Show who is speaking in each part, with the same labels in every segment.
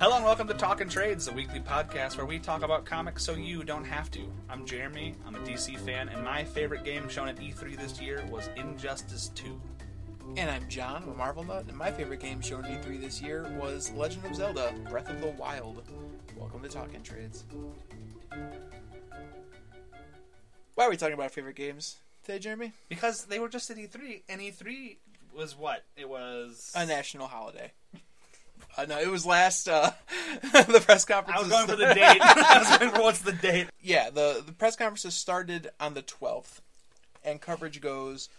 Speaker 1: Hello and welcome to Talking Trades, the weekly podcast where we talk about comics so you don't have to. I'm Jeremy, I'm a DC fan, and my favorite game shown at E3 this year was Injustice 2.
Speaker 2: And I'm John, a Marvel nut, and my favorite game shown at E3 this year was Legend of Zelda: Breath of the Wild. Welcome to Talking Trades. Why are we talking about our favorite games today, Jeremy?
Speaker 1: Because they were just at E3, and E3 was what? It was.
Speaker 2: A national holiday. Uh, no, it was last uh, the press conference.
Speaker 1: I was going for the date. I was going for what's the date.
Speaker 2: yeah, the the press conferences started on the 12th, and coverage goes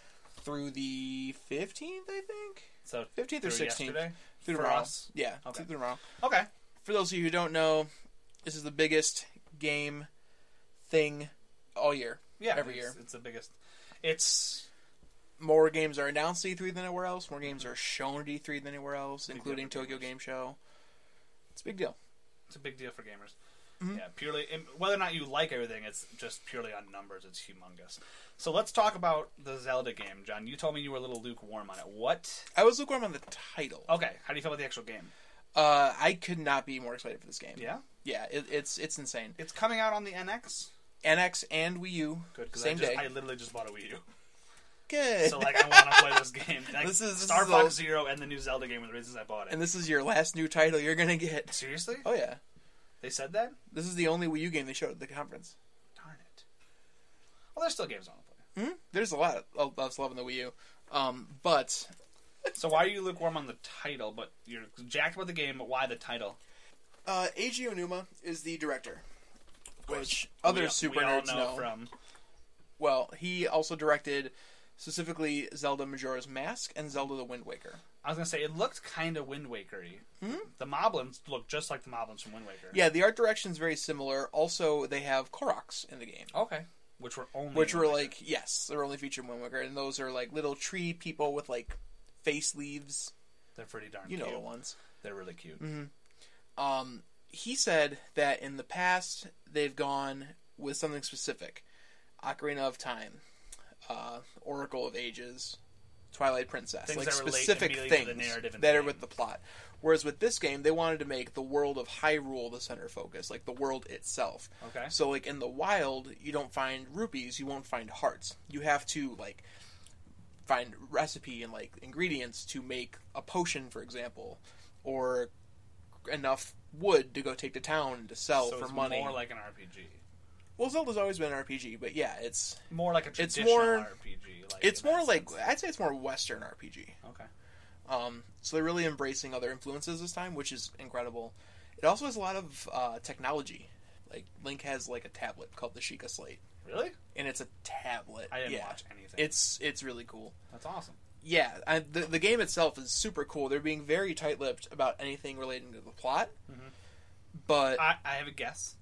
Speaker 2: through the 15th, I think,
Speaker 1: So
Speaker 2: 15th or
Speaker 1: through
Speaker 2: 16th.
Speaker 1: yesterday?
Speaker 2: Through
Speaker 1: For
Speaker 2: tomorrow.
Speaker 1: us?
Speaker 2: Yeah,
Speaker 1: Okay.
Speaker 2: through tomorrow.
Speaker 1: Okay.
Speaker 2: For those of you who don't know, this is the biggest game thing all year.
Speaker 1: Yeah.
Speaker 2: every
Speaker 1: it's-
Speaker 2: year,
Speaker 1: It's the biggest. It's.
Speaker 2: more games are announced at E3 than anywhere else. More games are shown at E3 than anywhere else,
Speaker 1: Big deal
Speaker 2: including
Speaker 1: for
Speaker 2: Tokyo
Speaker 1: gamers.
Speaker 2: Game Show. It's a big deal.
Speaker 1: It's a big deal for gamers.
Speaker 2: Mm-hmm.
Speaker 1: Yeah, purely and whether or not you like everything, it's just purely on numbers. It's humongous. So let's talk about the Zelda game, John. You told me you were a little lukewarm on it. What?
Speaker 2: I was lukewarm on the title.
Speaker 1: Okay, how do you feel about the actual game?
Speaker 2: Uh, I could not be more excited for this game.
Speaker 1: Yeah,
Speaker 2: yeah, it, it's it's insane.
Speaker 1: it's coming out on the NX.
Speaker 2: NX and Wii U.
Speaker 1: Good, because I
Speaker 2: Same
Speaker 1: just
Speaker 2: day.
Speaker 1: I literally just bought a Wii U,
Speaker 2: Good.
Speaker 1: so like I want to play this game. Like,
Speaker 2: This is- this
Speaker 1: Star
Speaker 2: is
Speaker 1: Fox
Speaker 2: all-
Speaker 1: Zero and the new Zelda game were the reasons I bought it.
Speaker 2: and this is your last new title you're gonna get.
Speaker 1: Seriously,
Speaker 2: Oh yeah,
Speaker 1: they said that?
Speaker 2: this is the only Wii U game they showed at the conference.
Speaker 1: Darn it. Well, there's still games I want to play.
Speaker 2: Hmm? There's a lot of us loving the Wii U, um, but
Speaker 1: So why are you lukewarm on the title? But you're jacked about the game. But why the title?
Speaker 2: uh, Eiji Onuma is the director,
Speaker 1: course.
Speaker 2: which other
Speaker 1: we,
Speaker 2: super
Speaker 1: we all
Speaker 2: nerds
Speaker 1: know from
Speaker 2: Well, he also directed specifically Zelda Majora's Mask and Zelda the Wind Waker.
Speaker 1: I was gonna say it looked kind of Wind Wakery.
Speaker 2: Hmm?
Speaker 1: The Moblins look just like the Moblins from Wind Waker.
Speaker 2: Yeah, the art direction's very similar. Also, they have Koroks in the game.
Speaker 1: Okay. Which were only
Speaker 2: Which
Speaker 1: in
Speaker 2: were
Speaker 1: Oh, Wind
Speaker 2: like, yes, they're only featured in Wind Waker, and those are like little tree people with like face leaves.
Speaker 1: Waker. they're pretty darn
Speaker 2: You know
Speaker 1: cute.
Speaker 2: the Mm-hmm. ones.
Speaker 1: They're really cute.
Speaker 2: Um, he said that in the past they've gone with something specific: Ocarina of Time, uh, Oracle of Ages, Twilight Princess,
Speaker 1: Things
Speaker 2: like
Speaker 1: that relate
Speaker 2: specific
Speaker 1: immediately
Speaker 2: things
Speaker 1: to the narrative in the
Speaker 2: that are
Speaker 1: game.
Speaker 2: with the plot. Whereas with this game, they wanted to make the world of Hyrule the center focus, like the world itself.
Speaker 1: Okay.
Speaker 2: So, like in the wild, you don't find rupees, you won't find hearts. You have to like find recipe and like ingredients to make a potion, for example, or enough wood to go take to town to sell
Speaker 1: so
Speaker 2: for
Speaker 1: it's
Speaker 2: money.
Speaker 1: more like an RPG.
Speaker 2: well, Zelda's always been an RPG, but yeah, it's
Speaker 1: More like a
Speaker 2: It's
Speaker 1: traditional
Speaker 2: more-
Speaker 1: RPG. Like
Speaker 2: it's
Speaker 1: in that
Speaker 2: more like
Speaker 1: sense.
Speaker 2: I'd say it's more Western RPG.
Speaker 1: okay.
Speaker 2: Um, so they're really embracing other influences this time, which is incredible. It also has a lot of uh, technology. Like Link has like a tablet called the Sheikah Slate,
Speaker 1: Really?
Speaker 2: and it's a tablet.
Speaker 1: I didn't
Speaker 2: yeah.
Speaker 1: watch anything.
Speaker 2: It's it's really cool.
Speaker 1: That's awesome.
Speaker 2: Yeah, I, the the game itself is super cool. They're being very tight-lipped about anything relating to the plot,
Speaker 1: Mhm.
Speaker 2: but
Speaker 1: I, I have a guess.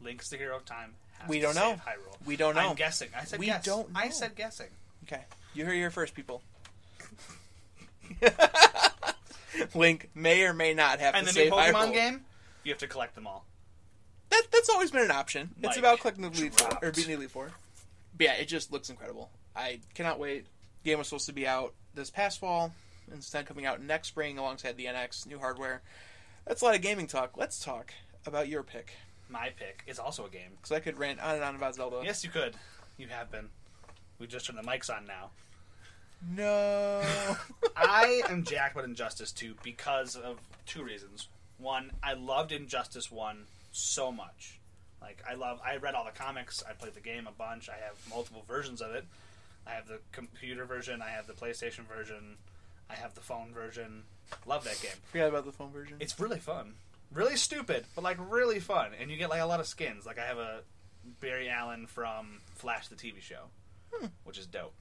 Speaker 1: Link's the hero of time. has
Speaker 2: We
Speaker 1: to
Speaker 2: don't know.
Speaker 1: save Hyrule.
Speaker 2: we don't know.
Speaker 1: I'm guessing. I said
Speaker 2: We
Speaker 1: guess.
Speaker 2: don't
Speaker 1: I
Speaker 2: know.
Speaker 1: said guessing.
Speaker 2: okay, you heard it here first, people. Link may or may not have
Speaker 1: And
Speaker 2: to
Speaker 1: the new
Speaker 2: save
Speaker 1: Pokemon
Speaker 2: Hyrule.
Speaker 1: game, you have to collect them all.
Speaker 2: That that's always been an option.
Speaker 1: Like,
Speaker 2: it's about collecting the lead four
Speaker 1: dropped.
Speaker 2: or beating the lead four. But yeah, it just looks incredible. I cannot wait. game was supposed to be out this past fall, instead coming out next spring alongside the NX new hardware. That's a lot of gaming talk. Let's talk about your pick
Speaker 1: My pick is also a game.
Speaker 2: because I could rant on and on about Zelda.
Speaker 1: Yes, you could. You have been. We just turned the mics on now.
Speaker 2: No.
Speaker 1: I am jacked about Injustice 2 because of two reasons. One, I loved Injustice 1 so much. Like I love I read all the comics, I played the game a bunch, I have multiple versions of it. I have the computer version, I have the PlayStation version, I have the phone version. Love that game.
Speaker 2: Forgot about the phone version.
Speaker 1: It's really fun. Really stupid, but like really fun. And you get like a lot of skins. Like I have a Barry Allen from Flash the TV show, which is dope.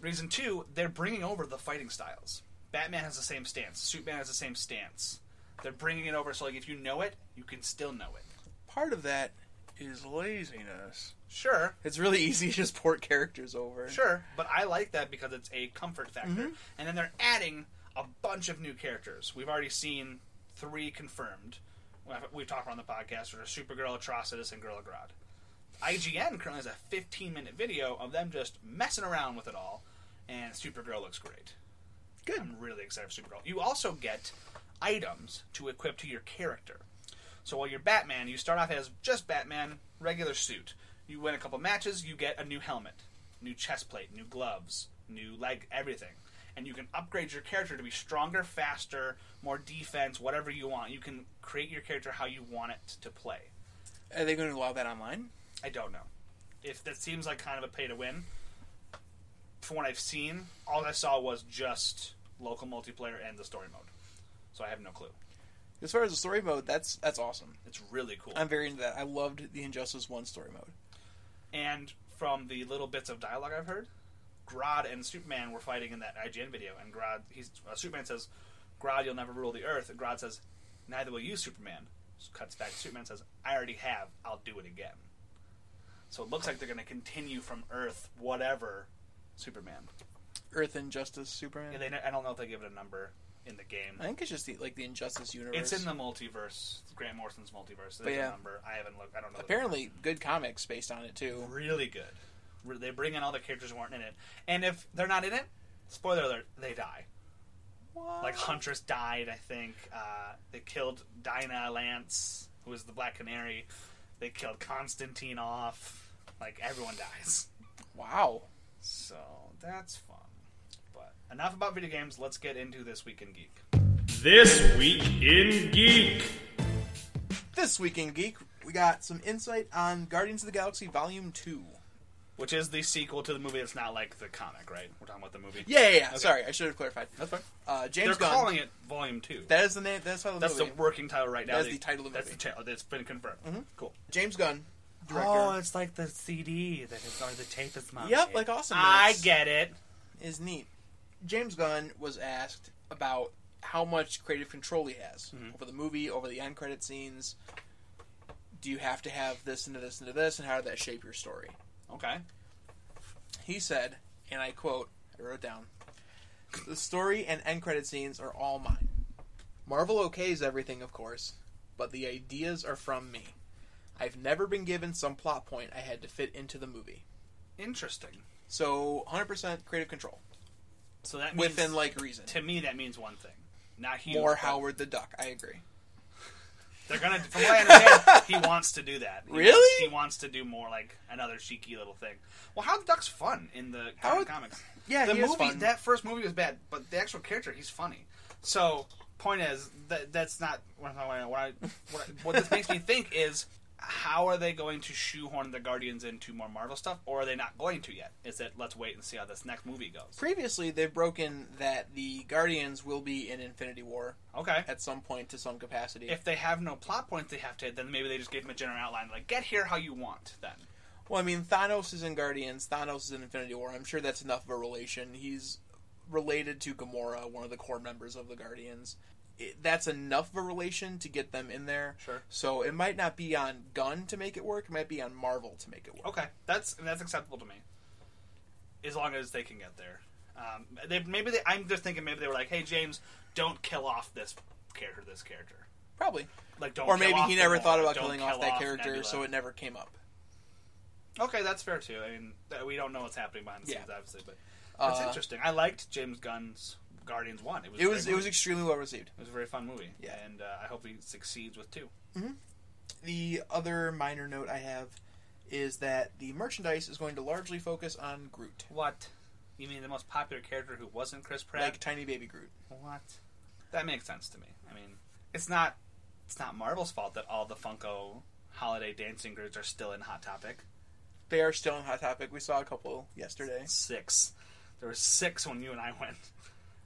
Speaker 1: Reason two, they're bringing over the fighting styles. Batman has the same stance. Superman has the same stance. They're bringing it over so like if you know it, you can still know it.
Speaker 2: Part of that is laziness.
Speaker 1: Sure,
Speaker 2: It's really easy to just port characters over.
Speaker 1: sure, but I like that because it's a comfort factor. And then they're adding a bunch of new characters. We've already seen three confirmed. We've- We've talked about on the podcast, which are Supergirl, Atrocitus, and Gorilla Grodd. IGN currently has a 15 minute video of them just messing around with it all, and Supergirl looks great.
Speaker 2: Good.
Speaker 1: I'm really excited for Supergirl. You also get items to equip to your character. So while you're Batman, you start off as just Batman, regular suit. You win a couple matches, you get a new helmet, new chest plate, new gloves, new leg, everything. And you can upgrade your character to be stronger, faster, more defense, whatever you want. You can create your character how you want it to play.
Speaker 2: Are they going to allow that online?
Speaker 1: I don't know. If that seems like kind of a pay to win, from what I've seen, all I saw was just local multiplayer and the story mode. So I have no clue.
Speaker 2: As far as the story mode, that's that's awesome.
Speaker 1: It's really cool.
Speaker 2: I'm very into that. I loved the Injustice One story mode.
Speaker 1: and from the little bits of dialogue I've heard, Grodd and Superman were fighting in that IGN video, and Grodd, he's uh, Superman says, "Grodd, you'll never rule the Earth," and Grodd says, "Neither will you, Superman." So cuts back. Superman says, "I already have. I'll do it again." So it looks like they're going to continue from Earth, whatever Superman.
Speaker 2: Earth Injustice Superman.
Speaker 1: And they, I don't know if they give it a number in the game.
Speaker 2: I think it's just the, like the Injustice universe.
Speaker 1: It's in the multiverse, Grant Morrison's multiverse.
Speaker 2: But
Speaker 1: There's
Speaker 2: yeah.
Speaker 1: a number. I haven't looked. I don't know. the-
Speaker 2: apparently good comics based on it too.
Speaker 1: really good. Re- They bring in all the characters who aren't in it, and if they're not in it, spoiler alert, they die.
Speaker 2: Oh.
Speaker 1: Like Huntress died, I think. Uh, they killed Dinah Lance, who was the Black Canary. They killed Constantine off. Like everyone dies.
Speaker 2: Wow.
Speaker 1: So that's fun. But enough about video games. Let's get into this week in geek.
Speaker 3: This week in Geek.
Speaker 2: This week in Geek, we got some insight on Guardians of the Galaxy Volume Two.
Speaker 1: Which is the sequel to the movie that's not like the comic, right? We're talking about the movie.
Speaker 2: Yeah, yeah. yeah. Sorry, I should have clarified.
Speaker 1: That's fine.
Speaker 2: Uh, James
Speaker 1: They're
Speaker 2: Gunn.
Speaker 1: calling it Volume 2.
Speaker 2: that is the name. That's how the
Speaker 1: That's
Speaker 2: movie.
Speaker 1: the working title right now.
Speaker 2: That's
Speaker 1: They-
Speaker 2: the title of the
Speaker 1: that's
Speaker 2: movie.
Speaker 1: title that's been confirmed. Cool.
Speaker 2: James Gunn,
Speaker 1: Oh,
Speaker 2: director.
Speaker 1: it's like the CD that is or the tape is mine.
Speaker 2: Yep, like awesome.
Speaker 1: I
Speaker 2: Minutes
Speaker 1: get it.
Speaker 2: is neat. James Gunn was asked about how much creative control he has over the movie, over the end credit scenes. Do you have to have this into this into this, and how did that shape your story?
Speaker 1: Okay.
Speaker 2: He said, and I quote, I wrote it down, the story and end credit scenes are all mine. Marvel okays everything, of course, but the ideas are from me. I've never been given some plot point I had to fit into the movie.
Speaker 1: Interesting.
Speaker 2: So 100% creative control
Speaker 1: So that means
Speaker 2: within like reason.
Speaker 1: to me that means one thing. Not huge.
Speaker 2: More
Speaker 1: but
Speaker 2: Howard the Duck. I agree.
Speaker 1: They're gonna from what I understand, he wants to do that. He wants- he
Speaker 2: Really?
Speaker 1: wants to do more like another cheeky little thing. Well Howard the Duck's fun in the
Speaker 2: Howard-
Speaker 1: comic comics.
Speaker 2: Yeah,
Speaker 1: the
Speaker 2: he is
Speaker 1: movie
Speaker 2: fun.
Speaker 1: that first movie was bad, but the actual character he's funny. So point is that that's not what I, what, I, what, I, what this makes me think is how are they going to shoehorn the Guardians into more Marvel stuff, or are they not going to yet? Is it let's wait and see how this next movie goes?
Speaker 2: Previously, they've broken that the Guardians will be in Infinity War
Speaker 1: Okay.
Speaker 2: at some point to some capacity.
Speaker 1: If they have no plot points they have to, then maybe they just gave him a general outline like get here how you want. Then
Speaker 2: Well, I mean, Thanos is in Guardians. Thanos is in Infinity War. I'm sure that's enough of a relation. He's related to Gamora, one of the core members of the Guardians. It, that's enough of a relation to get them in there.
Speaker 1: Sure.
Speaker 2: So it might not be on Gunn to make it work. It might be on Marvel to make it work.
Speaker 1: Okay, that's that's acceptable to me, as long as they can get there. Um, they, maybe they, I'm just thinking maybe they were like, "Hey James, don't kill off this character, this character."
Speaker 2: Probably.
Speaker 1: Like, don't
Speaker 2: or
Speaker 1: kill
Speaker 2: maybe
Speaker 1: off
Speaker 2: he never
Speaker 1: Gamora,
Speaker 2: thought about
Speaker 1: don't
Speaker 2: killing
Speaker 1: kill
Speaker 2: off that character,
Speaker 1: Nebula.
Speaker 2: so it never came up.
Speaker 1: okay, that's fair too. I mean, th- we don't know what's happening behind the
Speaker 2: Yeah.
Speaker 1: scenes, obviously, but that's
Speaker 2: Uh,
Speaker 1: interesting. I liked James Gunn's Guardians One. It was
Speaker 2: It
Speaker 1: a
Speaker 2: was
Speaker 1: great
Speaker 2: it was
Speaker 1: movie.
Speaker 2: extremely well received.
Speaker 1: it was a very fun movie.
Speaker 2: Yeah.
Speaker 1: and uh, I hope he succeeds with two.
Speaker 2: The other minor note I have is that the merchandise is going to largely focus on Groot,
Speaker 1: What? You mean the most popular character who wasn't Chris Pratt?
Speaker 2: like tiny baby Groot.
Speaker 1: What? That makes sense to me. I mean, it's not it's not Marvel's fault that all the Funko holiday dancing groups are still in Hot Topic.
Speaker 2: They are still in Hot Topic. We saw a couple yesterday.
Speaker 1: Six. There were six when you and I went.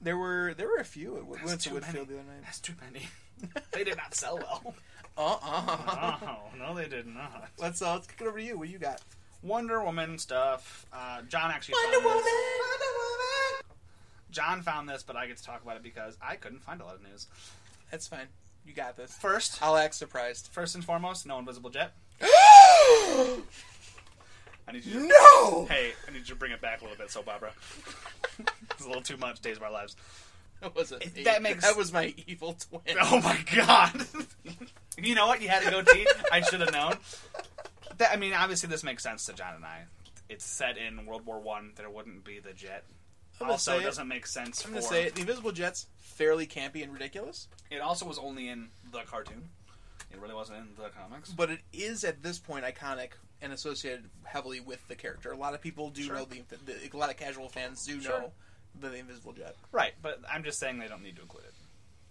Speaker 2: There were there were a few. at we went
Speaker 1: That's
Speaker 2: to
Speaker 1: too many.
Speaker 2: Woodfield the other night.
Speaker 1: That's too many. they did not sell well.
Speaker 2: Uh uh
Speaker 1: Oh no, they did not.
Speaker 2: Let's uh, let's kick it over to you. What you got?
Speaker 1: Wonder Woman stuff. Uh, John actually found this. John found this, but I get to talk about it because I couldn't find a lot of news.
Speaker 2: That's fine. You got this.
Speaker 1: First,
Speaker 2: I'll act surprised.
Speaker 1: first and foremost, no invisible jet. I need you. To-
Speaker 2: no.
Speaker 1: Hey, I need you to bring it back a little bit, so Barbara. it's a little too much. Days of Our Lives.
Speaker 2: That was a,
Speaker 1: It- that makes-
Speaker 2: that was my evil twin.
Speaker 1: Oh my god! you know what? You had a goatee. I should have known. That, I mean, obviously, this makes sense to John and I. It's set in World War One. There wouldn't be the jet
Speaker 2: gonna
Speaker 1: also
Speaker 2: say it.
Speaker 1: doesn't make sense.
Speaker 2: I'm gonna
Speaker 1: for-
Speaker 2: say it. The Invisible Jet's fairly campy and ridiculous,
Speaker 1: It also was only in the cartoon. It really wasn't in the comics.
Speaker 2: but it is at this point iconic and associated heavily with the character. A lot of people do
Speaker 1: Sure.
Speaker 2: know the, the. A lot of casual fans do
Speaker 1: Sure.
Speaker 2: know the, Invisible Jet.
Speaker 1: Right, but I'm just saying they don't need to include it.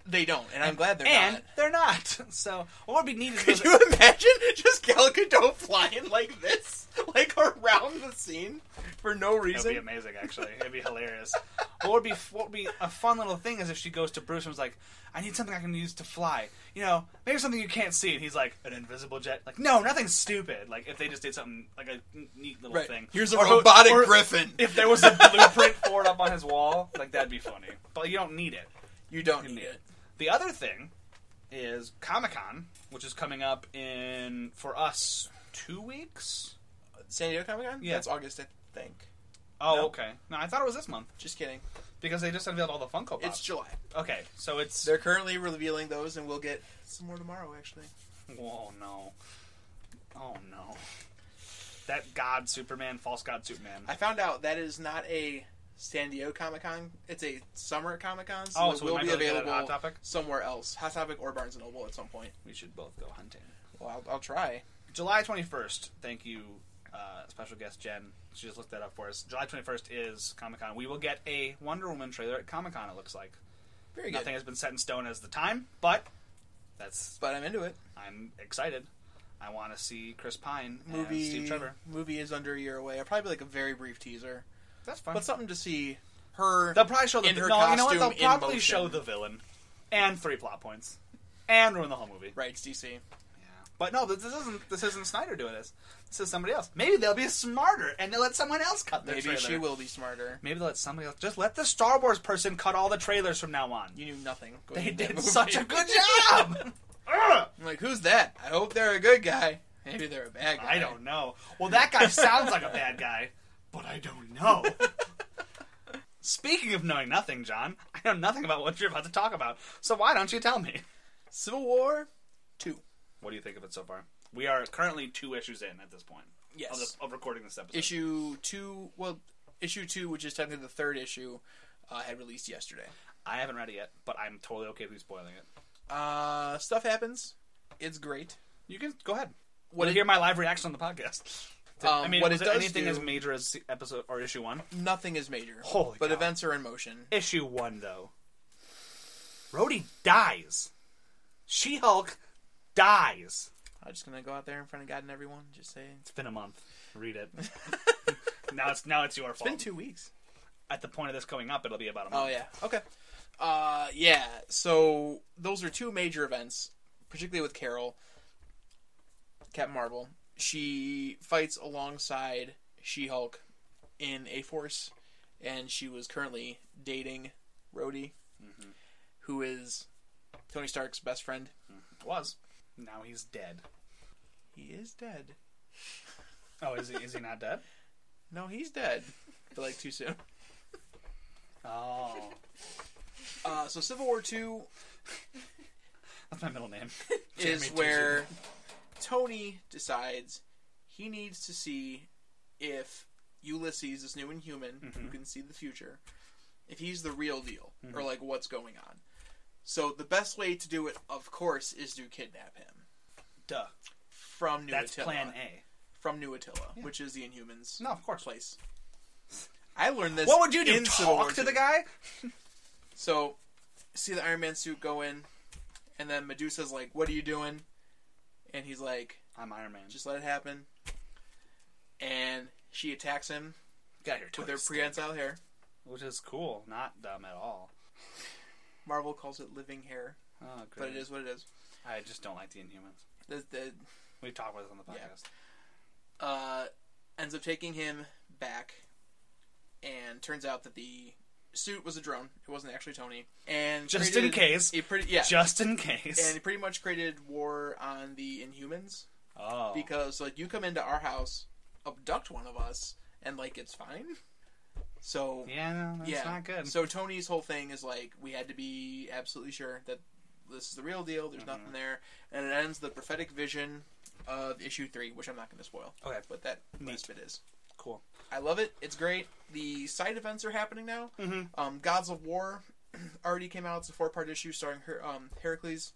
Speaker 2: They don't, and I'm glad they're
Speaker 1: and
Speaker 2: not.
Speaker 1: they're not. So what would be needed?
Speaker 2: Could
Speaker 1: was-
Speaker 2: you imagine just Gal Gadot flying like this, like around the scene for no
Speaker 1: It would be
Speaker 2: reason?
Speaker 1: amazing, actually. It'd be hilarious. what would be what would be a fun little thing is if she goes to Bruce and was like, "I need something I can use to fly." You know, maybe something you can't see. And he's like, "An invisible jet." Like, no, nothing stupid. Like if they just did something like a n- neat little
Speaker 2: Right.
Speaker 1: thing.
Speaker 2: Here's a
Speaker 1: Or who-
Speaker 2: robotic
Speaker 1: or
Speaker 2: griffin.
Speaker 1: If there was a blueprint for it up on his wall, like that'd be funny. But you don't need it.
Speaker 2: You don't
Speaker 1: You
Speaker 2: need it.
Speaker 1: The other thing is Comic Con, which is coming up in for us two weeks.
Speaker 2: San Diego Comic Con?
Speaker 1: Yeah.
Speaker 2: That's August, I think.
Speaker 1: Oh,
Speaker 2: No.
Speaker 1: okay. No, I thought it was this month
Speaker 2: Just kidding.
Speaker 1: because they just unveiled all the Funko Pops.
Speaker 2: It's July.
Speaker 1: Okay, so it's
Speaker 2: They're currently revealing those, and we'll get some more tomorrow, actually.
Speaker 1: Whoa no. Oh no. That God Superman, false God Superman.
Speaker 2: I found out that is not a San Diego Comic Con. It's a summer Comic Con, so
Speaker 1: Oh,
Speaker 2: it
Speaker 1: so we
Speaker 2: will
Speaker 1: might
Speaker 2: be
Speaker 1: be able to get it at
Speaker 2: available
Speaker 1: Hot Topic?
Speaker 2: somewhere else. Hot Topic or Barnes & Noble at some point.
Speaker 1: we should both go hunting.
Speaker 2: Well, I'll, I'll try.
Speaker 1: July 21st. Thank you, uh, special guest Jen. She just looked that up for us. July 21st is Comic Con. We will get a Wonder Woman trailer at Comic Con. It looks like
Speaker 2: Very good.
Speaker 1: nothing has been set in stone as the time, but that's
Speaker 2: But I'm into it.
Speaker 1: I'm excited. I want to see Chris Pine and
Speaker 2: Movie,
Speaker 1: Steve Trevor.
Speaker 2: movie is under a year away. I'll probably be like a very brief teaser.
Speaker 1: That's fine.
Speaker 2: But something to see her.
Speaker 1: They'll probably show the
Speaker 2: in her
Speaker 1: no, you know what?
Speaker 2: costume
Speaker 1: They'll
Speaker 2: in
Speaker 1: probably
Speaker 2: motion.
Speaker 1: show the villain and three plot points and ruin the whole movie.
Speaker 2: Right, it's DC.
Speaker 1: Yeah. But no, this isn't this isn't Snyder doing this. This is somebody else. Maybe they'll be smarter and they'll let someone else cut their
Speaker 2: Maybe
Speaker 1: trailer.
Speaker 2: she will be smarter.
Speaker 1: Maybe they'll let somebody else. Just let the Star Wars person cut all the trailers from now on.
Speaker 2: You knew nothing. going
Speaker 1: They
Speaker 2: into that
Speaker 1: did
Speaker 2: movie.
Speaker 1: such a good job. Ugh.
Speaker 2: I'm like, who's that? I hope they're a good guy. Maybe they're a bad guy.
Speaker 1: I don't know. Well, that guy sounds like a bad guy, but I don't know. Speaking of knowing nothing, John, I know nothing about what you're about to talk about. So why don't you tell me?
Speaker 2: Civil War two.
Speaker 1: What do you think of it so far? We are currently two issues in at this point.
Speaker 2: Yes.
Speaker 1: Of, the, of recording this episode.
Speaker 2: Issue two. Well, issue two, which is technically the third issue, uh, had released yesterday.
Speaker 1: I haven't read it yet, but I'm totally okay with you spoiling it.
Speaker 2: Uh, stuff happens. It's great.
Speaker 1: You can go ahead.
Speaker 2: What
Speaker 1: You'll
Speaker 2: it-
Speaker 1: hear my live reaction on the podcast.
Speaker 2: Um,
Speaker 1: I mean,
Speaker 2: what
Speaker 1: was
Speaker 2: it
Speaker 1: there
Speaker 2: does
Speaker 1: anything
Speaker 2: do-
Speaker 1: as major as se- episode or issue one?
Speaker 2: Nothing is major.
Speaker 1: Holy
Speaker 2: but
Speaker 1: cow.
Speaker 2: events are in motion.
Speaker 1: Issue one, though. Rhodey dies. She Hulk dies.
Speaker 2: I'm just gonna go out there in front of God and everyone, and just say
Speaker 1: It's
Speaker 2: it's
Speaker 1: been a month. Read it. now it's now it's your fault.
Speaker 2: been two weeks.
Speaker 1: At the point of this coming up, it'll be about a month.
Speaker 2: Oh yeah. Okay. Uh, yeah. So those are two major events, particularly with Carol, Captain Marvel. She fights alongside She-Hulk in A Force, and she was currently dating Rhodey, Mm-hmm. who is Tony Stark's best friend.
Speaker 1: Was now he's dead.
Speaker 2: He is dead.
Speaker 1: Oh, is he? Is he not dead?
Speaker 2: No, he's dead. But like too soon.
Speaker 1: Oh,
Speaker 2: Uh, so Civil War Two
Speaker 1: that's my middle name.
Speaker 2: is
Speaker 1: Jeremy
Speaker 2: where Tony decides he needs to see if Ulysses, this new Inhuman
Speaker 1: Mm-hmm.
Speaker 2: who can see the future, if he's the real deal or like what's going on. So the best way to do it, of course, is to kidnap him
Speaker 1: Duh.
Speaker 2: from New
Speaker 1: That's
Speaker 2: Attila.
Speaker 1: Plan A.
Speaker 2: From New Attila, which is the Inhumans'
Speaker 1: No, of course.
Speaker 2: place. I learned this.
Speaker 1: What would you do?
Speaker 2: in Civil War
Speaker 1: talk to
Speaker 2: II.
Speaker 1: the guy?
Speaker 2: So, see the Iron Man suit go in, and then Medusa's like, "What are you doing?" And he's like,
Speaker 1: I'm Iron Man. Just
Speaker 2: just let it happen. And she attacks him
Speaker 1: got here
Speaker 2: with her prehensile hair.
Speaker 1: which is cool, not dumb at all.
Speaker 2: Marvel calls it living hair,
Speaker 1: Oh, great.
Speaker 2: but it is what it is.
Speaker 1: I just don't like the Inhumans.
Speaker 2: The, the,
Speaker 1: We've talked about this on the
Speaker 2: Yeah.
Speaker 1: podcast.
Speaker 2: uh, ends up taking him back, and turns out that the suit was a drone. It wasn't actually Tony. And
Speaker 1: Just
Speaker 2: created
Speaker 1: in case.
Speaker 2: a pretty yeah.
Speaker 1: Just in case.
Speaker 2: and he pretty much created war on the Inhumans
Speaker 1: oh,
Speaker 2: because like you come into our house, abduct one of us, and like it's fine. So
Speaker 1: yeah, no, that's
Speaker 2: yeah.
Speaker 1: not good.
Speaker 2: So Tony's whole thing is like we had to be absolutely sure that this is the real deal.
Speaker 1: Mm-hmm.
Speaker 2: There's nothing there, and it ends the prophetic vision of issue three, which I'm not going to spoil.
Speaker 1: Okay.
Speaker 2: but that
Speaker 1: Neat.
Speaker 2: last bit is
Speaker 1: Cool.
Speaker 2: I love it. It's great. The side events are happening now. Mm-hmm. Um, Gods of War already came out. It's a four part issue starring Her- um, Heracles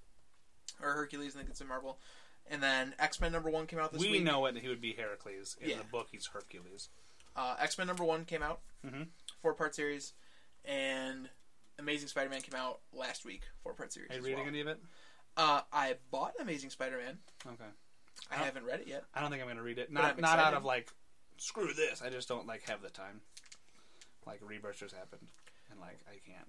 Speaker 2: or Hercules. I think it's in Marvel. And then X Men number one came out this
Speaker 1: we
Speaker 2: week.
Speaker 1: know it. He would be Heracles in
Speaker 2: Yeah.
Speaker 1: the book. He's Hercules.
Speaker 2: Uh, X Men number one came out.
Speaker 1: Mm-hmm.
Speaker 2: Four part series, and Amazing Spider Man came out last week. Four part series.
Speaker 1: Are you
Speaker 2: as
Speaker 1: reading
Speaker 2: well.
Speaker 1: any of it?
Speaker 2: Uh, I bought Amazing Spider Man.
Speaker 1: Okay.
Speaker 2: I haven't read it yet.
Speaker 1: I don't think I'm going to read it.
Speaker 2: I'm
Speaker 1: Not not out
Speaker 2: excited.
Speaker 1: of like screw this. I just don't like have the time. Like rebursters happened, and like I can't.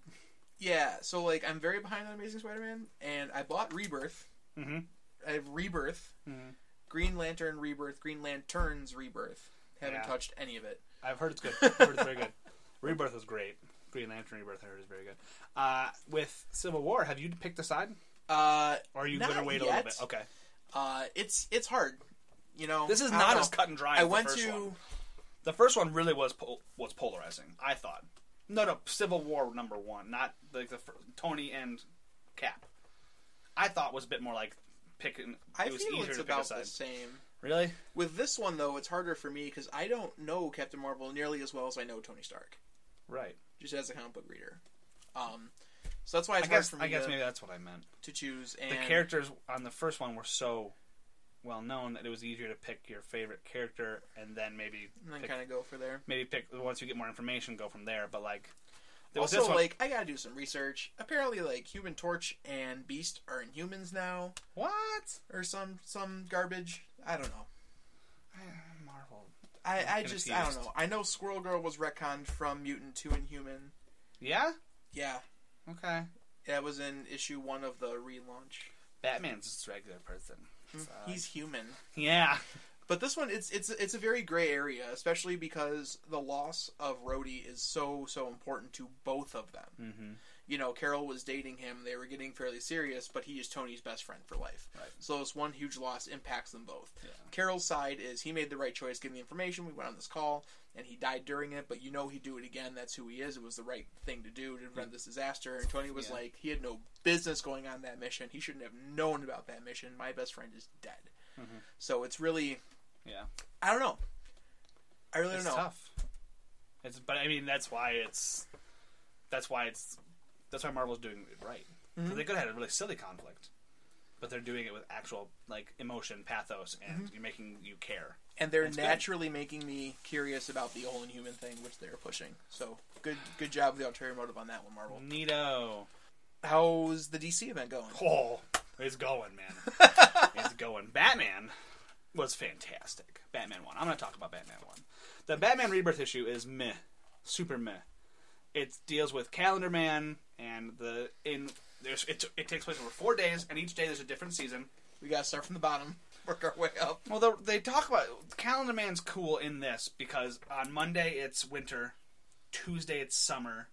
Speaker 2: Yeah, so like I'm very behind on Amazing Spider-Man, and I bought Rebirth.
Speaker 1: Mhm.
Speaker 2: I have Rebirth,
Speaker 1: Mhm.
Speaker 2: Green Lantern Rebirth, Green Lanterns Rebirth. Haven't
Speaker 1: Yeah.
Speaker 2: touched any of it.
Speaker 1: I've heard it's good. I've heard it's very good. Rebirth was great. Green Lantern Rebirth I heard is very good. Uh, with Civil War, have you picked a side,
Speaker 2: Uh,
Speaker 1: or are you
Speaker 2: Not
Speaker 1: going to wait a little
Speaker 2: yet.
Speaker 1: bit? Okay.
Speaker 2: uh, it's it's hard. You know,
Speaker 1: This is
Speaker 2: I don't
Speaker 1: not
Speaker 2: know.
Speaker 1: as cut and dry.
Speaker 2: I
Speaker 1: as
Speaker 2: went
Speaker 1: the first
Speaker 2: to
Speaker 1: one. the first one really was po- was polarizing. I thought. No, no, Civil War number one, not like the fir- Tony and Cap. I thought was a bit more like picking.
Speaker 2: I
Speaker 1: it was
Speaker 2: feel
Speaker 1: easier
Speaker 2: it's
Speaker 1: to pick a
Speaker 2: about
Speaker 1: side.
Speaker 2: the same.
Speaker 1: Really?
Speaker 2: With this one though, it's harder for me because I don't know Captain Marvel nearly as well as I know Tony Stark,
Speaker 1: Right.
Speaker 2: just as a comic book reader. Um, so that's why
Speaker 1: I
Speaker 2: it's hard
Speaker 1: guess
Speaker 2: for me
Speaker 1: I guess
Speaker 2: to,
Speaker 1: maybe that's what I meant.
Speaker 2: to choose. And
Speaker 1: The characters on the first one were so well known that it was easier to pick your favorite character and then maybe
Speaker 2: and then
Speaker 1: pick,
Speaker 2: kind of go for there.
Speaker 1: maybe pick once you get more information go from there. But like, there was
Speaker 2: Also,
Speaker 1: this one.
Speaker 2: like, I gotta do some research. Apparently, like, Human Torch and Beast are in humans now,
Speaker 1: what?
Speaker 2: or some some garbage. I don't know.
Speaker 1: Marvel.
Speaker 2: I, I
Speaker 1: I'm
Speaker 2: just I don't
Speaker 1: confused.
Speaker 2: know. I know Squirrel Girl was retconned from mutant to Inhuman.
Speaker 1: Yeah.
Speaker 2: Yeah,
Speaker 1: Okay.
Speaker 2: that was in issue one of the relaunch.
Speaker 1: Batman's just a regular person. So,
Speaker 2: Hmm. He's human,
Speaker 1: yeah.
Speaker 2: but this one it's it's it's a very gray area, especially because the loss of Rhodey is so so important to both of them.
Speaker 1: Mm-hmm.
Speaker 2: you know, Carol was dating him. They were getting fairly serious, but he is Tony's best friend for life.
Speaker 1: Right.
Speaker 2: So this one huge loss impacts them both.
Speaker 1: Yeah.
Speaker 2: Carol's side is he made the right choice, give me information. We went on this call, and he died during it. But you know he'd do it again. That's who he is. It was the right thing to do to prevent this disaster. And Tony was
Speaker 1: Yeah.
Speaker 2: like, he had no business going on that mission. He shouldn't have known about that mission. My best friend is dead.
Speaker 1: Mm-hmm.
Speaker 2: So it's really,
Speaker 1: Yeah.
Speaker 2: I don't know. I really
Speaker 1: It's
Speaker 2: don't know.
Speaker 1: tough. It's but I mean that's why it's that's why it's that's why Marvel's doing it right. 'Cause They could have had a really silly conflict, but they're doing it with actual like emotion, pathos, and you're making you care.
Speaker 2: and they're
Speaker 1: That's good.
Speaker 2: naturally making me curious about the whole Inhuman thing, which they're pushing. So good, good job with the ulterior motive on that one, Marvel.
Speaker 1: Neato.
Speaker 2: How's the DC event going?
Speaker 1: Oh, it's going, man. it's going. Batman was fantastic. Batman 1. I'm going to talk about Batman 1. The Batman Rebirth issue is meh. Super meh. It deals with Calendar Man and the in there's it, it takes place over 4 days and each day there's a different season.
Speaker 2: We gotta start from the bottom, work our way up.
Speaker 1: Well, the, they talk about Calendar Man's cool in this because on Monday it's winter, Tuesday it's summer,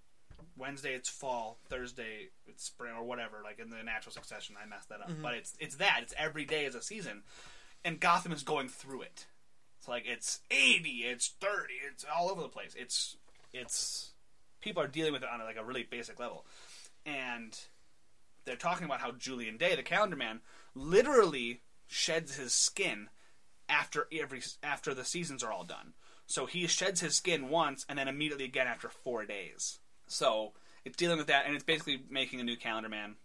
Speaker 1: Wednesday it's fall, Thursday it's spring or whatever. Like in the natural succession, I messed that up, but it's it's that it's every day is a season, and Gotham is going through it. It's like it's eighty, it's thirty, it's all over the place. It's it's people are dealing with it on like a really basic level, and they're talking about how Julian Day, the Calendar Man, literally sheds his skin after every after the seasons are all done. So he sheds his skin once, and then immediately again after four days. So it's dealing with that, and it's basically making a new Calendar Man.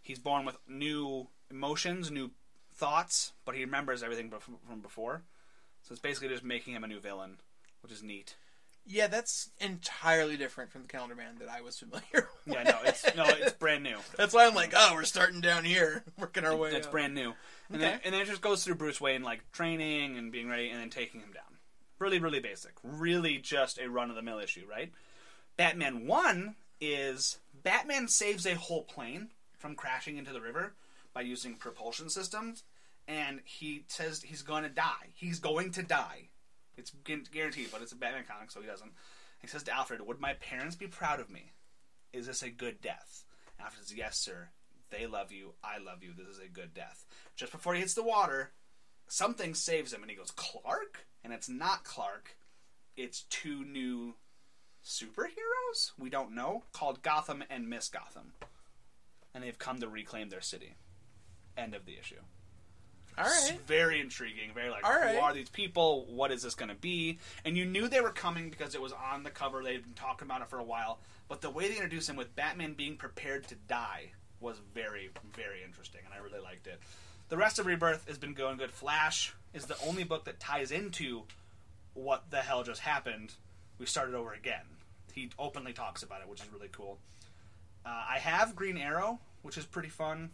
Speaker 1: He's born with new emotions, new thoughts, but he remembers everything bef- from before. So it's basically just making him a new villain, which is neat.
Speaker 2: Yeah, that's entirely different from the Calendar Man that I was familiar. with.
Speaker 1: Yeah, no, it's no, it's brand new.
Speaker 2: That's why I'm like, oh, we're starting down here, working our way.
Speaker 1: That's
Speaker 2: up.
Speaker 1: brand new. And, then,
Speaker 2: Okay.
Speaker 1: and then it just goes through Bruce Wayne like training and being ready and then taking him down. Really, really basic. Really just a run of the mill issue, right? Batman 1 is Batman saves a whole plane from crashing into the river by using propulsion systems and he says he's going to die. He's going to die. It's gu- guaranteed, but it's a Batman comic, so he doesn't. He says to Alfred, "Would my parents be proud of me? Is this a good death?" And Alfred says, "Yes, sir. They love you. I love you. This is a good death." Just before he hits the water, something saves him, and he goes, "Clark," and it's not Clark. It's two new superheroes we don't know called Gotham and Miss Gotham, and they've come to reclaim their city. End of the issue.
Speaker 2: All right.
Speaker 1: It's very intriguing. Very like,
Speaker 2: All
Speaker 1: who
Speaker 2: right.
Speaker 1: are these people? What is this going to be? And you knew they were coming because it was on the cover. They'd been talking about it for a while. But the way they introduced him with Batman being prepared to die was very, very interesting, and I really liked it. The rest of Rebirth has been going good. Flash is the only book that ties into what the hell just happened. We started over again. He openly talks about it, which is really cool. Uh, I have Green Arrow, which is pretty fun.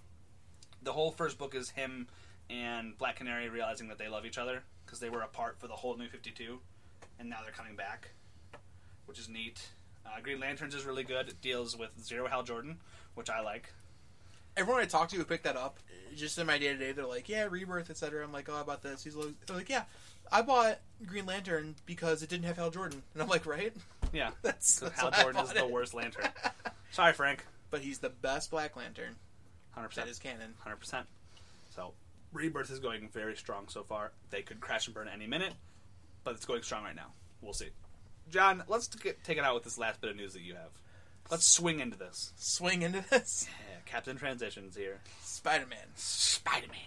Speaker 1: The whole first book is him and Black Canary realizing that they love each other because they were apart for the whole New Fifty Two, and now they're coming back, which is neat. Uh, Green Lanterns is really good. It deals with Zero Hal Jordan, which I like.
Speaker 2: Everyone I talked to who picked that up, just in my day to day, they're like, "Yeah, Rebirth, etc." I'm like, "Oh, I bought this." He's like, they're like, "Yeah, I bought Green Lantern because it didn't have Hal Jordan," and I'm like, "Right."
Speaker 1: Yeah,
Speaker 2: That's,
Speaker 1: because
Speaker 2: that's
Speaker 1: Hal
Speaker 2: why I
Speaker 1: Jordan is
Speaker 2: bought
Speaker 1: the
Speaker 2: it.
Speaker 1: worst Lantern. Sorry, Frank.
Speaker 2: But he's the best Black Lantern.
Speaker 1: Hundred
Speaker 2: That
Speaker 1: percent.
Speaker 2: is canon.
Speaker 1: hundred percent. So Rebirth is going very strong so far. They could crash and burn any minute, but it's going strong right now. We'll see. John, let's t- get, take it out with this last bit of news that you have. Let's swing into this.
Speaker 2: Swing into this,
Speaker 1: Yeah, Eh, Captain Transition's here.
Speaker 2: Spider Man.
Speaker 1: Spider Man.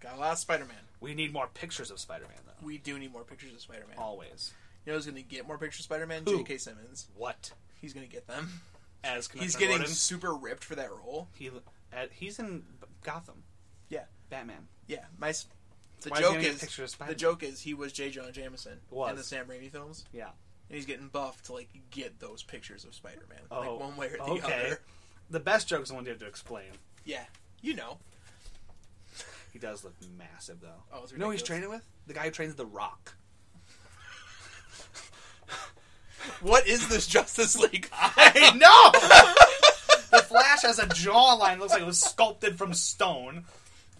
Speaker 2: Got a lot of Spider Man.
Speaker 1: We need more pictures of Spider Man though.
Speaker 2: We do need more pictures of Spider Man.
Speaker 1: Always.
Speaker 2: You know who's going to get more pictures of Spider Man?
Speaker 1: Who?
Speaker 2: J.K. Simmons.
Speaker 1: What?
Speaker 2: He's going to get them.
Speaker 1: As
Speaker 2: he's
Speaker 1: Commissioner
Speaker 2: getting
Speaker 1: Gordon,
Speaker 2: super ripped for that role.
Speaker 1: he at, he's in Gotham.
Speaker 2: Yeah.
Speaker 1: Batman.
Speaker 2: Yeah, my. s- The
Speaker 1: Why is he
Speaker 2: joke
Speaker 1: gonna get
Speaker 2: is
Speaker 1: pictures of
Speaker 2: the
Speaker 1: Spider-Man?
Speaker 2: joke is he was J. Jonah Jameson
Speaker 1: Was.
Speaker 2: in the Sam Raimi films,
Speaker 1: Yeah.
Speaker 2: and he's getting buffed to like get those pictures of Spider Man,
Speaker 1: Oh,
Speaker 2: like one way or the
Speaker 1: okay.
Speaker 2: other.
Speaker 1: The best joke is the one you have to explain.
Speaker 2: Yeah, you know.
Speaker 1: He does look massive, though.
Speaker 2: Oh, it's
Speaker 1: you know who he's
Speaker 2: ridiculous.
Speaker 1: training with? The guy who trains The Rock.
Speaker 2: What is this Justice League?
Speaker 1: Hey, no! the Flash has a jawline looks like it was sculpted from stone.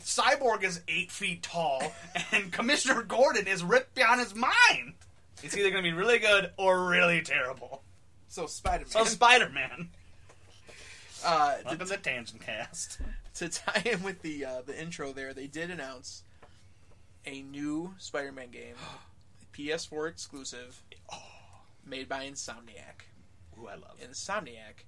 Speaker 1: Cyborg is eight feet tall, and Commissioner Gordon is ripped beyond his mind. It's either going to be really good or really terrible.
Speaker 2: so Spider
Speaker 1: So
Speaker 2: Man.
Speaker 1: Spider Man.
Speaker 2: uh, to
Speaker 1: Welcome to Tangent Cast.
Speaker 2: to tie in with the uh, the intro there, they did announce a new Spider-Man game, PS4 exclusive,
Speaker 1: Oh.
Speaker 2: made by Insomniac.
Speaker 1: Ooh, I love it.
Speaker 2: Insomniac,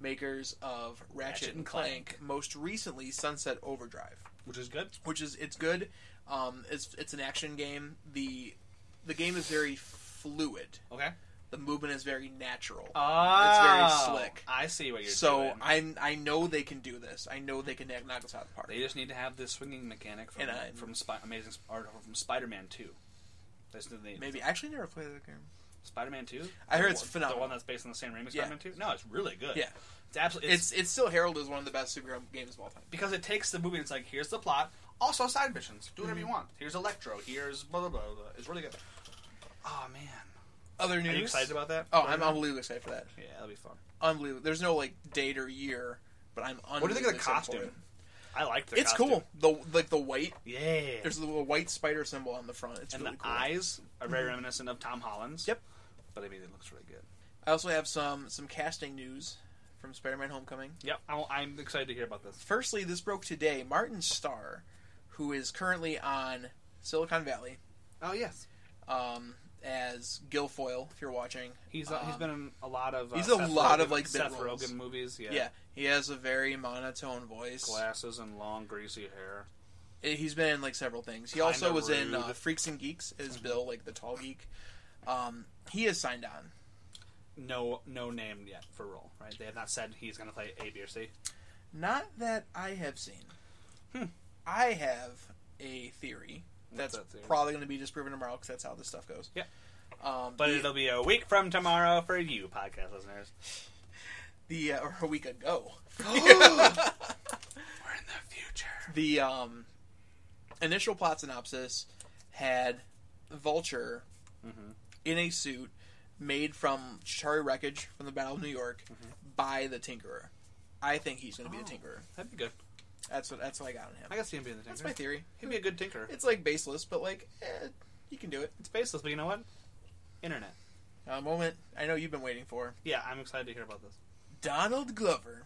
Speaker 2: makers of Ratchet,
Speaker 1: Ratchet
Speaker 2: and
Speaker 1: and
Speaker 2: Clank,
Speaker 1: Clank.
Speaker 2: most recently Sunset Overdrive,
Speaker 1: Which is good.
Speaker 2: which is it's good. Um, it's it's an action game. the The game is very fluid.
Speaker 1: Okay.
Speaker 2: The movement is very natural.
Speaker 1: Oh,
Speaker 2: slick.
Speaker 1: I see what you're
Speaker 2: so
Speaker 1: doing.
Speaker 2: I'm I know they can do this. I know they can knock us out of the park.
Speaker 1: They just need to have this swinging mechanic from
Speaker 2: And I-
Speaker 1: from Spi- Amazing Sp- or from Spider Man Two. That's the name.
Speaker 2: Maybe I actually never played that game.
Speaker 1: Spider Man Two.
Speaker 2: I heard
Speaker 1: The
Speaker 2: it's
Speaker 1: one-
Speaker 2: phenomenal.
Speaker 1: The one that's based on the Sam Raimi
Speaker 2: Yeah.
Speaker 1: Spider Man Two. No, it's really good.
Speaker 2: Yeah.
Speaker 1: it's absolutely it's,
Speaker 2: It's it's still heralded as one of the best superhero games of all time.
Speaker 1: because it takes the movie. and It's like here's the plot. Also side missions. Do
Speaker 2: Mhm.
Speaker 1: whatever you want. Here's Electro. Here's blah blah blah. blah. It's really good. Oh man,
Speaker 2: Other news.
Speaker 1: are you excited about that?
Speaker 2: Oh, I'm unbelievably excited for that.
Speaker 1: yeah, that'll be fun.
Speaker 2: Unbelievable. There's no like date or year, but I'm. Unbelievably
Speaker 1: What do you think of the
Speaker 2: excited for
Speaker 1: costume?
Speaker 2: it.
Speaker 1: I like the.
Speaker 2: It's
Speaker 1: costume.
Speaker 2: cool. The like the white.
Speaker 1: Yeah.
Speaker 2: There's a little white spider symbol on the front. It's
Speaker 1: and
Speaker 2: really
Speaker 1: the
Speaker 2: cool. Mm-hmm.
Speaker 1: eyes are very reminiscent of Tom Holland's.
Speaker 2: Yep.
Speaker 1: But I mean, it looks really good.
Speaker 2: I also have some some casting news from Spider-Man: Homecoming.
Speaker 1: Yep. I- I'm excited to hear about this.
Speaker 2: Firstly, this broke today. Martin Starr, who is currently on Silicon Valley
Speaker 1: Oh yes.
Speaker 2: um, as Guilfoyle, if you're watching.
Speaker 1: He's
Speaker 2: um,
Speaker 1: he's been in a lot of uh,
Speaker 2: he's in a lot
Speaker 1: Rogen-
Speaker 2: of, like, bit
Speaker 1: Seth
Speaker 2: roles.
Speaker 1: Rogen movies. Yeah.
Speaker 2: Yeah. he has a very monotone voice.
Speaker 1: glasses and long greasy hair.
Speaker 2: Uh, He's been in like several things. He
Speaker 1: Kinda
Speaker 2: also was in uh,
Speaker 1: rude. Mm-hmm.
Speaker 2: Freaks and Geeks as Bill, like the tall geek. Um, he is signed on.
Speaker 1: No no name yet for role. Right? They have not said he's going to play A B or C.
Speaker 2: Not that I have seen. I have a theory
Speaker 1: Hmm. What's
Speaker 2: that's
Speaker 1: that theory?
Speaker 2: probably going to be disproven tomorrow because that's how this stuff goes.
Speaker 1: Yeah.
Speaker 2: Um,
Speaker 1: But
Speaker 2: the,
Speaker 1: it'll be a week from tomorrow for you podcast listeners.
Speaker 2: the uh, or a week ago,
Speaker 1: We're in the future.
Speaker 2: the um, initial plot synopsis had Vulture
Speaker 1: Mm-hmm.
Speaker 2: in a suit made from Chitari wreckage from the Battle of New York by the Tinkerer. I think he's going to be the Tinkerer.
Speaker 1: That'd be good.
Speaker 2: That's what that's what I got on him.
Speaker 1: I can see him being the tinker.
Speaker 2: That's my theory.
Speaker 1: He'd be a good tinker.
Speaker 2: It's like baseless, but like eh, you can do it.
Speaker 1: It's baseless, but you know what? Internet.
Speaker 2: A moment I know you've been waiting for.
Speaker 1: Yeah, I'm excited to hear about this.
Speaker 2: Donald Glover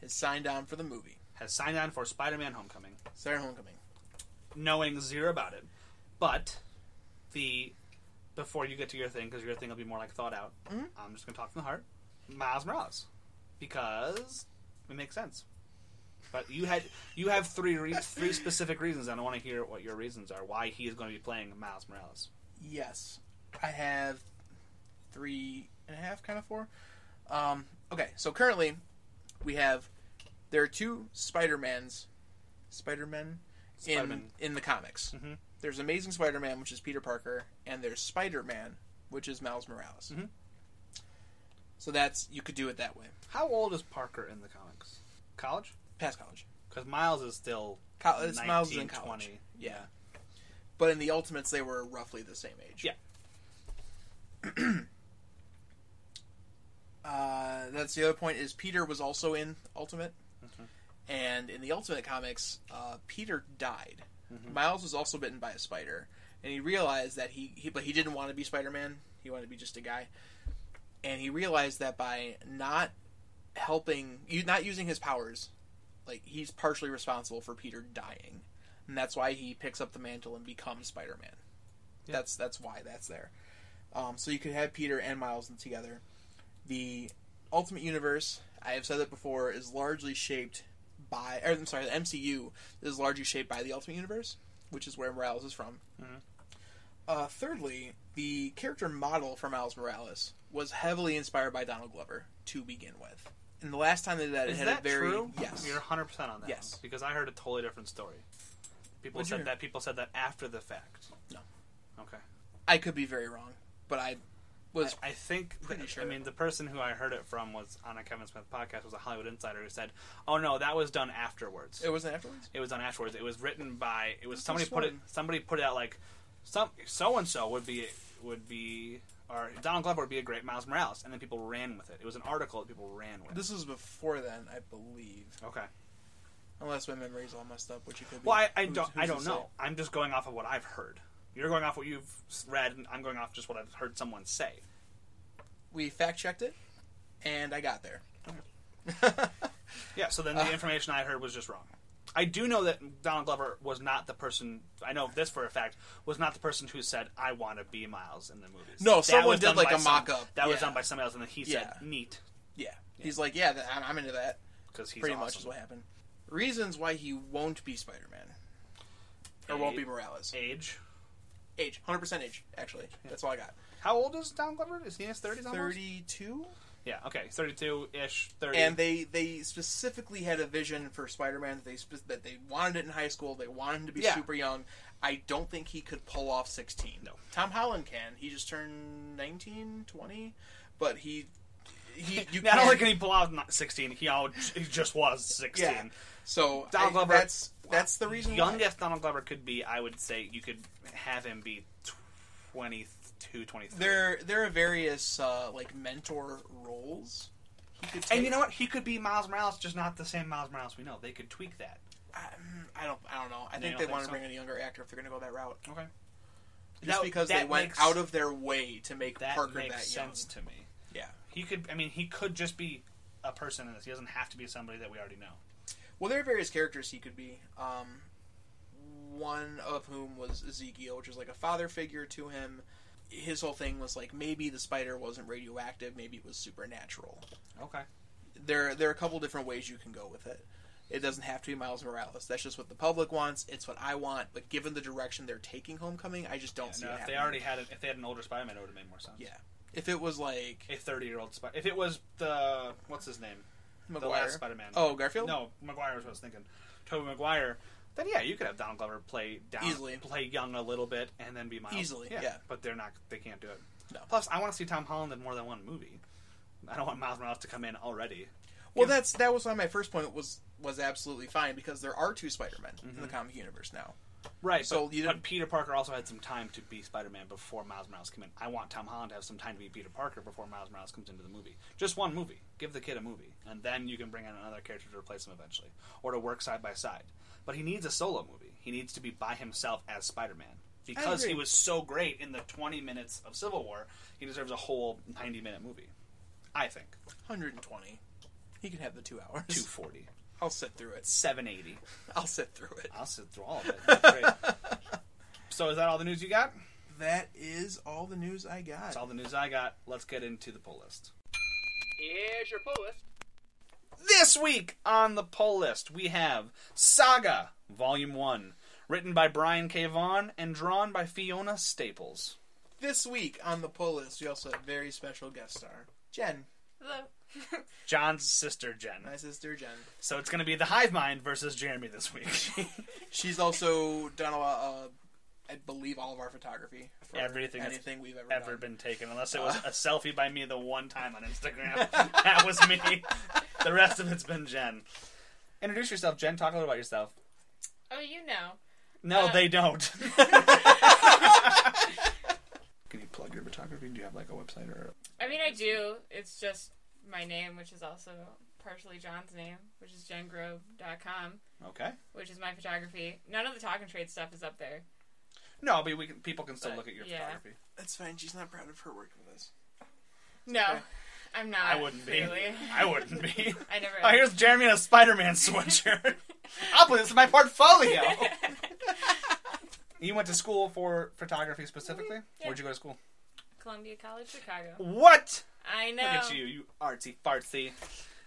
Speaker 2: has signed on for the movie
Speaker 1: Has signed on for Spider-Man: Homecoming.
Speaker 2: Saturday Homecoming.
Speaker 1: knowing zero about it. But the before you get to your thing, because your thing will be more like thought out.
Speaker 2: Mm-hmm.
Speaker 1: I'm just gonna talk from the heart. Miles Morales, because it makes sense. But you had you have three re- three specific reasons, and I want to hear what your reasons are why he is going to be playing Miles Morales.
Speaker 2: Yes, I have three and a half, kind of four. Um, okay, so currently we have there are two Spider Mans, Spider Men in
Speaker 1: Spider-Man.
Speaker 2: in the comics. There's Amazing Spider Man, which is Peter Parker, and there's Spider Man, which is Miles Morales.
Speaker 1: Mhm.
Speaker 2: So that's you could do it that way.
Speaker 1: How old is Parker in the comics? College?
Speaker 2: Past college,
Speaker 1: Because Miles is still
Speaker 2: Col- Oh, it's Miles is in
Speaker 1: 19,
Speaker 2: college.
Speaker 1: 20.
Speaker 2: Yeah, but in the Ultimates, they were roughly the same age.
Speaker 1: Yeah.
Speaker 2: Uh, that's the other point is Peter was also in Ultimate, and in the Ultimate comics, uh, Peter died. Miles was also bitten by a spider, and he realized that he, he but he didn't want to be Spider Man. He wanted to be just a guy, and he realized that by not helping, you not using his powers, like he's partially responsible for Peter dying, and that's why he picks up the mantle and becomes Spider Man.
Speaker 1: Yeah.
Speaker 2: That's that's why that's there. Um, so you could have Peter and Miles together. The Ultimate Universe, I have said it before, is largely shaped by, or I'm sorry, the MCU is largely shaped by the Ultimate Universe, which is where Morales is from.
Speaker 1: Mhm.
Speaker 2: Uh, thirdly, the character model for Miles Morales was heavily inspired by Donald Glover to begin with. And the last time they did that,
Speaker 1: Is
Speaker 2: it had
Speaker 1: that
Speaker 2: a very
Speaker 1: true?
Speaker 2: yes.
Speaker 1: You're 100 percent on that.
Speaker 2: Yes.
Speaker 1: one, because I heard a totally different story. People
Speaker 2: What'd you
Speaker 1: said
Speaker 2: hear?
Speaker 1: that. People said that after the fact.
Speaker 2: No.
Speaker 1: Okay.
Speaker 2: I could be very wrong, but I was
Speaker 1: I, I think.
Speaker 2: pretty
Speaker 1: that-
Speaker 2: sure.
Speaker 1: I mean, the person who I heard it from was on a Kevin Smith podcast was a Hollywood insider who said, "Oh no, that was done afterwards.
Speaker 2: it wasn't afterwards.
Speaker 1: It was done afterwards. It was written by. It was
Speaker 2: That's
Speaker 1: somebody
Speaker 2: just
Speaker 1: put it.
Speaker 2: one.
Speaker 1: Somebody put it out like some so and so would be would be." Or Donald Glover would be a great Miles Morales, and then people ran with it. It was an article that people ran with.
Speaker 2: This was before then, I believe,
Speaker 1: okay.
Speaker 2: unless my memory's all messed up, which it could be.
Speaker 1: Well, I, I
Speaker 2: Who's-
Speaker 1: don't
Speaker 2: who's
Speaker 1: I
Speaker 2: to
Speaker 1: don't
Speaker 2: say?
Speaker 1: know. I'm just going off of what I've heard. You're going off what you've s- read, and I'm going off just what I've heard someone say.
Speaker 2: We fact checked it, and I got there.
Speaker 1: Yeah. So then
Speaker 2: Ah.
Speaker 1: the information I heard was just wrong. I do know that Donald Glover was not the person. I know this for a fact. Was not the person who said, "I want to be Miles" in the movies.
Speaker 2: No,
Speaker 1: That
Speaker 2: someone
Speaker 1: was
Speaker 2: did,
Speaker 1: done
Speaker 2: like,
Speaker 1: by
Speaker 2: a
Speaker 1: some-
Speaker 2: mock-up.
Speaker 1: That was
Speaker 2: Yeah.
Speaker 1: done by somebody else, and then he said,
Speaker 2: Yeah.
Speaker 1: "Neat,"
Speaker 2: Yeah, he's like, yeah, th- I'm, I'm into that.
Speaker 1: because he's
Speaker 2: pretty
Speaker 1: awesome.
Speaker 2: much is what happened. Reasons why he won't be Spider-Man or won't be
Speaker 1: Age.
Speaker 2: Morales.
Speaker 1: Age.
Speaker 2: Age, hundred percent age. Actually, that's all I got.
Speaker 1: How old is Donald Glover? Is he in his thirties?
Speaker 2: Thirty-two.
Speaker 1: Yeah. Okay. Thirty-two ish. Thirty.
Speaker 2: And they they specifically had a vision for Spider-Man that they spe- that they wanted it in high school. They wanted him to be
Speaker 1: Yeah.
Speaker 2: super young. I don't think he could pull off sixteen.
Speaker 1: No.
Speaker 2: Tom Holland can. He just turned 19, 20. but he he you
Speaker 1: not only
Speaker 2: can't-
Speaker 1: can he pull out not sixteen, he, al- he just was sixteen.
Speaker 2: yeah. So
Speaker 1: Donald
Speaker 2: I-
Speaker 1: Glover-
Speaker 2: that's that's the reason. why.
Speaker 1: youngest Donald Glover could be, I would say you could have him be 22, 23.
Speaker 2: There, there are various uh, like mentor roles. He could take.
Speaker 1: and you know what? He could be Miles Morales, just not the same Miles Morales we know. They could tweak that.
Speaker 2: I, mm, I don't, I don't know. I think
Speaker 1: don't
Speaker 2: they
Speaker 1: think
Speaker 2: want to
Speaker 1: so?
Speaker 2: bring in a younger actor if they're going to go that route.
Speaker 1: Okay.
Speaker 2: Just
Speaker 1: That-
Speaker 2: because
Speaker 1: that
Speaker 2: they went
Speaker 1: makes-
Speaker 2: out of their way to make
Speaker 1: That
Speaker 2: Parker
Speaker 1: makes
Speaker 2: that young.
Speaker 1: sense to me.
Speaker 2: Yeah.
Speaker 1: He could, I mean, he could just be a person in this. He doesn't have to be somebody that we already know.
Speaker 2: Well, there are various characters he could be. Um, one of whom was Ezekiel, which was like a father figure to him. His whole thing was like maybe the spider wasn't radioactive, maybe it was supernatural.
Speaker 1: Okay.
Speaker 2: there there are a couple different ways you can go with it. It doesn't have to be Miles Morales. That's just what the public wants. It's what I want. But given the direction they're taking Homecoming, I just don't see
Speaker 1: no,
Speaker 2: it
Speaker 1: if they
Speaker 2: happening.
Speaker 1: already had, it, if they had an older Spider-Man, it would have made more sense.
Speaker 2: yeah. If it was like
Speaker 1: A thirty-year-old Spider. If it was the what's his name, the
Speaker 2: Maguire,
Speaker 1: last Spider-Man.
Speaker 2: oh Garfield,
Speaker 1: No, Maguire was what I was thinking. Toby Maguire. Then yeah, you could have Donald Glover play down,
Speaker 2: Easily.
Speaker 1: play young a little bit, and then be Miles.
Speaker 2: Easily, yeah.
Speaker 1: But they're not. They can't do it.
Speaker 2: No.
Speaker 1: Plus, I want to see Tom Holland in more than one movie. I don't want Miles Morales to come in already.
Speaker 2: Well,
Speaker 1: Yeah.
Speaker 2: that's that was why my first point was was absolutely fine because there are two Spider Men in the comic universe now.
Speaker 1: Right.
Speaker 2: So
Speaker 1: but,
Speaker 2: you
Speaker 1: but
Speaker 2: didn't-
Speaker 1: Peter Parker also had some time to be Spider-Man before Miles Morales came in. I want Tom Holland to have some time to be Peter Parker before Miles Morales comes into the movie. Just one movie. Give the kid a movie, and then you can bring in another character to replace him eventually, or to work side by side. But he needs a solo movie. He needs to be by himself as Spider-Man because he
Speaker 2: agree.
Speaker 1: was so great in the 20 minutes of Civil War. He deserves a whole 90-minute movie. I think
Speaker 2: 120. He can have the two hours.
Speaker 1: 240,
Speaker 2: I'll sit through it.
Speaker 1: 780.
Speaker 2: I'll sit through it.
Speaker 1: I'll sit through all of it. That's great. so is that all the news you got?
Speaker 2: That is all the news I got.
Speaker 1: That's all the news I got. Let's get into the poll list.
Speaker 2: Here's your poll list.
Speaker 1: This week on the poll list, we have Saga, Volume 1, written by Brian K. Vaughan and drawn by Fiona Staples.
Speaker 2: This week on the poll list, we also have very special guest star Jen,
Speaker 4: Hello.
Speaker 1: John's sister, Jen.
Speaker 2: my sister Jen.
Speaker 1: So it's going to be the Hive Mind versus Jeremy this week.
Speaker 2: She's also done a lot. Uh, I believe all of our photography. For
Speaker 1: Everything that's
Speaker 2: anything we've ever,
Speaker 1: Ever
Speaker 2: done.
Speaker 1: been taken, unless it was a selfie by me the one time on Instagram. that was me. The rest of it's been Jen. Introduce yourself, Jen. Talk a little about yourself.
Speaker 4: oh, you know.
Speaker 1: No,
Speaker 4: Uh,
Speaker 1: they don't. Can you plug your photography? Do you have like a website or?
Speaker 4: I mean, I do. It's just my name, which is also partially John's name, which is jengrove.com,
Speaker 1: Okay.
Speaker 4: which is my photography. None of the talk and trade stuff is up there.
Speaker 1: No, but we can, people can still
Speaker 4: But,
Speaker 1: look at your
Speaker 4: yeah.
Speaker 1: photography.
Speaker 2: That's fine. She's not proud of her work with us.
Speaker 4: No,
Speaker 2: Okay.
Speaker 4: I'm not.
Speaker 1: I wouldn't be.
Speaker 4: Uh, Really.
Speaker 1: I wouldn't be.
Speaker 4: I never.
Speaker 1: Oh, here's Jeremy in a Spider-Man sweatshirt. I'll put this in my portfolio. you went to school for photography specifically.
Speaker 4: Mm-hmm. Yeah.
Speaker 1: Where'd you go to school?
Speaker 4: Columbia College, Chicago.
Speaker 1: What?
Speaker 4: I know.
Speaker 1: Look at you, you artsy fartsy.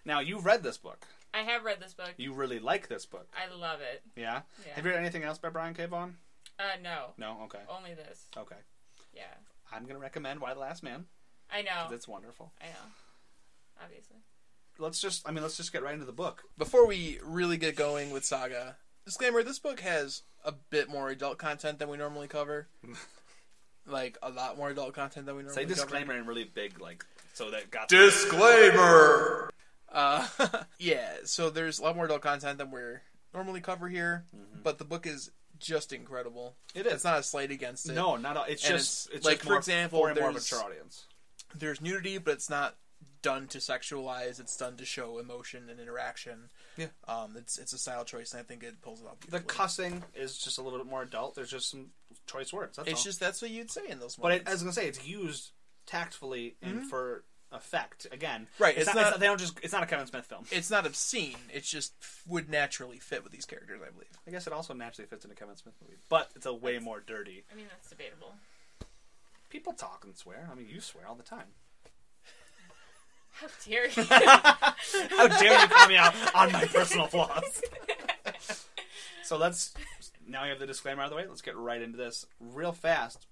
Speaker 1: Now you read this book.
Speaker 4: I have read this book.
Speaker 1: You really like this book,
Speaker 4: I love it.
Speaker 1: yeah?
Speaker 4: Yeah.
Speaker 1: Have you read anything else by Brian K. Vaughan?
Speaker 4: uh, no,
Speaker 1: No. Okay.
Speaker 4: only this.
Speaker 1: Okay.
Speaker 4: Yeah,
Speaker 1: I'm gonna recommend Why the Last Man.
Speaker 4: I
Speaker 2: Oh.
Speaker 4: know.
Speaker 1: That's wonderful.
Speaker 4: I know. Obviously.
Speaker 1: Let's just, I mean, let's just get right into the book.
Speaker 2: Before we really get going with Saga, disclaimer: this book has a bit more adult content than we normally cover. like a lot more adult content than we normally
Speaker 1: Say
Speaker 2: cover.
Speaker 1: disclaimer in really big, like, so that got.
Speaker 2: Disclaimer. Uh, yeah. So there's a lot more adult content than we're normally cover here, but the book is just incredible.
Speaker 1: Mm-hmm. It is.
Speaker 2: It's not a slight against it.
Speaker 1: no, not all. It's
Speaker 2: And
Speaker 1: just,
Speaker 2: it's-
Speaker 1: it's
Speaker 2: like,
Speaker 1: just
Speaker 2: for
Speaker 1: more
Speaker 2: example,
Speaker 1: for a more
Speaker 2: there's-
Speaker 1: mature audience.
Speaker 2: there's nudity, but it's not done to sexualize. It's done to show emotion and interaction.
Speaker 1: Yeah.
Speaker 2: Um, it's it's a style choice, and I think it pulls it off.
Speaker 1: The
Speaker 2: Beautifully.
Speaker 1: cussing is just a little bit more adult. There's just some choice words. That's
Speaker 2: It's
Speaker 1: all.
Speaker 2: just that's what you'd say in those
Speaker 1: but
Speaker 2: moments.
Speaker 1: it, I was gonna say it's used tactfully and for effect. Again,
Speaker 2: Mm-hmm. Right,
Speaker 1: It's, not,
Speaker 2: it's not-
Speaker 1: it's not- They don't just. It's not a Kevin Smith film.
Speaker 2: it's not obscene. It just f- would naturally fit with these characters, I believe.
Speaker 1: I guess it also naturally fits in a Kevin Smith movie, but it's a way more dirty.
Speaker 4: I mean, that's debatable.
Speaker 1: People talk and swear. I mean, you swear all the time.
Speaker 4: How dare you?
Speaker 1: How dare you call me out on my personal flaws? So let's now we have the disclaimer out of the way. Let's get right into this real fast.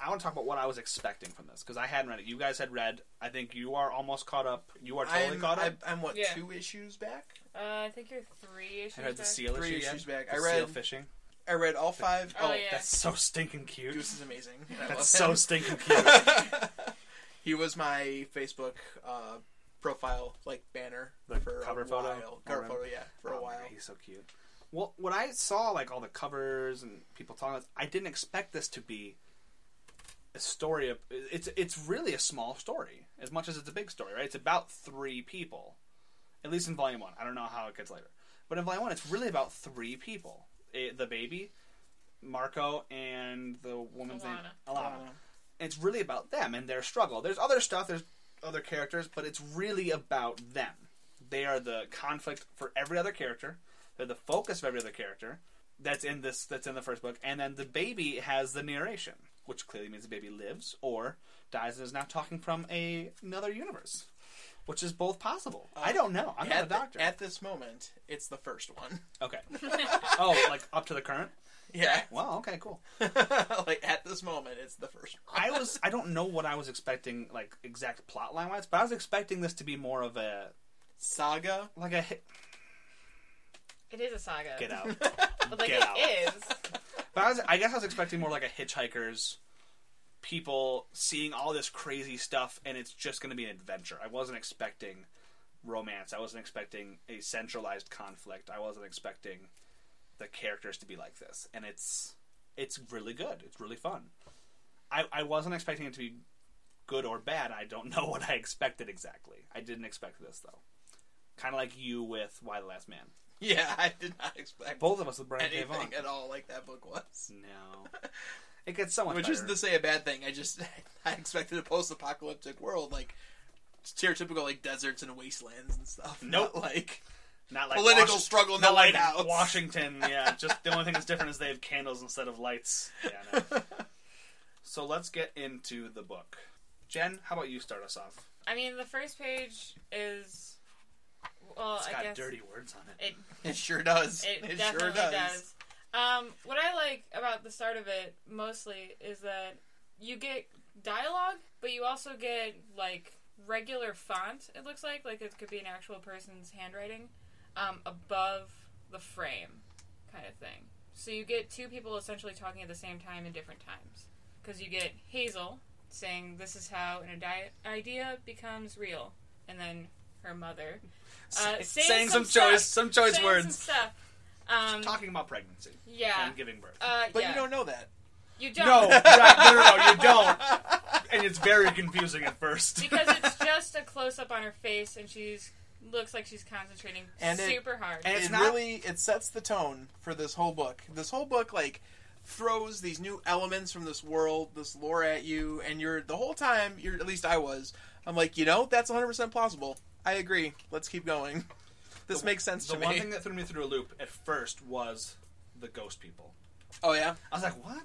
Speaker 1: I want to talk about what I was expecting from this because I hadn't read it. You guys had read. I think you are almost caught up. You are totally
Speaker 2: I'm,
Speaker 1: caught up.
Speaker 2: I'm, I'm, what
Speaker 4: Yeah.
Speaker 2: two issues back?
Speaker 4: uh, I think you're three issues.
Speaker 1: I read the
Speaker 4: back.
Speaker 1: seal
Speaker 2: Three
Speaker 1: issue
Speaker 2: issues
Speaker 1: yet.
Speaker 2: back. I
Speaker 1: The
Speaker 2: read-
Speaker 1: seal fishing.
Speaker 2: I read all five.
Speaker 4: Oh, yeah.
Speaker 1: That's so stinking cute.
Speaker 2: Goose is amazing. and I
Speaker 1: That's
Speaker 2: love
Speaker 1: so
Speaker 2: him.
Speaker 1: stinking cute.
Speaker 2: he was my Facebook uh, profile like banner
Speaker 1: The
Speaker 2: for
Speaker 1: cover
Speaker 2: a
Speaker 1: photo?
Speaker 2: while. Cover
Speaker 1: Or-
Speaker 2: photo, yeah, for
Speaker 1: Oh,
Speaker 2: a while.
Speaker 1: man, He's so cute. Well, when I saw like all the covers and people talking, about this, I didn't expect this to be a story of. It's it's really a small story, as much as it's a big story, right? It's about three people, at least in volume one. I don't know how it gets later, but in volume one, it's really about three people: Eh, the baby, Marco, and the woman's name, Alana.
Speaker 2: Alana.
Speaker 1: It's really about them and their struggle. There's other stuff. There's other characters, but it's really about them. They are the conflict for every other character. They're the focus of every other character that's in this that's in the first book. And then the baby has the narration, which clearly means the baby lives or dies and is now talking from a, another universe, which is both possible. I don't know. I'm not a
Speaker 2: At, the-
Speaker 1: doctor.
Speaker 2: at this moment, it's the first one.
Speaker 1: okay. oh, like up to the current?
Speaker 2: Yeah.
Speaker 1: Wow. Okay. Cool.
Speaker 2: like at this moment, it's the first one.
Speaker 1: I was I don't know what I was expecting like exact plot line wise, but I was expecting this to be more of a
Speaker 2: Saga.
Speaker 1: like a hit,
Speaker 4: It is a saga.
Speaker 1: get out.
Speaker 4: But, like,
Speaker 1: Get
Speaker 4: it
Speaker 1: out.
Speaker 4: is.
Speaker 1: But I, was, I guess I was expecting more like a hitchhiker's people seeing all this crazy stuff, and it's just going to be an adventure. I wasn't expecting romance. I wasn't expecting a centralized conflict. I wasn't expecting the characters to be like this, and it's it's really good. It's really fun. I, I wasn't expecting it to be good or bad. I don't know what I expected exactly. I didn't expect this though. Kind of like you with Why the Last Man.
Speaker 2: Yeah, I did not expect
Speaker 1: Both of us with Brian K. Vaughan.
Speaker 2: anything at all like that book was.
Speaker 1: No, it gets so much.
Speaker 2: Which
Speaker 1: better.
Speaker 2: isn't to say a bad thing. I just I expected a post-apocalyptic world like stereotypical like deserts and wastelands and stuff.
Speaker 1: Nope.
Speaker 2: Not, like
Speaker 1: not like
Speaker 2: Political
Speaker 1: Wash-
Speaker 2: struggle in
Speaker 1: not
Speaker 2: the
Speaker 1: like
Speaker 2: White House.
Speaker 1: Washington, yeah. Just the only thing that's different is they have candles instead of lights. Yeah, no. so let's get into the book. Jen, how about you start us off?
Speaker 4: I mean, the first page is Well,
Speaker 1: It's
Speaker 4: I
Speaker 1: got
Speaker 4: guess
Speaker 1: dirty words on it.
Speaker 4: it
Speaker 2: It sure does.
Speaker 4: it,
Speaker 2: It,
Speaker 4: definitely
Speaker 2: sure does.
Speaker 4: does. Um, what I like about the start of it mostly is that you get dialogue, but you also get like regular font. It looks like like it could be an actual person's handwriting um, above the frame, kind of thing. So you get two people essentially talking at the same time in different times because you get Hazel saying this is how an adi- idea becomes real, and then her mother uh, saying,
Speaker 1: saying some,
Speaker 4: stuff-
Speaker 1: choice, some choice
Speaker 4: saying
Speaker 1: words.
Speaker 4: some stuff. Um,
Speaker 1: Talking about pregnancy
Speaker 4: yeah.
Speaker 1: and giving birth.
Speaker 4: Uh,
Speaker 2: But
Speaker 4: yeah.
Speaker 2: you don't know that.
Speaker 4: You don't.
Speaker 1: no, right, no, no, no, you don't. And it's very confusing at first.
Speaker 4: because it's just a close up on her face, and she's looks like she's concentrating
Speaker 2: And it-
Speaker 4: super hard.
Speaker 1: and- It's
Speaker 2: it
Speaker 1: not-
Speaker 2: really it sets the tone for this whole book. This whole book like throws these new elements from this world, this lore at you, and you're the whole time. You're at least I was. I'm like, you know, that's 100 percent plausible. I agree. Let's keep going. This makes sense
Speaker 1: the
Speaker 2: to
Speaker 1: one
Speaker 2: me.
Speaker 1: thing that threw me through a loop at first was the ghost people.
Speaker 2: oh yeah,
Speaker 1: I was like, what?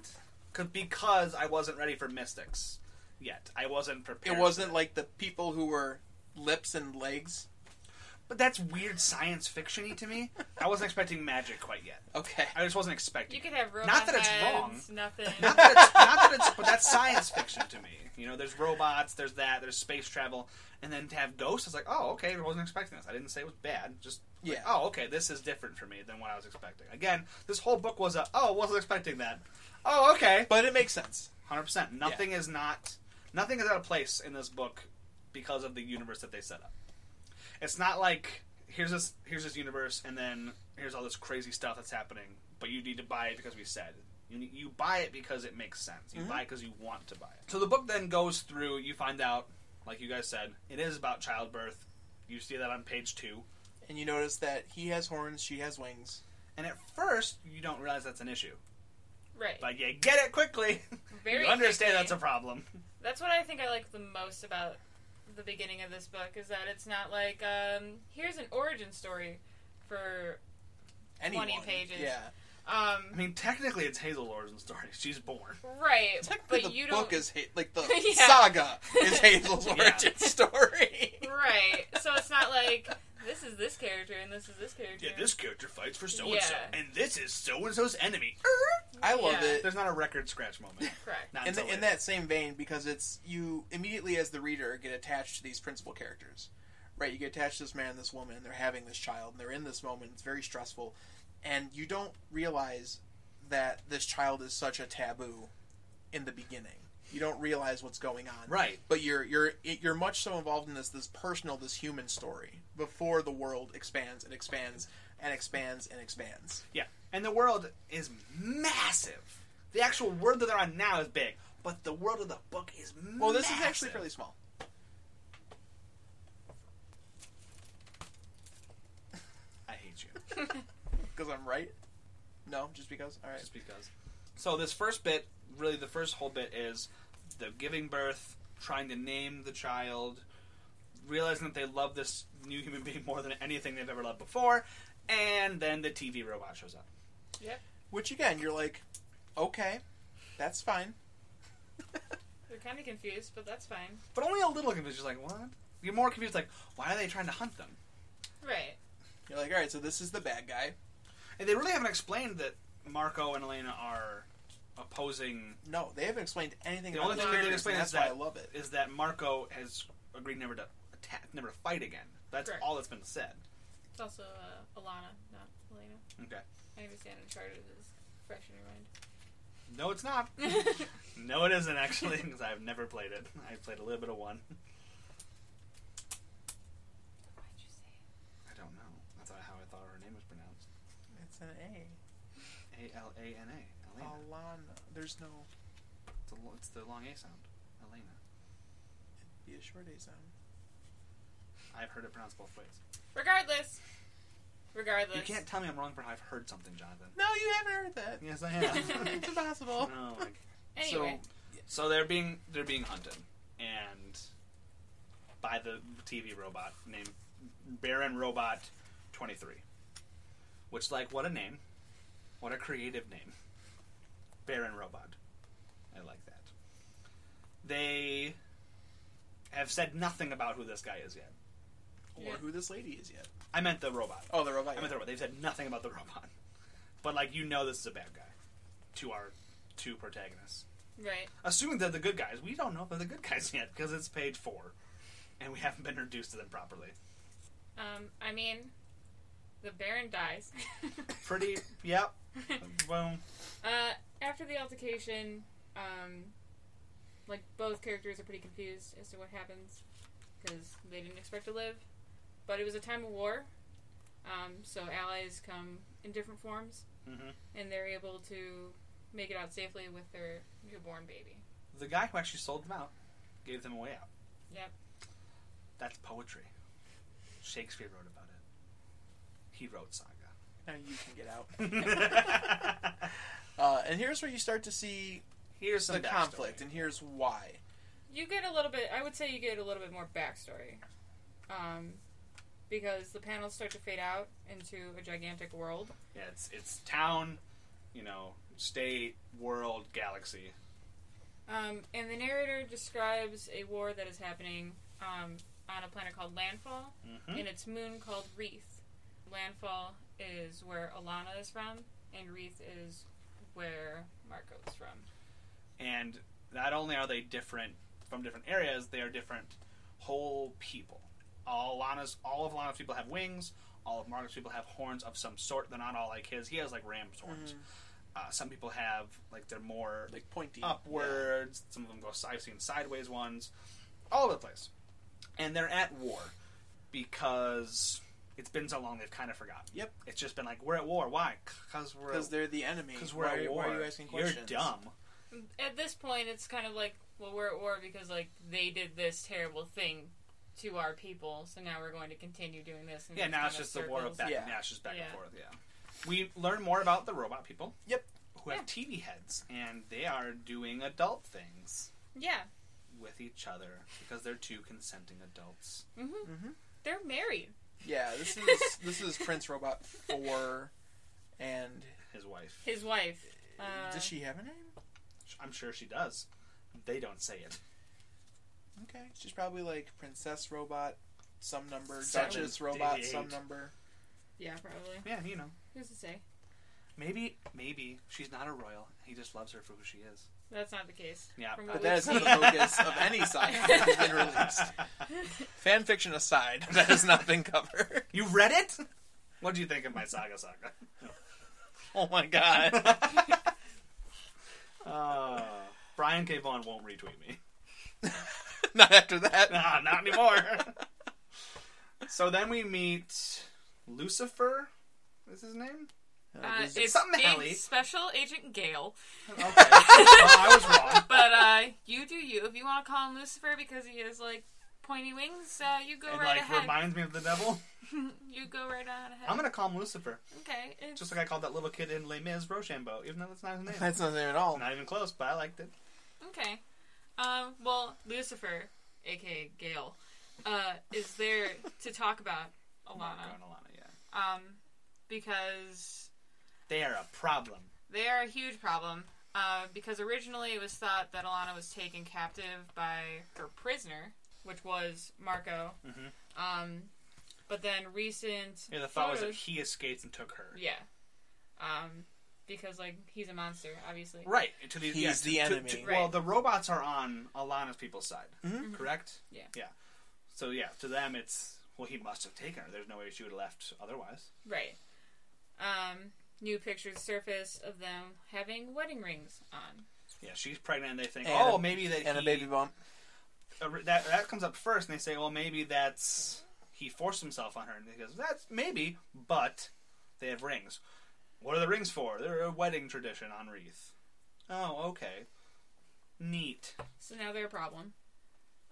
Speaker 1: 'Cause- Because I wasn't ready for mystics yet. I wasn't prepared.
Speaker 2: it wasn't like the people who were lips and legs.
Speaker 1: But that's weird science fiction-y to me. I wasn't expecting magic quite yet.
Speaker 2: Okay,
Speaker 1: I just wasn't expecting.
Speaker 4: you
Speaker 1: it.
Speaker 4: could have robot
Speaker 1: Not that it's
Speaker 4: heads, nothing.
Speaker 1: not that it's not that it's but that's science fiction to me. You know, there's robots, there's that, there's space travel, and then to have ghosts, I was like, oh, okay, I wasn't expecting this. I didn't say it was bad. Just like,
Speaker 2: Yeah.
Speaker 1: oh, okay, this is different for me than what I was expecting. Again, this whole book was a oh, wasn't expecting that. Oh, okay,
Speaker 2: but it makes sense.
Speaker 1: hundred percent. Nothing is not nothing is out of place in this book because of the universe that they set up. It's not like here's this here's this universe and then here's all this crazy stuff that's happening, but you need to buy it because we said you ne- you buy it because it makes sense. You buy it because you want to buy it. So the book then goes through. You find out, like you guys said, it is about childbirth. You see that on page two.
Speaker 2: And you notice that he has horns, she has wings.
Speaker 1: And at first, you don't realize that's an issue,
Speaker 4: right.
Speaker 1: but you get it quickly.
Speaker 4: Very
Speaker 1: you understand
Speaker 4: quickly.
Speaker 1: that's a problem.
Speaker 4: That's what I think I like the most about the beginning of this book is that it's not like um, here's an origin story for
Speaker 2: Anyone.
Speaker 4: 20 pages.
Speaker 2: Yeah,
Speaker 1: I
Speaker 4: um,
Speaker 1: mean, technically, it's Hazel's origin story. She's born.
Speaker 4: right,
Speaker 2: technically
Speaker 4: but
Speaker 2: the
Speaker 4: you
Speaker 2: book
Speaker 4: don't
Speaker 2: is ha- like the
Speaker 4: Yeah.
Speaker 2: saga is Hazel's
Speaker 1: Yeah.
Speaker 2: origin story.
Speaker 4: right. So it's not like this is this character and this is this character.
Speaker 1: Yeah, this character fights for so and so,
Speaker 4: Yeah.
Speaker 1: and this is so and so's enemy.
Speaker 2: I love
Speaker 4: Yeah.
Speaker 2: it.
Speaker 1: Uh-huh. There's not a record scratch moment.
Speaker 4: correct.
Speaker 1: Not
Speaker 2: In,
Speaker 1: until
Speaker 2: the, in
Speaker 1: later.
Speaker 2: that same vein, because it's you immediately as the reader get attached to these principal characters, right? You get attached to this man and this woman, and they're having this child, and they're in this moment. It's very stressful, and you don't realize that this child is such a taboo in the beginning. You don't realize what's going on,
Speaker 1: Right.
Speaker 2: But you're you're you're much so involved in this this personal this human story before the world expands and expands and expands and expands.
Speaker 1: Yeah, and the world is massive. The actual world that they're on now is big, but the world of the book is massive.
Speaker 2: Well, this is actually fairly small.
Speaker 1: I hate you.
Speaker 2: Because I'm right? No, just because? All right.
Speaker 1: just because. So this first bit, really the first whole bit is the giving birth, trying to name the child, realizing that they love this new human being more than anything they've ever loved before, and then the TV robot shows up.
Speaker 4: Yep.
Speaker 2: Which, again, you're like, okay, that's fine.
Speaker 4: They're kind of confused, but that's fine.
Speaker 1: But only a little confused. Just like, what? You're more confused, like, why are they trying to hunt them?
Speaker 4: Right.
Speaker 2: You're like, all right, so this is the bad guy.
Speaker 1: And they really haven't explained that Marco and Elena are opposing.
Speaker 2: No, they haven't explained anything
Speaker 1: The
Speaker 2: about
Speaker 1: only
Speaker 2: this
Speaker 1: thing they did
Speaker 2: character, and
Speaker 1: explain
Speaker 2: That's
Speaker 1: is
Speaker 2: why
Speaker 1: that
Speaker 2: I love it.
Speaker 1: Is that Marco has agreed never to attack, never to fight again. That's
Speaker 4: Correct.
Speaker 1: all that's been said.
Speaker 4: It's also uh, Alana, not Elena.
Speaker 1: Okay.
Speaker 4: I understand Uncharted is fresh in your mind.
Speaker 1: No, it's not. no, it isn't actually, because I've never played it. I played a little bit of one.
Speaker 4: Why'd you say
Speaker 1: I
Speaker 4: it?
Speaker 1: don't know. That's not how I thought her name was pronounced.
Speaker 2: It's an A.
Speaker 1: A L A N A. Elena.
Speaker 2: Oh. Alana. There's no.
Speaker 1: It's, a, lo- it's the long A sound. Elena.
Speaker 2: Be a E short A sound.
Speaker 1: I've heard it pronounced both ways.
Speaker 4: Regardless. Regardless.
Speaker 1: You can't tell me I'm wrong for how I've heard something, Jonathan.
Speaker 2: No, you haven't heard that.
Speaker 1: Yes, I have.
Speaker 2: it's impossible.
Speaker 1: no, like,
Speaker 4: Anyway.
Speaker 1: So they're being they're being hunted, and by the TV robot named Baron Robot Twenty Three, which like what a name, what a creative name, Baron Robot. I like that. They have said nothing about who this guy is yet.
Speaker 2: or
Speaker 4: Yeah.
Speaker 2: who this lady is yet.
Speaker 1: I meant the robot.
Speaker 2: Oh, the robot.
Speaker 1: I meant the robot. They've said nothing about the robot, but like you know, this is a bad guy to our two protagonists.
Speaker 4: Right.
Speaker 1: Assuming they're the good guys, we don't know if they're the good guys yet because it's page four, and we haven't been introduced to them properly.
Speaker 4: Um, I mean, the Baron dies.
Speaker 1: Pretty, yep. Boom.
Speaker 4: uh, after the altercation, um, like both characters are pretty confused as to what happens because they didn't expect to live, but it was a time of war, um, so allies come in different forms,
Speaker 1: hmm
Speaker 4: and they're able to make it out safely with their newborn baby.
Speaker 1: The guy who actually sold them out gave them a way out.
Speaker 4: Yep.
Speaker 1: That's poetry. Shakespeare wrote about it. He wrote Saga.
Speaker 2: Now you can get out. Uh, and here's where you start to see
Speaker 1: Here's some
Speaker 2: the
Speaker 1: backstory.
Speaker 2: conflict, and here's why.
Speaker 4: You get a little bit. I would say you get a little bit more backstory, um, because the panels start to fade out into a gigantic world.
Speaker 1: Yeah, it's it's town, you know, state, world, galaxy.
Speaker 4: Um, and the narrator describes a war that is happening um, on a planet called Landfall,
Speaker 1: Mm-hmm.
Speaker 4: and its moon called Wreath. Landfall is where Alana is from, and Wreath is where Marco is from.
Speaker 1: And not only are they different from different areas, they are different whole people. All Lana's, all of Lana's people have wings. All of Margaret's people have horns of some sort. They're not all like his. He has like ram's horns.
Speaker 2: Mm. Mm-hmm.
Speaker 1: Uh, some people have like they're more
Speaker 2: Like pointy
Speaker 1: upwards. Some of them go. I've seen sideways ones, all over the place, and they're at war because it's been so long they've kind of forgotten.
Speaker 2: Yep.
Speaker 1: It's just been like we're at war. Why? Because we're
Speaker 2: Because they're the enemy.
Speaker 1: because we're
Speaker 2: why,
Speaker 1: at
Speaker 2: are-
Speaker 1: war.
Speaker 2: why are you asking questions?
Speaker 1: You're dumb.
Speaker 4: At this point, it's kind of like, well, we're at war because like they did this terrible thing to our people, so now we're going to continue doing this. And
Speaker 1: Yeah.
Speaker 4: these
Speaker 1: Now
Speaker 4: kind
Speaker 1: it's
Speaker 4: of
Speaker 1: just the war of
Speaker 4: circles.
Speaker 1: back.
Speaker 2: Yeah.
Speaker 1: Now it's just back and
Speaker 4: Yeah.
Speaker 1: forth. Yeah. We learn more about the robot people.
Speaker 2: Yep.
Speaker 1: Who have
Speaker 4: Yeah.
Speaker 1: TV heads and they are doing adult things
Speaker 4: Yeah,
Speaker 1: with each other because they're two consenting adults.
Speaker 4: hmm
Speaker 1: Mm-hmm.
Speaker 2: Mhm.
Speaker 4: they're married.
Speaker 2: Yeah, this is this is Prince Robot Four, and
Speaker 1: His wife.
Speaker 4: His wife. Uh,
Speaker 2: does she have a name?
Speaker 1: I'm sure she does. They don't say it.
Speaker 2: Okay, she's probably like Princess Robot, some number,
Speaker 1: Seven,
Speaker 2: Duchess Robot,
Speaker 1: eight.
Speaker 2: some number.
Speaker 4: Yeah, probably.
Speaker 1: Yeah, you know.
Speaker 4: Who's to say?
Speaker 1: Maybe, maybe she's not a royal. He just loves her for who she is.
Speaker 4: That's not the case.
Speaker 1: Yeah,
Speaker 4: From
Speaker 2: But
Speaker 4: what
Speaker 2: that
Speaker 4: we've
Speaker 2: is not the
Speaker 4: seen.
Speaker 2: focus of any science that has been released. Fan fiction aside, that has not been covered.
Speaker 1: You read it? What do you think of my saga saga?
Speaker 2: Oh my god.
Speaker 1: Uh, Brian K. Vaughan won't retweet me.
Speaker 2: not after that.
Speaker 1: Nah, not anymore. so then we meet Lucifer. Is his name?
Speaker 4: Uh,
Speaker 2: There's-
Speaker 4: it's
Speaker 1: something
Speaker 4: Ag-
Speaker 1: Hallie.
Speaker 4: Special Agent Gale.
Speaker 1: Okay. well, I was wrong.
Speaker 4: But uh, you do you. If you want to call him Lucifer because he has like pointy wings, uh, you go
Speaker 1: And
Speaker 4: right
Speaker 1: like
Speaker 4: ahead.
Speaker 1: reminds me of the devil.
Speaker 4: you go right on ahead.
Speaker 1: I'm gonna call him Lucifer,
Speaker 4: okay. It's,
Speaker 1: just like I called that little kid in Les Mis Rochambeau, even though that's not his name.
Speaker 2: That's not there at all.
Speaker 1: Not even close, but I liked it.
Speaker 4: Okay. Um, well, Lucifer, aka Gale, uh, is there to talk about
Speaker 1: Marco
Speaker 4: Alana
Speaker 1: and Alana, yeah.
Speaker 4: um, because
Speaker 1: They are a problem.
Speaker 4: They are a huge problem uh, because originally it was thought that Alana was taken captive by her prisoner, which was Marco.
Speaker 1: Mhm.
Speaker 4: Um, but then recent
Speaker 1: Yeah, the thought was that
Speaker 4: photos-
Speaker 1: he escaped and took her.
Speaker 4: yeah, um, because like he's a monster, obviously.
Speaker 1: Right. To the,
Speaker 2: He's
Speaker 1: yeah, to-
Speaker 2: the
Speaker 1: to-
Speaker 2: enemy.
Speaker 1: to-
Speaker 4: Right.
Speaker 1: Well, the robots are on Alana's people's side,
Speaker 2: Mhm.
Speaker 1: correct?
Speaker 4: Yeah.
Speaker 1: Yeah. So yeah, to them it's well, he must have taken her. There's no way she would have left otherwise.
Speaker 4: Right. Um, new pictures surface of them having wedding rings on.
Speaker 1: Yeah, she's pregnant, and they think,
Speaker 2: And
Speaker 1: oh,
Speaker 2: a-
Speaker 1: maybe that
Speaker 2: And a
Speaker 1: he-
Speaker 2: baby bump.
Speaker 1: uh, that that comes up first, and they say, well, maybe that's he forced himself on her, and he goes, that's maybe, but they have rings. What are the rings for? They're a wedding tradition on wreath. Oh, okay. Neat.
Speaker 4: So now they're a problem.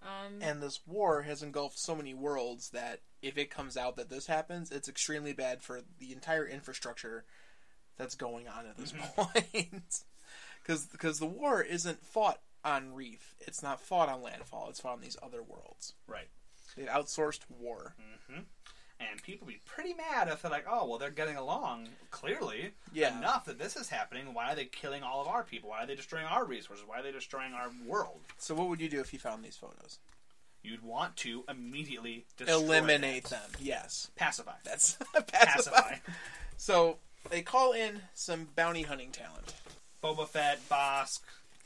Speaker 4: Um,
Speaker 2: And this war has engulfed so many worlds that if it comes out that this happens, it's extremely bad for the entire infrastructure that's going on at this point. Because the war isn't fought on Reef, it's not fought on Landfall, it's fought on these other worlds.
Speaker 1: Right.
Speaker 2: They've outsourced war.
Speaker 1: and people be pretty mad if they're like, "Oh, well, they're getting along clearly
Speaker 2: Yeah.
Speaker 1: enough that this is happening. Why are they killing all of our people? Why are they destroying our resources? Why are they destroying our world?"
Speaker 2: So, what would you do if you found these photos?
Speaker 1: you'd want to immediately destroy
Speaker 2: Eliminate
Speaker 1: that.
Speaker 2: them. Yes.
Speaker 1: pacify,
Speaker 2: That's
Speaker 1: pacify.
Speaker 2: pacify. So they call in some bounty hunting talent.
Speaker 1: Boba Fett, Bosk,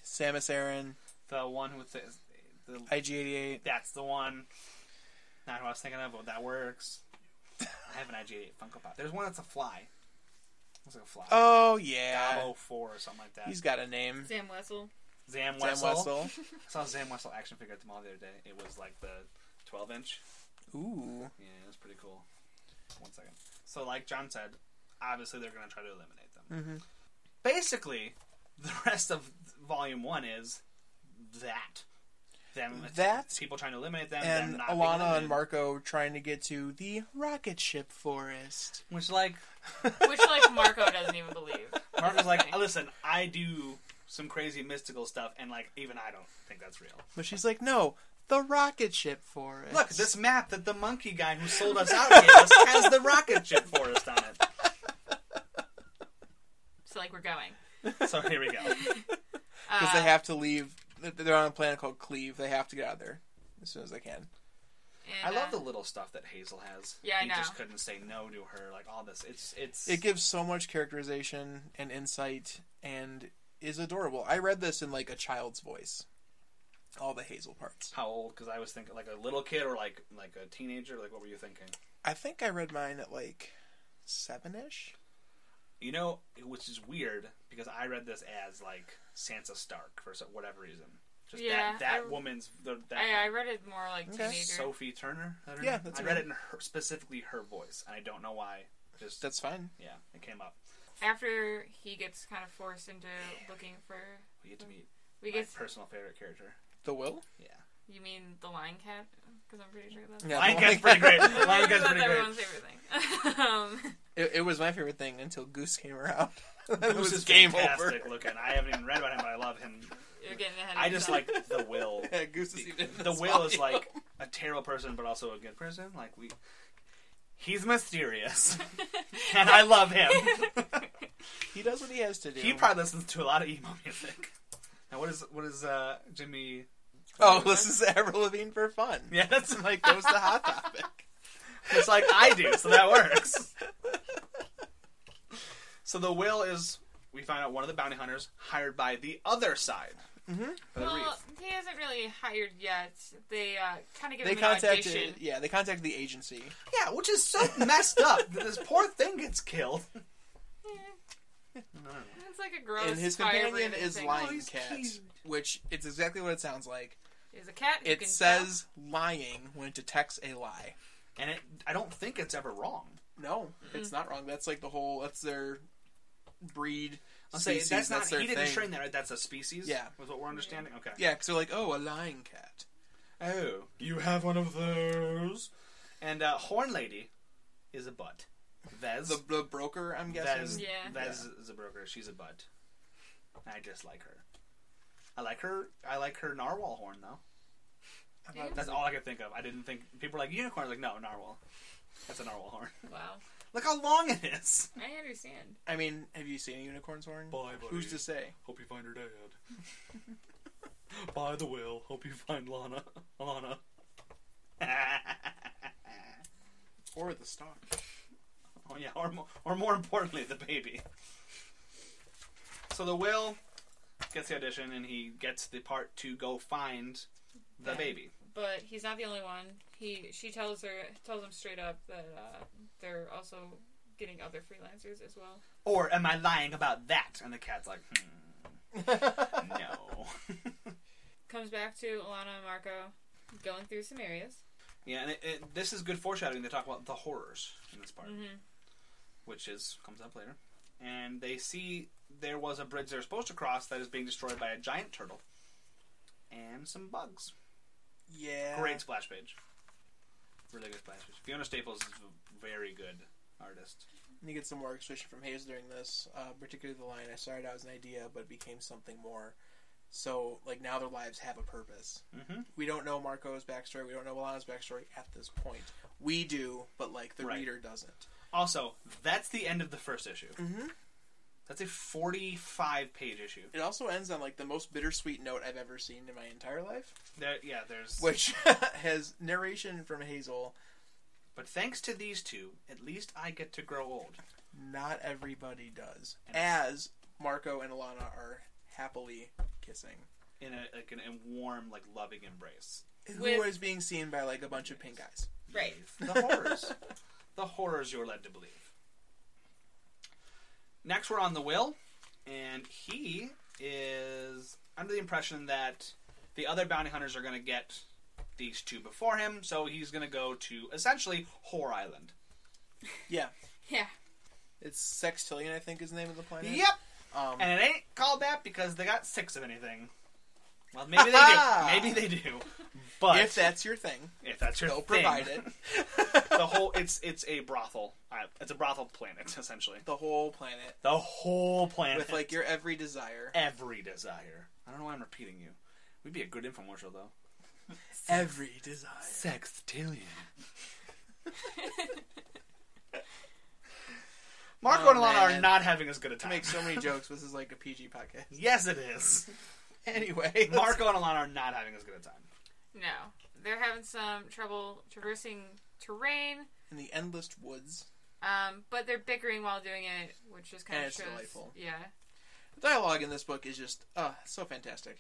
Speaker 2: Samus Aran,
Speaker 1: the one who th- the,
Speaker 2: IG88.
Speaker 1: that's the one. Not who I was thinking of, but that works. I have an IG88 Funko Pop. There's one that's a fly. Looks like a fly.
Speaker 2: Oh yeah,
Speaker 1: Dabo four or something like that.
Speaker 2: he's got a name.
Speaker 4: Sam Wessel.
Speaker 1: Zam
Speaker 2: Sam
Speaker 1: Wessel.
Speaker 2: Wessel.
Speaker 1: I saw a Zam Wessel action figure at the mall the other day. It was like the 12 inch.
Speaker 2: Ooh.
Speaker 1: Yeah, it was pretty cool. One second. So, like John said, obviously they're going to try to eliminate them.
Speaker 2: Mm-hmm.
Speaker 1: Basically, the rest of Volume One is that them
Speaker 2: That
Speaker 1: people trying to eliminate them them
Speaker 2: And
Speaker 1: not being
Speaker 2: Alana and
Speaker 1: eliminated.
Speaker 2: Marco trying to get to the rocket ship forest.
Speaker 1: Which, like,
Speaker 4: Which, like, Marco doesn't even believe.
Speaker 1: Mark was like, listen, I do some crazy mystical stuff, and like, even I don't think that's real.
Speaker 2: But she's like, no, the rocket ship forest.
Speaker 1: Look, this map that the monkey guy who sold us out gave us has the rocket ship forest on it.
Speaker 4: So, like, we're going. Uh,
Speaker 1: So here we go.
Speaker 2: because they have to leave. They're on a planet called Cleve. They have to get out of there as soon as they can.
Speaker 1: I
Speaker 4: And,
Speaker 1: love the
Speaker 4: uh,
Speaker 1: little stuff that Hazel has.
Speaker 4: Yeah, I
Speaker 1: he
Speaker 4: know.
Speaker 1: just couldn't say no to her. Like all this, it's it's
Speaker 2: It gives so much characterization and insight, and is adorable. I read this in like a child's voice. All the Hazel parts.
Speaker 1: how old? Because I was thinking like a little kid or like like a teenager. Like what were you thinking?
Speaker 2: I think I read mine at like seven ish.
Speaker 1: You know, which is weird because I read this as like Sansa Stark for some, whatever reason. Just
Speaker 4: Yeah,
Speaker 1: that that
Speaker 4: I-
Speaker 1: woman's the, that
Speaker 4: I, I read it more like
Speaker 2: Okay.
Speaker 4: teenager.
Speaker 1: Sophie Turner. I don't
Speaker 2: Yeah,
Speaker 1: know.
Speaker 2: that's
Speaker 1: I
Speaker 2: her
Speaker 1: read it
Speaker 2: name.
Speaker 1: in her, specifically her voice, and I don't know why. Just
Speaker 2: That's fine.
Speaker 1: yeah, it came up.
Speaker 4: After he gets kind of forced into looking for,
Speaker 1: We get to meet
Speaker 4: we
Speaker 1: my
Speaker 4: get.
Speaker 1: personal favorite character.
Speaker 2: The will.
Speaker 1: Yeah,
Speaker 4: You mean the lion cat? Because I'm pretty sure that's.
Speaker 2: Yeah,
Speaker 1: Lion
Speaker 2: the
Speaker 1: Cat's pretty great. Lion Cat's
Speaker 4: that's
Speaker 1: pretty great.
Speaker 4: everyone's favorite thing. um,
Speaker 2: It, it was my favorite thing until Goose came around. it
Speaker 1: Who's
Speaker 2: was
Speaker 1: is
Speaker 2: game over.
Speaker 1: fantastic looking. I haven't even read about him, but I love him.
Speaker 4: you're getting ahead. Of
Speaker 1: I just
Speaker 4: yourself.
Speaker 1: like the will.
Speaker 2: Yeah, Goose is even. in
Speaker 1: the
Speaker 2: this
Speaker 1: will is
Speaker 2: volume.
Speaker 1: like a terrible person but also a good person like we he's mysterious and i love him
Speaker 2: he does what he has to do.
Speaker 1: he probably listens to a lot of emo music now what is what is uh jimmy
Speaker 2: oh listens to Avril Lavigne for fun.
Speaker 1: yeah that's
Speaker 2: and like goes to Hot Topic.
Speaker 1: it's like i do so that works so the will is we find out one of the bounty hunters hired by the other side
Speaker 2: Mm-hmm.
Speaker 1: for the
Speaker 4: Well,
Speaker 1: reef
Speaker 4: he hasn't really hired yet. They uh, kind of give
Speaker 2: They
Speaker 4: him an
Speaker 2: contacted,
Speaker 4: audition.
Speaker 2: yeah, they contacted the agency.
Speaker 1: yeah which is so messed up that this poor thing gets killed
Speaker 4: Eh. It's like a gross.
Speaker 2: and his
Speaker 4: vibrating
Speaker 2: companion is
Speaker 4: thing.
Speaker 1: Oh,
Speaker 2: lying
Speaker 1: he's
Speaker 2: cat,
Speaker 1: cute.
Speaker 2: which it's exactly what it sounds like.
Speaker 4: Is a cat. who
Speaker 2: It
Speaker 4: can
Speaker 2: says lying when it detects a lie.
Speaker 1: and it, i don't think it's ever wrong
Speaker 2: No, it's not wrong. That's like the whole. That's their breed.
Speaker 1: I'll say
Speaker 2: species,
Speaker 1: that's not.
Speaker 2: their
Speaker 1: he didn't
Speaker 2: thing.
Speaker 1: train that. Right? That's a species.
Speaker 2: Yeah.
Speaker 1: was what we're understanding. Okay.
Speaker 2: Yeah, because they're like, oh, a lying cat.
Speaker 1: Oh, you have one of those. And uh, horn lady is a butt. Vez.
Speaker 2: The, the broker, I'm guessing.
Speaker 1: Vez.
Speaker 4: Yeah.
Speaker 1: Vez is a broker. She's a butt. I dislike her. I like her. I like her narwhal horn though.
Speaker 4: tell. Yeah.
Speaker 1: That's all I could think of. I didn't think people were like unicorn. I was like no narwhal. That's a narwhal horn.
Speaker 4: Wow,
Speaker 1: Look how long it is.
Speaker 4: I understand.
Speaker 2: I mean, have you seen a unicorn's horn?
Speaker 5: Bye, buddy.
Speaker 2: Who's to say?
Speaker 5: Hope you find her dad. By the will, hope you find Lana. Lana.
Speaker 1: oh
Speaker 2: Or the stock.
Speaker 1: yeah, or mo- or more importantly, the baby. So the will gets the audition, and he gets the part to go find the
Speaker 4: Yeah.
Speaker 1: baby.
Speaker 4: But he's not the only one. He she tells her tells him straight up that uh, they're also getting other freelancers as well.
Speaker 1: Or am I lying about that? And the cat's like, hmm, no.
Speaker 4: Comes back to Alana and Marco going through some areas.
Speaker 1: yeah, and it, it, this is good foreshadowing. They talk about the horrors in this part,
Speaker 4: Mhm.
Speaker 1: which is comes up later. And they see there was a bridge they're supposed to cross that is being destroyed by a giant turtle and some bugs.
Speaker 2: Yeah.
Speaker 1: Great splash page. Really good splash page. Fiona Staples is a very good artist.
Speaker 2: And you get some more exposition from Hayes during this, uh, particularly the line, I started out as an idea, but it became something more. So, like, now their lives have a purpose.
Speaker 1: Mhm.
Speaker 2: We don't know Marco's backstory. We don't know Milana's backstory at this point. We do, but, like, the
Speaker 1: Right.
Speaker 2: reader doesn't.
Speaker 1: Also, that's the end of the first issue. That's a 45 page issue.
Speaker 2: It also ends on like the most bittersweet note I've ever seen in my entire life,
Speaker 1: There, yeah, there's.
Speaker 2: which has narration from Hazel.
Speaker 1: But thanks to these two, at least I get to grow old.
Speaker 2: Not everybody does. As Marco and Alana are happily kissing,
Speaker 1: In a, like, an, a warm, like, loving embrace.
Speaker 2: who
Speaker 4: With-
Speaker 2: is being seen by like a bunch of pink eyes.
Speaker 4: Right.
Speaker 1: The horrors. the horrors you're led to believe. Next, we're on the Will, and he is under the impression that the other bounty hunters are going to get these two before him, so he's going to go to essentially Whore Island.
Speaker 2: Yeah,
Speaker 4: Yeah.
Speaker 2: it's Sextillion, I think, is the name of the planet.
Speaker 1: Yep,
Speaker 2: Um,
Speaker 1: and it ain't called that because they got six of anything. Well, maybe they do. Maybe they do. But
Speaker 2: if that's your thing,
Speaker 1: if that's your
Speaker 2: they'll
Speaker 1: thing,
Speaker 2: provide it.
Speaker 1: the whole it's it's a brothel. I- It's a brothel planet essentially.
Speaker 2: The whole planet
Speaker 1: The whole planet
Speaker 2: with like your every desire.
Speaker 1: every desire. I don't know why I'm repeating you. We'd be a good infomercial though.
Speaker 2: Every desire.
Speaker 1: Sextillion. Marco
Speaker 2: Oh,
Speaker 1: and Alana are
Speaker 2: man.
Speaker 1: not having as good a
Speaker 2: I
Speaker 1: time.
Speaker 2: make so many jokes. This is like a PG podcast.
Speaker 1: yes, it is.
Speaker 2: Anyway,
Speaker 1: Marco and Alana are not having as good a time.
Speaker 4: No. They're having some trouble traversing terrain,
Speaker 2: in the endless woods.
Speaker 4: um, but they're bickering while doing it, which is kind
Speaker 2: And
Speaker 4: of
Speaker 2: it's
Speaker 4: shows.
Speaker 2: delightful.
Speaker 4: Yeah.
Speaker 2: The dialogue in this book is just uh, so fantastic.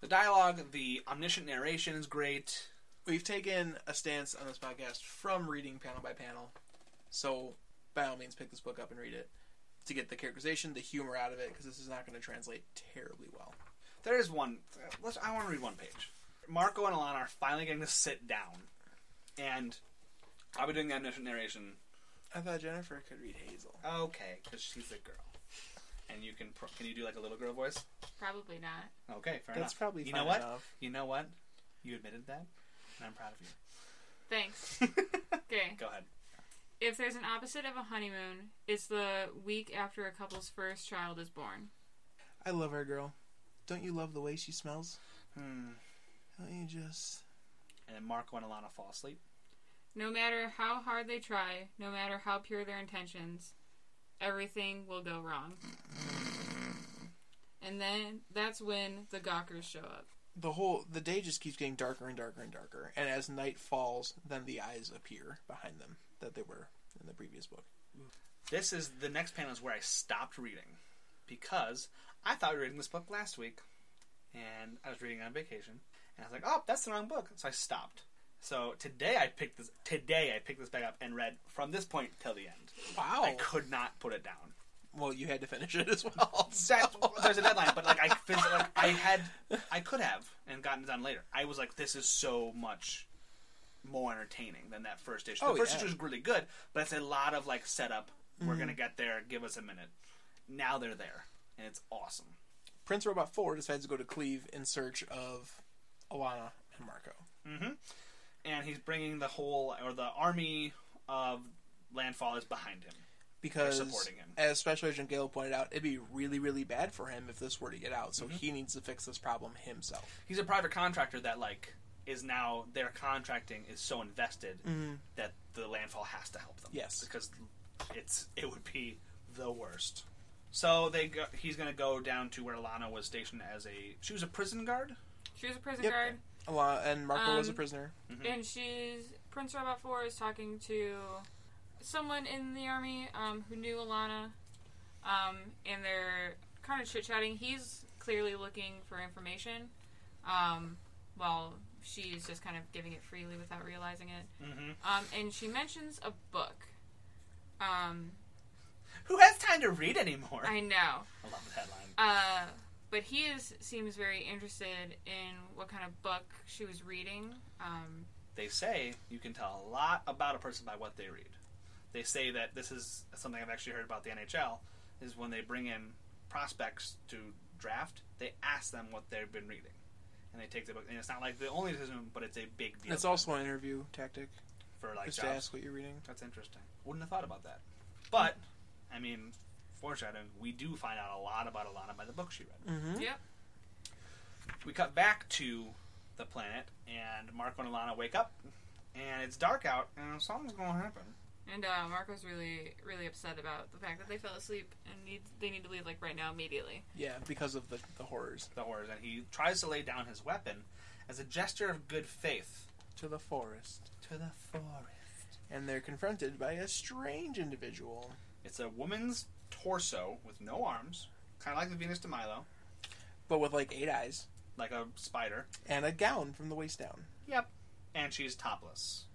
Speaker 1: The dialogue, the omniscient narration is great.
Speaker 2: We've taken a stance on this podcast from reading panel by panel, so by all means, pick this book up and read it to get the characterization, the humor out of it, because this is not going to translate terribly well.
Speaker 1: There is one. Let's. I want to read one page. Marco and Alana are finally getting to sit down, and I'll be doing the omniscient narration
Speaker 2: I thought Jennifer could read Hazel.
Speaker 1: Okay, because she's a girl, and you can pro- can you do like a little girl voice?
Speaker 4: Probably not.
Speaker 1: Okay, fair enough.
Speaker 2: That's probably
Speaker 1: you
Speaker 2: fine
Speaker 1: know what
Speaker 2: enough.
Speaker 1: you know what you admitted that, and I'm proud of
Speaker 4: Thanks.
Speaker 1: you.
Speaker 4: Okay.
Speaker 1: Go ahead.
Speaker 4: If there's an opposite of a honeymoon, it's the week after a couple's first child is born.
Speaker 2: I love our girl. Don't you love the way she smells?
Speaker 1: Hmm.
Speaker 2: Don't you just?
Speaker 1: And then Marco and Alana fall asleep.
Speaker 4: No matter how hard they try, no matter how pure their intentions, everything will go wrong. And then that's when the gawkers show up.
Speaker 2: the whole the day just keeps getting darker and darker and darker and as night falls then the eyes appear behind them that they were in the previous book
Speaker 1: This is the next panel is where I stopped reading because I thought we were reading this book last week, and I was reading it on vacation, and I was like, oh, that's the wrong book, so I stopped. So today I picked this. Today I picked this back up and read from this point till the end. I
Speaker 2: wow
Speaker 1: could not put it down.
Speaker 2: well you had to finish it as well so.
Speaker 1: That- there's a deadline, but like I, phys- like I had, I could have and gotten it done later. I was like, this is so much more entertaining than that first issue.
Speaker 2: Oh,
Speaker 1: the first
Speaker 2: yeah. Mm-hmm.
Speaker 1: issue was really good, but it's a lot of like setup. We're gonna get there. Give us a minute. Now they're there, and it's awesome.
Speaker 2: prince robot 4 decides to go to cleve in search of alana and marco
Speaker 1: And he's bringing the whole or the army of landfallers behind him.
Speaker 2: because
Speaker 1: supporting him.
Speaker 2: as special agent gale pointed out it'd be really really bad for him if this were to get out
Speaker 1: Mm-hmm.
Speaker 2: so he needs to fix this problem himself
Speaker 1: He's a private contractor that like is now their contracting is so invested that the landfall has to help them.
Speaker 2: Yes.
Speaker 1: because it's it would be the worst. So they go, he's going to go down to where Lana was stationed as a she was a prison guard.
Speaker 4: She was a prison
Speaker 2: Yep.
Speaker 4: guard,
Speaker 2: alana and marco was a
Speaker 4: Um,
Speaker 2: prisoner
Speaker 4: and she's Prince Robot Four is talking to someone in the army um, who knew Alana, um, and they're kind of chit chatting. He's clearly looking for information, um, while she's just kind of giving it freely without realizing it.
Speaker 1: Mm-hmm.
Speaker 4: Um, and she mentions a book. Um,
Speaker 1: Who has time to read anymore?
Speaker 4: I know.
Speaker 1: I love the headline.
Speaker 4: Uh, but he is seems very interested in what kind of book she was reading. Um,
Speaker 1: They say you can tell a lot about a person by what they read. They say that this is something I've actually heard about the NHL is when they bring in prospects to draft, they ask them what they've been reading. And they take the book, and it's not like the only decision, but it's a big deal.
Speaker 2: it's also an interview tactic
Speaker 1: for like
Speaker 2: just to
Speaker 1: jobs.
Speaker 2: ask what you're reading
Speaker 1: That's interesting. Wouldn't have thought about that. But I mean, foreshadowing. We do find out a lot about Alana by the book she read.
Speaker 2: Hmm?
Speaker 4: Yep.
Speaker 1: We cut back to the planet, and Marco and Alana wake up, and it's dark out, and something's going to happen.
Speaker 4: And uh, Marco's really, really upset about the fact that they fell asleep and need they need to leave like right now immediately.
Speaker 2: Yeah, because of the, the horrors.
Speaker 1: the horrors, and he tries to lay down his weapon as a gesture of good faith
Speaker 2: To the forest.
Speaker 1: to the forest.
Speaker 2: And they're confronted by a strange individual.
Speaker 1: It's a woman's torso with no arms, kind of like the Venus de Milo,
Speaker 2: But with like eight eyes.
Speaker 1: like a spider,
Speaker 2: And a gown from the waist down.
Speaker 1: and she's topless.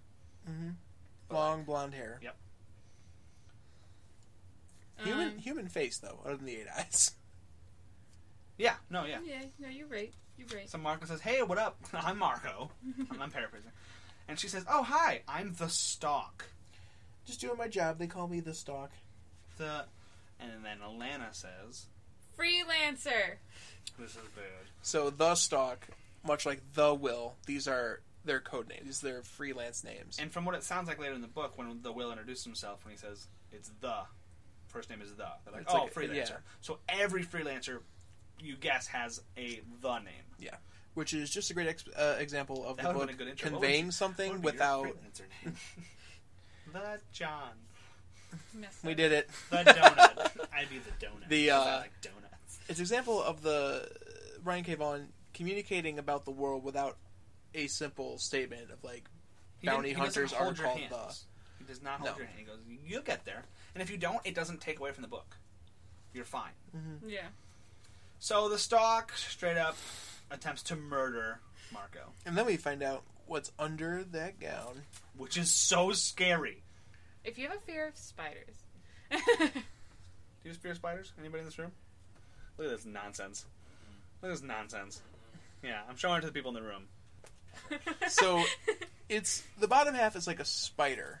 Speaker 2: Long blonde hair. Human
Speaker 4: Um,
Speaker 2: human face though, other than the eight eyes.
Speaker 1: Yeah, no, yeah.
Speaker 4: yeah, no, you're right. You're right.
Speaker 1: So Marco says, "Hey, what up? I'm Marco." I'm, I'm paraphrasing, and she says, "Oh, hi. I'm the stalk."
Speaker 2: Just doing my job, they call me the stalk.
Speaker 1: The, and then Alana says,
Speaker 4: Freelancer.
Speaker 1: "This is bad."
Speaker 2: So the stalk, much like the will, these are their code names. These are their freelance names.
Speaker 1: And from what it sounds like later in the book, when the Will introduces himself, when he says it's the first name is the, they're like,
Speaker 2: It's
Speaker 1: oh,
Speaker 2: like a-
Speaker 1: freelancer.
Speaker 2: yeah.
Speaker 1: So every freelancer, you guess, has a the name.
Speaker 2: which is just a great ex- uh, example of
Speaker 1: That
Speaker 2: the
Speaker 1: would've
Speaker 2: book
Speaker 1: been a good intro. What
Speaker 2: conveying
Speaker 1: What
Speaker 2: something
Speaker 1: would be your
Speaker 2: without.
Speaker 1: freelancer name? the John,
Speaker 4: Messed
Speaker 2: We
Speaker 4: up.
Speaker 2: did it.
Speaker 1: the donut. I'd be the donut.
Speaker 2: The,
Speaker 1: 'cause I
Speaker 2: uh,
Speaker 1: like donuts.
Speaker 2: It's an example of the uh, Ryan K. Vaughan communicating about the world without a simple statement of like
Speaker 1: didn't-
Speaker 2: bounty
Speaker 1: doesn't
Speaker 2: hunters
Speaker 1: hold
Speaker 2: are
Speaker 1: your
Speaker 2: called uh,
Speaker 1: hands. He does not hold
Speaker 2: No.
Speaker 1: your hand. He goes, "You'll get there, and if you don't, it doesn't take away from the book. You're fine."
Speaker 4: Yeah.
Speaker 1: So the stalk straight up attempts to murder Marco.
Speaker 2: and then we find out what's under that gown.
Speaker 1: which is so scary.
Speaker 4: If you have a fear of spiders,
Speaker 1: Do you fear spiders? Anybody in this room? Look at this nonsense. Look at this nonsense. Yeah, I'm showing it to the people in the room.
Speaker 2: So it's the bottom half is like a spider,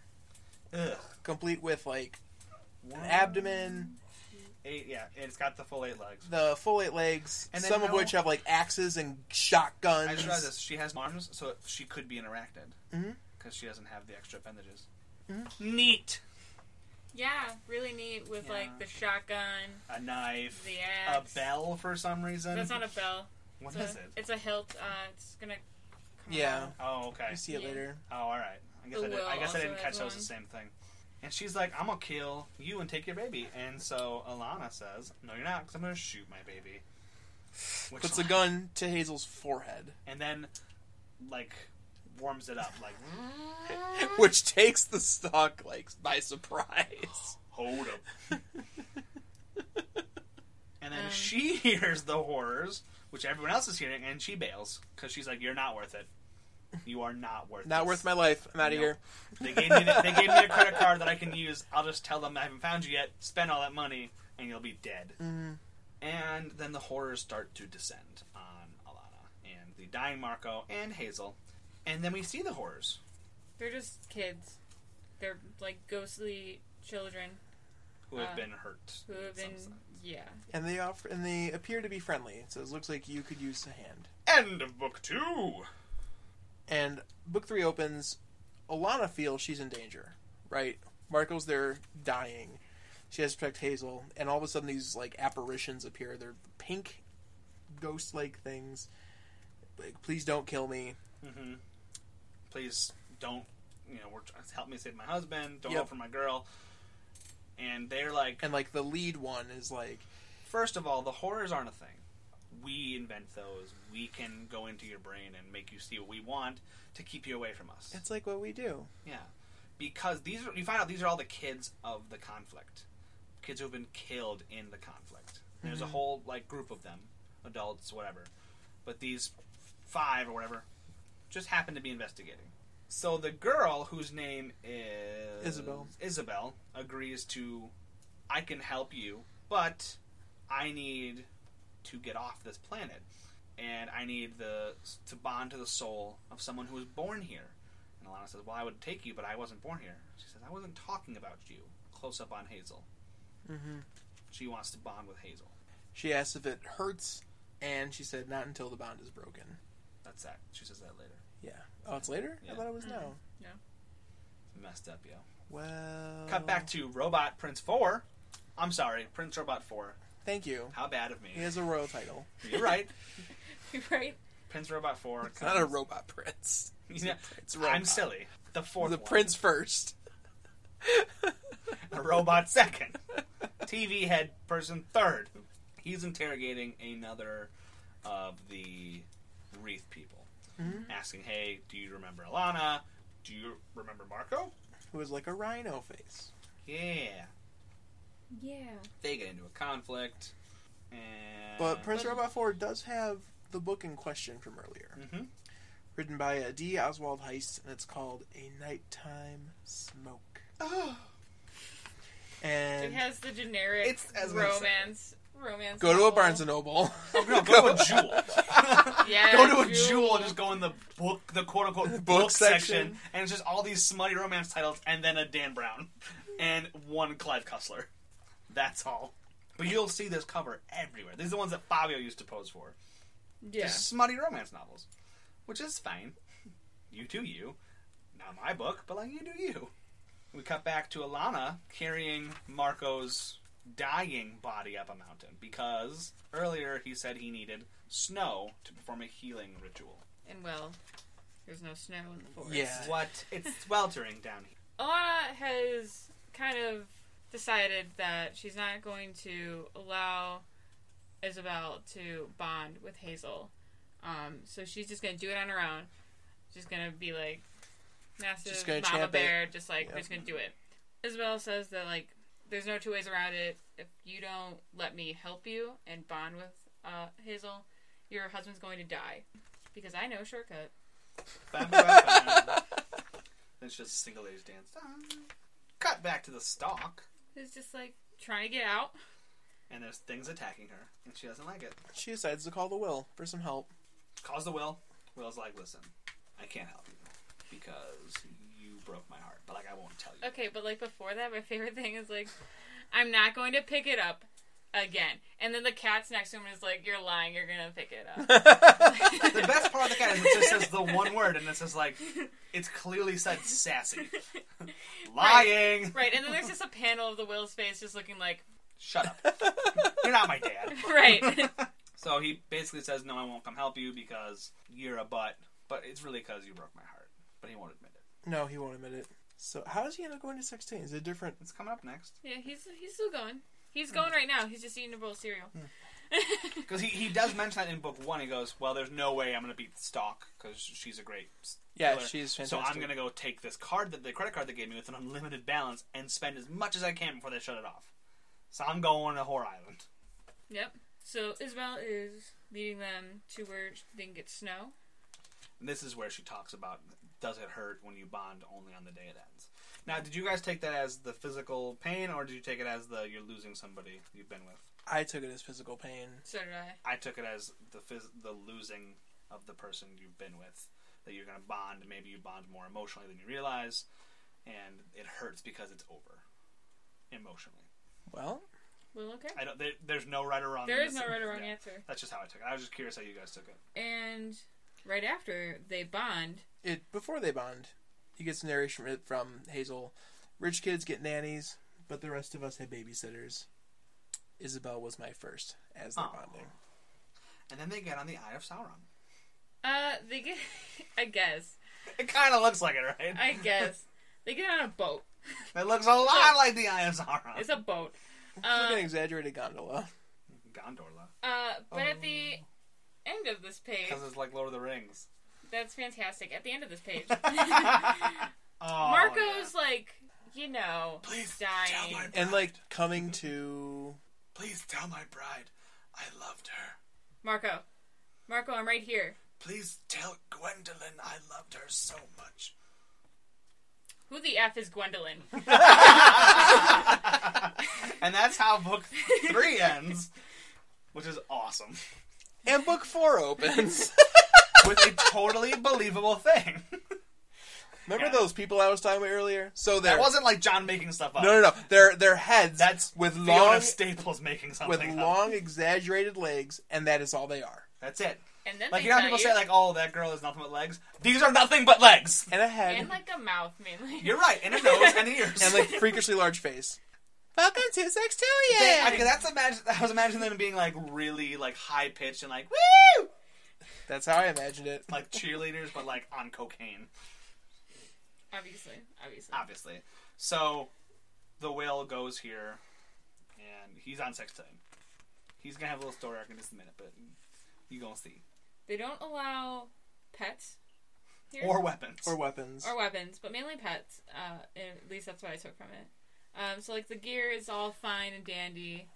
Speaker 1: Ugh.
Speaker 2: complete with like an abdomen,
Speaker 1: Eight, yeah, and it's got the full eight legs.
Speaker 2: the full eight legs,
Speaker 1: And then
Speaker 2: some of
Speaker 1: no-
Speaker 2: which have like axes and
Speaker 1: I
Speaker 2: shotguns.
Speaker 1: just realized this. She has arms, so she could be interacted.
Speaker 2: Mhm.
Speaker 1: Because she doesn't have the extra appendages.
Speaker 2: Mm-hmm.
Speaker 1: Neat!
Speaker 4: yeah, really neat with
Speaker 1: Yeah.
Speaker 4: like the shotgun,
Speaker 1: A knife.
Speaker 4: the
Speaker 1: a
Speaker 4: axe.
Speaker 1: bell for some reason.
Speaker 4: That's not a bell.
Speaker 1: What
Speaker 4: it's
Speaker 1: is
Speaker 4: a,
Speaker 1: it?
Speaker 4: It's a hilt. Uh, it's gonna. Come
Speaker 2: Yeah.
Speaker 4: around.
Speaker 1: Oh, okay.
Speaker 2: You see it
Speaker 4: Yeah.
Speaker 2: later.
Speaker 1: Oh, all right. I guess
Speaker 4: The
Speaker 1: I, did, I guess
Speaker 4: will
Speaker 1: I
Speaker 4: also
Speaker 1: didn't
Speaker 4: has
Speaker 1: catch those
Speaker 4: one.
Speaker 1: the same thing. And she's like, "I'm gonna kill you and take your baby." And so Alana says, "No, you're not, because I'm gonna shoot my baby." Which
Speaker 2: Puts a gun to Hazel's forehead,
Speaker 1: and then like warms it up, like
Speaker 2: which takes the stock like by surprise.
Speaker 1: hold up. and
Speaker 4: Um.
Speaker 1: then she hears the horrors, which everyone else is hearing, and she bails because she's like, "You're not worth it. You are not worth
Speaker 2: Not
Speaker 1: this.
Speaker 2: worth my life. I'm out of
Speaker 1: Nope.
Speaker 2: here.
Speaker 1: They gave me the, they gave me a credit card that I can use. I'll just tell them I haven't found you yet. Spend all that money, and you'll be dead. And then the horrors start to descend on Alana and the dying Marco and Hazel, and then we see the horrors.
Speaker 4: They're just kids. They're like ghostly children
Speaker 1: Who have
Speaker 4: Uh,
Speaker 1: been hurt.
Speaker 4: who
Speaker 1: in
Speaker 4: have
Speaker 1: some
Speaker 4: been.
Speaker 1: sense.
Speaker 4: Yeah.
Speaker 2: And they offer and they appear to be friendly. So it looks like you could use a hand.
Speaker 1: End of book two.
Speaker 2: And book three opens. Alana feels she's in danger. Right, Marco's there dying. She has to protect Hazel, and all of a sudden these like apparitions appear. They're pink, ghost-like things. Like, please don't kill me.
Speaker 1: hmm Please don't. You know, we're trying to help me save my husband. Don't
Speaker 2: Yep.
Speaker 1: go for my girl. And they're like,
Speaker 2: And like the lead one is like,
Speaker 1: First of all, the horrors aren't a thing. We invent those. We can go into your brain and make you see what we want to keep you away from us.
Speaker 2: it's like what we do.
Speaker 1: Yeah, because these are you find out these are all the kids of the conflict, kids who have been killed in the conflict. There's a whole like group of them, adults, whatever. But these five or whatever just happen to be investigating. So the girl whose name is
Speaker 2: Isabel.
Speaker 1: Isabel agrees to, I can help you, but I need to get off this planet, and I need the to bond to the soul of someone who was born here. And Alana says, "Well, I would take you, but I wasn't born here." She says, "I wasn't talking about you." Close up on Hazel.
Speaker 2: Mm-hmm.
Speaker 1: She wants to bond with Hazel.
Speaker 2: She asked if it hurts, and she said not until the bond is broken.
Speaker 1: That's that. She says that later.
Speaker 2: Yeah. Oh, it's later.
Speaker 1: Yeah.
Speaker 2: I thought it was now.
Speaker 1: Messed up, yo.
Speaker 2: Well,
Speaker 1: Cut back to Robot Prince Four. I'm sorry, Prince Robot Four.
Speaker 2: Thank you.
Speaker 1: How bad of me.
Speaker 2: He has a royal title.
Speaker 1: You're right.
Speaker 4: right.
Speaker 1: Prince Robot Four.
Speaker 2: It's not a robot prince.
Speaker 1: Yeah.
Speaker 2: It's
Speaker 1: I'm silly. The fourth.
Speaker 2: The
Speaker 1: one.
Speaker 2: prince first.
Speaker 1: a robot second, TV head person third. He's interrogating another of the wreath people, asking, "Hey, do you remember Alana? Do you remember Marco?"
Speaker 2: Who is like a rhino face.
Speaker 1: Yeah,
Speaker 4: Yeah.
Speaker 1: they get into a conflict. And
Speaker 2: Uh, But Prince Robot 4 does have the book in question from earlier.
Speaker 1: Mhm.
Speaker 2: Written by uh, D. Oswald Heist, and it's called A Nighttime Smoke.
Speaker 4: It
Speaker 2: And
Speaker 4: has the generic
Speaker 1: It's- as we
Speaker 4: romance. Romance.
Speaker 2: go to a
Speaker 4: novel.
Speaker 2: Barnes and Noble.
Speaker 1: No, go to a jewel.
Speaker 4: Yeah.
Speaker 1: go to a jewel and just go in the book, the quote unquote book, section,
Speaker 2: section.
Speaker 1: and it's just all these smutty romance titles, and then a Dan Brown, and one Clive Cussler. That's all. But you'll see this cover everywhere. These are the ones that Fabio used to pose for.
Speaker 4: Yeah.
Speaker 1: Just smutty romance novels, which is fine. You do you. Not my book, but like you do you. We cut back to Alana carrying Marco's dying body up a mountain because earlier he said he needed snow to perform a healing ritual.
Speaker 4: And well, there's no snow in the forest.
Speaker 2: Yeah.
Speaker 1: What? It's sweltering down here.
Speaker 4: Alana has kind of decided that she's not going to allow Isabel to bond with Hazel. Um, so she's just gonna do it on her own. She's gonna be like massive
Speaker 2: Just gonna
Speaker 4: mama
Speaker 2: champ it.
Speaker 4: bear, just like
Speaker 2: Yep.
Speaker 4: we're just gonna do it. Isabel says that like there's no two ways around it. If you don't let me help you and bond with uh, Hazel, your husband's going to die because I know a shortcut.
Speaker 1: then she does a single ladies dance. Cut back to the stalk,
Speaker 4: It's just like trying to get out.
Speaker 1: and there's things attacking her, and she doesn't like it.
Speaker 2: she decides to call the Will for some help.
Speaker 1: Calls the Will. Will's like, listen, I can't help you because you broke my heart, but like I won't tell you.
Speaker 4: Okay, but like before that, my favorite thing is like, I'm not going to pick it up again. And then the cat's next to him is like, You're lying, you're gonna pick it up.
Speaker 1: The best part of the cat is it just says the one word, and it says like, it's clearly said sassy. Lying.
Speaker 4: right, and then there's just a panel of the Will's face just looking like,
Speaker 1: Shut up. You're not my dad.
Speaker 4: Right.
Speaker 1: So he basically says, "No, I won't come help you because you're a butt." But it's really because you broke my heart. But he won't admit it.
Speaker 2: No, he won't admit it. So how does he end up going to 16? Is it different?
Speaker 1: It's coming up next
Speaker 4: Yeah, he's he's still going.
Speaker 1: Hmm.
Speaker 4: He's going right now. He's just eating a bowl of cereal.
Speaker 1: because he, he does mention that in book one. He goes, "Well, there's no way I'm going to beat Stock because she's a great
Speaker 2: Yeah,
Speaker 1: killer.
Speaker 2: she's
Speaker 1: So
Speaker 2: fantastic.
Speaker 1: I'm going to go take this card that the credit card they gave me with an unlimited balance and spend as much as I can before they shut it off. So I'm going to Whore Island.
Speaker 4: Yep. So Isabel is leading them to where they can get snow.
Speaker 1: And this is where she talks about does it hurt when you bond only on the day it ends. Now, did you guys take that as the physical pain, or did you take it as the you're losing somebody you've been with?
Speaker 2: I took it as physical pain.
Speaker 4: So did I.
Speaker 1: I took it as the phys- the losing of the person you've been with that you're going to bond. Maybe you bond more emotionally than you realize, and it hurts because it's over emotionally.
Speaker 2: Well,
Speaker 4: Well, okay.
Speaker 1: I don't. There, there's no right or wrong.
Speaker 4: There
Speaker 1: in
Speaker 4: is
Speaker 1: this.
Speaker 4: no right or wrong
Speaker 1: Yeah.
Speaker 4: answer.
Speaker 1: That's just how I took it. I was just curious how you guys took it.
Speaker 4: And right after they bond,
Speaker 2: it before they bond, he gets narration from- from Hazel. Rich kids get nannies, but the rest of us had babysitters. Isabel was my first as the
Speaker 1: Aw.
Speaker 2: bonding.
Speaker 1: And then they get on the Eye of Sauron.
Speaker 4: uh, they get, I guess,
Speaker 1: It kind of looks like it, right?
Speaker 4: I guess they get on a boat.
Speaker 1: It looks a lot like the Eye of Sauron.
Speaker 4: It's a boat.
Speaker 2: It's like
Speaker 4: Um,
Speaker 2: an exaggerated gondola.
Speaker 1: Gondola,
Speaker 4: uh, but at the end of this page,
Speaker 1: because it's like Lord of the Rings.
Speaker 4: that's fantastic. At the end of this page,
Speaker 1: Oh,
Speaker 4: Marco's like, you know,
Speaker 1: Please
Speaker 4: dying.
Speaker 1: tell my-
Speaker 2: And like coming to
Speaker 1: Please tell my bride, I loved her.
Speaker 4: Marco, Marco, I'm right here.
Speaker 1: Please tell Gwendolyn I loved her so much.
Speaker 4: Who the f is Gwendolyn?
Speaker 1: And that's how book three ends, which is awesome.
Speaker 2: and book four opens.
Speaker 1: With a totally believable thing.
Speaker 2: Remember
Speaker 1: Yeah.
Speaker 2: those people I was talking about earlier? So they're
Speaker 1: That wasn't like John making stuff up.
Speaker 2: no, no, no. Their their heads
Speaker 1: That's
Speaker 2: with
Speaker 1: Fiona
Speaker 2: long
Speaker 1: Staples making
Speaker 2: with
Speaker 1: something up.
Speaker 2: long exaggerated legs, and that is all they are.
Speaker 1: That's it.
Speaker 4: And then
Speaker 1: Like
Speaker 4: they
Speaker 1: you know how
Speaker 4: tell
Speaker 1: people say like, "Oh, that girl is nothing but legs." These are nothing but legs.
Speaker 2: And a head,
Speaker 4: and like a mouth mainly.
Speaker 1: You're right, and a nose and ears.
Speaker 2: and like freakishly large face. Welcome to
Speaker 1: They-
Speaker 2: Sextillion.
Speaker 1: okay, that's imagine. I was imagining them being like really like high pitched and like woo,
Speaker 2: That's how I imagined it.
Speaker 1: like cheerleaders, but like on cocaine.
Speaker 4: Obviously, obviously.
Speaker 1: obviously. So the whale goes here, and he's on sex time. He's gonna have a little story arc in just a minute, but you gonna see.
Speaker 4: They don't allow pets here.
Speaker 1: Or weapons.
Speaker 2: or weapons.
Speaker 4: Or weapons, but mainly pets. Uh, at least that's what I took from it. Um, so like the gear is all fine and dandy.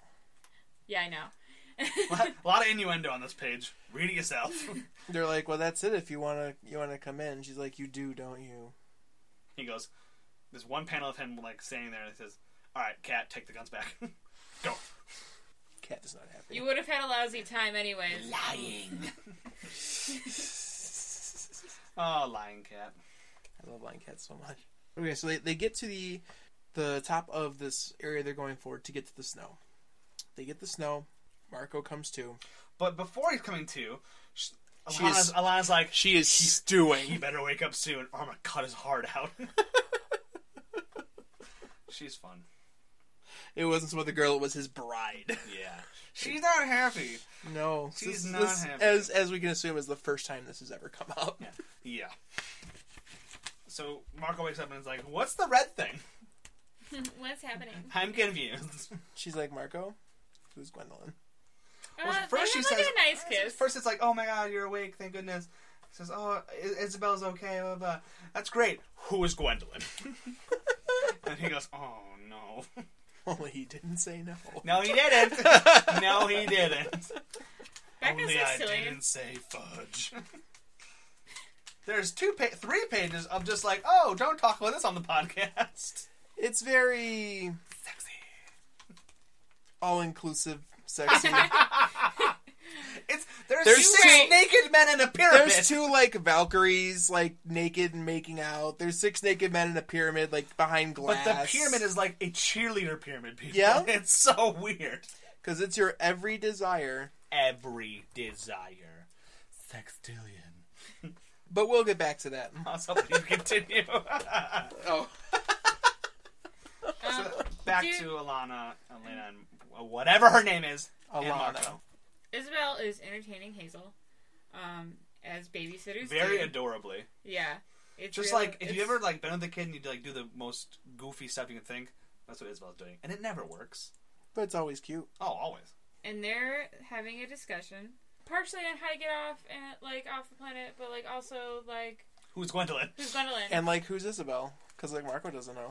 Speaker 4: Yeah, I know.
Speaker 1: a lot of innuendo on this page. Read it yourself.
Speaker 2: They're like, well, that's it. If you wanna you wanna come in, she's like, you do, don't you?
Speaker 1: he goes. There's one panel of him like standing there, and it says, "All right, cat, take the guns back. Go."
Speaker 2: Cat is not happy.
Speaker 4: you would have had a lousy time anyways.
Speaker 1: Lying. oh, lying cat.
Speaker 2: I love Lion Cat so much. Okay, so they, they get to the the top of this area they're going for to get to the snow. They get the snow. Marco comes to.
Speaker 1: But before he's coming to, sh-
Speaker 2: She is-
Speaker 1: Alana's, Alana's like,
Speaker 2: She is
Speaker 1: "You
Speaker 2: stewing.
Speaker 1: better wake up soon, or I'm gonna cut his heart out." She's fun.
Speaker 2: It wasn't some other girl. It was his bride.
Speaker 1: Yeah. She's not happy.
Speaker 2: No,
Speaker 1: She's
Speaker 2: this-
Speaker 1: not
Speaker 2: this-
Speaker 1: happy.
Speaker 2: As as we can assume, is the first time this has ever come up.
Speaker 1: Yeah. Yeah. So Marco wakes up and is like, "What's the red thing?"
Speaker 4: What's happening?
Speaker 1: I'm confused.
Speaker 2: She's like, Marco, who's Gwendolyn?
Speaker 1: Well,
Speaker 4: Uh,
Speaker 1: first
Speaker 4: they
Speaker 1: she
Speaker 4: have, like
Speaker 1: says-
Speaker 4: a nice kiss.
Speaker 1: First, it's like, "Oh my God, you're awake! Thank goodness." Says, "Oh, I- Isabel's okay." Blah blah. That's great. Who is Gwendolyn? and he goes, "Oh no."
Speaker 2: Only he didn't say no.
Speaker 1: No, he didn't. no, he didn't.
Speaker 4: Becca's
Speaker 1: Only
Speaker 4: so
Speaker 1: I
Speaker 4: silly.
Speaker 1: didn't say fudge. There's two, pa- three pages of just like, oh, don't talk about this on the podcast.
Speaker 2: It's very
Speaker 1: Sexy.
Speaker 2: all inclusive, sexy.
Speaker 1: It's there's,
Speaker 2: There's
Speaker 1: six
Speaker 4: two-
Speaker 1: naked men in a pyramid.
Speaker 2: There's two like Valkyries, like naked and making out. There's six naked men in a pyramid, like behind
Speaker 1: but
Speaker 2: glass.
Speaker 1: the pyramid is like a cheerleader pyramid, people.
Speaker 2: Yeah?
Speaker 1: it's so weird.
Speaker 2: because it's your every desire.
Speaker 1: Every desire, sextillion.
Speaker 2: But we'll get back to that.
Speaker 1: Also, please continue.
Speaker 2: Oh,
Speaker 4: Um,
Speaker 1: Back
Speaker 4: Dude.
Speaker 1: to Alana, Elena, and uh, whatever her name is. and
Speaker 2: Alana.
Speaker 1: Marco.
Speaker 4: Isabel is entertaining Hazel um, as babysitters.
Speaker 1: very
Speaker 4: do.
Speaker 1: adorably.
Speaker 4: Yeah. It's
Speaker 1: Just
Speaker 4: real-
Speaker 1: like if you
Speaker 4: it's-
Speaker 1: ever like been with a kid and you like do the most goofy stuff you can think, that's what Isabel's doing, and it never works.
Speaker 2: But it's always cute.
Speaker 1: Oh, always.
Speaker 4: and they're having a discussion partially on how to get off and like off the planet but like also like
Speaker 1: Who's Gwendolyn?
Speaker 4: who's gwendolyn
Speaker 2: And like, who's Isabel? Because like Marco doesn't know.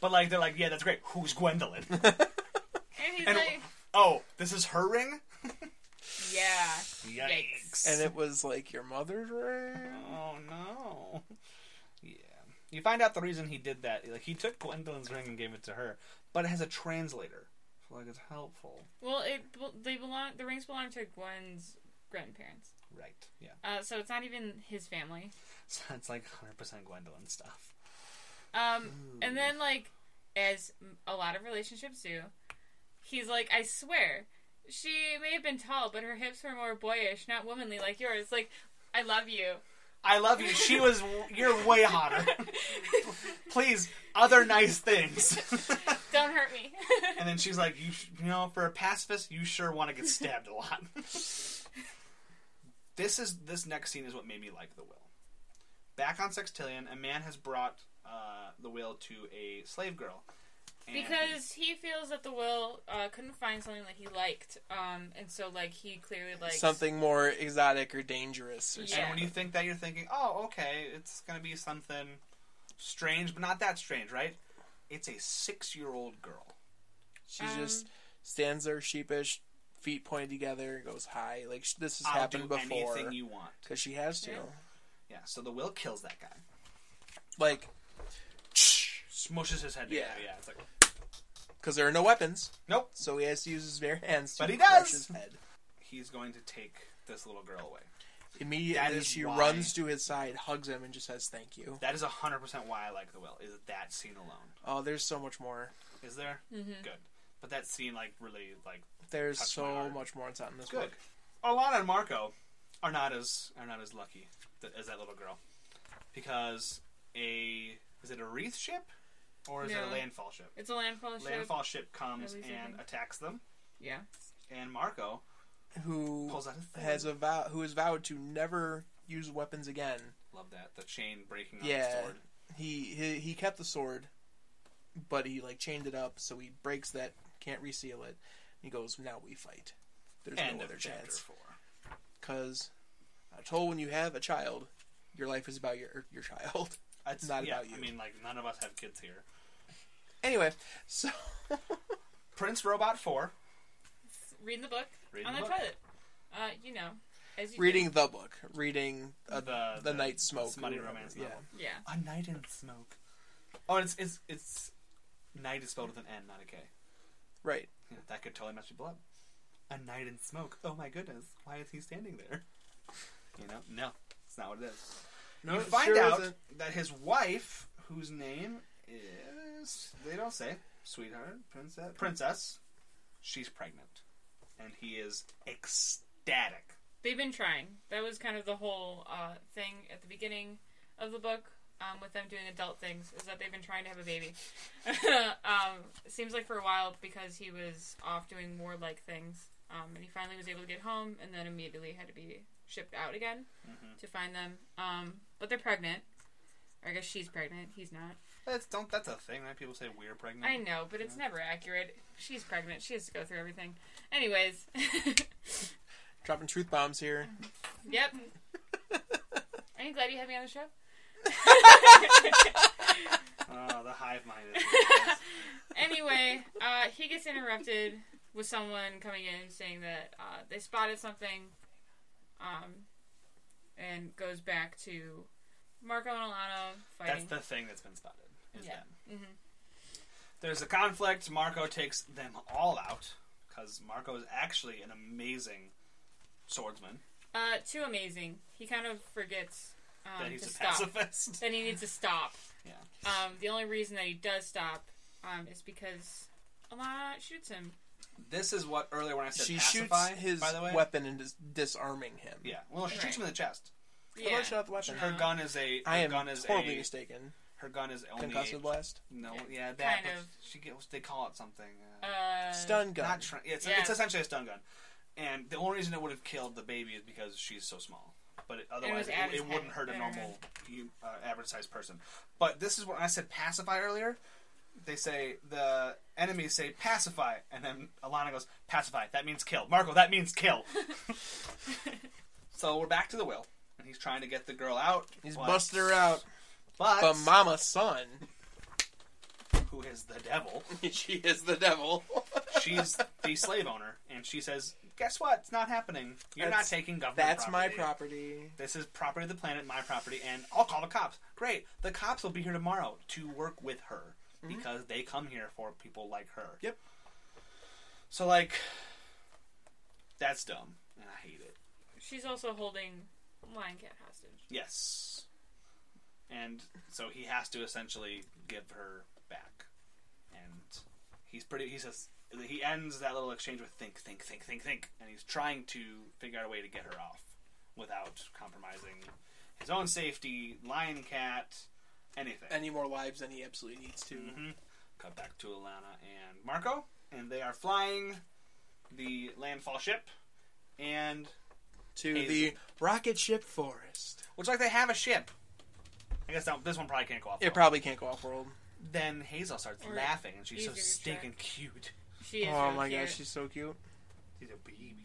Speaker 1: But like they're like, yeah, that's great. Who's Gwendolyn?
Speaker 4: and he's
Speaker 1: and-
Speaker 4: like
Speaker 1: oh, this is her ring.
Speaker 4: yeah
Speaker 1: Yikes!
Speaker 2: And it was like your mother's ring.
Speaker 1: oh no. Yeah. You find out the reason he did that. Like he took Gwendolyn's ring and gave it to her, but it has a translator, so like it's helpful.
Speaker 4: well it they belong the rings belong to gwen's grandparents
Speaker 1: Right. Yeah.
Speaker 4: uh, so it's not even his family
Speaker 1: So it's like 100% Gwendolyn stuff.
Speaker 4: um and then like as a lot of relationships do he's like i swear she may have been tall but her hips were more boyish not womanly like yours like i love you
Speaker 1: I love you. She was. You're way hotter. Please, other nice things.
Speaker 4: don't hurt me
Speaker 1: And then she's like, you, sh- you know, for a pacifist, you sure want to get stabbed a lot. this is this next scene is what made me like the will. Back on Sextillion, a man has brought uh, the will to a slave girl. And
Speaker 4: Because he feels that the will uh, couldn't find something that he liked, um, and so like he clearly likes
Speaker 2: Something more exotic or dangerous. Or
Speaker 4: Yeah.
Speaker 1: and when you think that, you're thinking, oh, okay, it's gonna be something strange, but not that strange, right? It's a six-year-old girl.
Speaker 2: She
Speaker 1: Um,
Speaker 2: just stands there sheepish, feet pointed together, and goes high. Like sh- this has
Speaker 1: I'll
Speaker 2: happened
Speaker 1: do
Speaker 2: before
Speaker 1: anything you want.
Speaker 2: because she has to.
Speaker 4: Yeah.
Speaker 1: Yeah. So the will kills that guy.
Speaker 2: Like
Speaker 1: Smushes his head together.
Speaker 2: Yeah.
Speaker 1: Yeah. it's like
Speaker 2: because there are no weapons,
Speaker 1: nope.
Speaker 2: so he has to use his bare hands to
Speaker 1: But he
Speaker 2: crush
Speaker 1: does!
Speaker 2: his head.
Speaker 1: He's going to take this little girl away. That
Speaker 2: Immediately,
Speaker 1: is
Speaker 2: she
Speaker 1: why-
Speaker 2: runs to his side, hugs him, and just says thank you.
Speaker 1: That is hundred percent why I like the will. Is that scene alone?
Speaker 2: Oh, there's so much more.
Speaker 1: Is there? Mm-hmm. Good. But that scene, like, really, like,
Speaker 2: There's
Speaker 1: Touched my
Speaker 2: so
Speaker 1: heart.
Speaker 2: much more in this
Speaker 1: good.
Speaker 2: book.
Speaker 1: Alana and Marco are not as are not as lucky th- as that little girl because a is it a wreath ship or is it
Speaker 4: No.
Speaker 1: a landfall ship?
Speaker 4: It's a landfall ship.
Speaker 1: Landfall ship comes
Speaker 4: Nobody's
Speaker 1: and
Speaker 4: thinking.
Speaker 1: attacks them,
Speaker 4: Yeah,
Speaker 1: and Marco
Speaker 2: Who
Speaker 1: pulls out his thing.
Speaker 2: has a vow? Who has vowed to never use weapons again?
Speaker 1: Love that the chain breaking on
Speaker 2: Yeah.
Speaker 1: the sword.
Speaker 2: He he, he kept the sword, but he like chained it up, so he breaks that, can't reseal it. He goes, now we fight. There's
Speaker 1: End
Speaker 2: no
Speaker 1: of
Speaker 2: other
Speaker 1: chapter
Speaker 2: chance.
Speaker 1: four.
Speaker 2: Because I told when you have a child, your life is about your er, your child.
Speaker 1: That's
Speaker 2: not
Speaker 1: yeah,
Speaker 2: about you.
Speaker 1: I mean, like none of us have kids here.
Speaker 2: Anyway, so
Speaker 1: Prince Robot Four.
Speaker 4: Reading the book
Speaker 1: Reading
Speaker 4: on
Speaker 1: the
Speaker 4: the,
Speaker 1: book.
Speaker 4: toilet. Uh, you know, as you
Speaker 2: reading the book, reading uh,
Speaker 1: The-
Speaker 2: the,
Speaker 1: the-
Speaker 2: night smoke,
Speaker 1: Smutty
Speaker 2: or whatever,
Speaker 1: Romance
Speaker 2: Yeah,
Speaker 1: novel.
Speaker 4: do. Yeah.
Speaker 1: A night in smoke. Oh, it's it's it's night is spelled with an N, not a K.
Speaker 2: right.
Speaker 1: Yeah, that could totally mess people up. A night in smoke. Oh my goodness, why is he standing there? You know, no, it's not what it is.
Speaker 2: No,
Speaker 1: you
Speaker 2: it
Speaker 1: find
Speaker 2: sure
Speaker 1: out
Speaker 2: isn't.
Speaker 1: that his wife, whose name is they don't say, sweetheart, princess, princess, she's pregnant, and he is ecstatic.
Speaker 4: They've been trying. That was kind of the whole uh, thing at the beginning of the book um, with them doing adult things, is that they've been trying to have a baby. um, seems like for a while because he was off doing warlike things, um, and he finally was able to get home, and then immediately had to be shipped out again
Speaker 1: Mm-hmm.
Speaker 4: to find them. Um, but they're pregnant. Or I guess she's pregnant. He's not.
Speaker 1: That's don't that's a thing, right? People say we're pregnant.
Speaker 4: I know, but it's never accurate. She's pregnant. She has to go through everything. Anyways.
Speaker 2: dropping truth bombs here.
Speaker 4: Yep. Are you glad you had me on the show?
Speaker 1: Oh, the hive mind. Is
Speaker 4: Anyway, uh, he gets interrupted with someone coming in and saying that uh, they spotted something, um, and goes back to Marco and Alana
Speaker 1: that's
Speaker 4: fighting.
Speaker 1: the thing that's been spotted. Is
Speaker 4: Yeah.
Speaker 1: them.
Speaker 4: Mhm.
Speaker 1: There's a conflict. Marco takes them all out because Marco is actually an amazing swordsman.
Speaker 4: uh, too amazing. He kind of forgets um,
Speaker 1: that he's
Speaker 4: to
Speaker 1: a
Speaker 4: stop.
Speaker 1: pacifist.
Speaker 4: Then he needs to stop.
Speaker 1: Yeah.
Speaker 4: Um, the only reason that he does stop um, is because Alana shoots him.
Speaker 1: This is what earlier when I said
Speaker 2: She
Speaker 1: pacify,
Speaker 2: shoots his
Speaker 1: by the way.
Speaker 2: weapon and is disarming him.
Speaker 1: Yeah. Well, she shoots him in the chest.
Speaker 2: I
Speaker 4: Yeah.
Speaker 2: thought she shot the weapon.
Speaker 1: Her gun is a. Her
Speaker 2: I am
Speaker 1: gun is
Speaker 2: horribly
Speaker 1: a,
Speaker 2: mistaken.
Speaker 1: Her gun is only.
Speaker 2: Concussive blast,
Speaker 1: No.
Speaker 4: Yeah.
Speaker 1: Yeah. That.
Speaker 4: Kind
Speaker 1: but
Speaker 4: of.
Speaker 1: She gets. They call it something. Uh,
Speaker 4: Uh,
Speaker 2: stun gun.
Speaker 1: Not. Tra- it's,
Speaker 4: Yeah.
Speaker 1: it's essentially a stun gun, and the only reason it would have killed the baby is because she's so small. But it, otherwise,
Speaker 4: was
Speaker 1: it,
Speaker 4: at his
Speaker 1: it wouldn't
Speaker 4: head,
Speaker 1: hurt a
Speaker 4: at her
Speaker 1: normal, you, uh, average-sized person. But this is when I said pacify earlier. They say the enemies say pacify, and then Alana goes pacify. That means kill, Marco. That means kill. so we're back to the will, and he's trying to get the girl out.
Speaker 2: He's
Speaker 1: but-
Speaker 2: busted her out,
Speaker 1: But,
Speaker 2: but Mama's son.
Speaker 1: who is the devil?
Speaker 2: she is the devil.
Speaker 1: She's the slave owner, and she says, "Guess what? It's not happening. You're
Speaker 2: That's-
Speaker 1: not taking government.
Speaker 2: That's my
Speaker 1: property.
Speaker 2: property.
Speaker 1: This is property of the planet, my property, and I'll call the cops. Great. The cops will be here tomorrow to work with her because they come here for people like her.
Speaker 2: Mm-hmm. Yep.
Speaker 1: So, like, that's dumb, and I hate it.
Speaker 4: She's also holding Lion Cat hostage.
Speaker 1: Yes. And so he has to essentially give her back. And he's pretty, he says, he ends that little exchange with think, think, think, think, think. And he's trying to figure out a way to get her off without compromising his own safety, lion cat, anything.
Speaker 2: Any more lives than he absolutely needs to.
Speaker 1: Mm-hmm. Cut back to Alana and Marco. And they are flying the landfall ship. And,
Speaker 2: To
Speaker 1: Hazel.
Speaker 2: the rocket ship forest.
Speaker 1: which, like, they have a ship. I guess that, this one probably can't go off. the
Speaker 2: It probably can't go off world.
Speaker 1: then Hazel starts
Speaker 4: Or
Speaker 1: laughing, and she's so
Speaker 4: easier to
Speaker 1: stinking cute.
Speaker 4: She is.
Speaker 2: oh
Speaker 4: really
Speaker 2: my
Speaker 4: cute.
Speaker 2: gosh, she's so cute.
Speaker 1: She's a baby.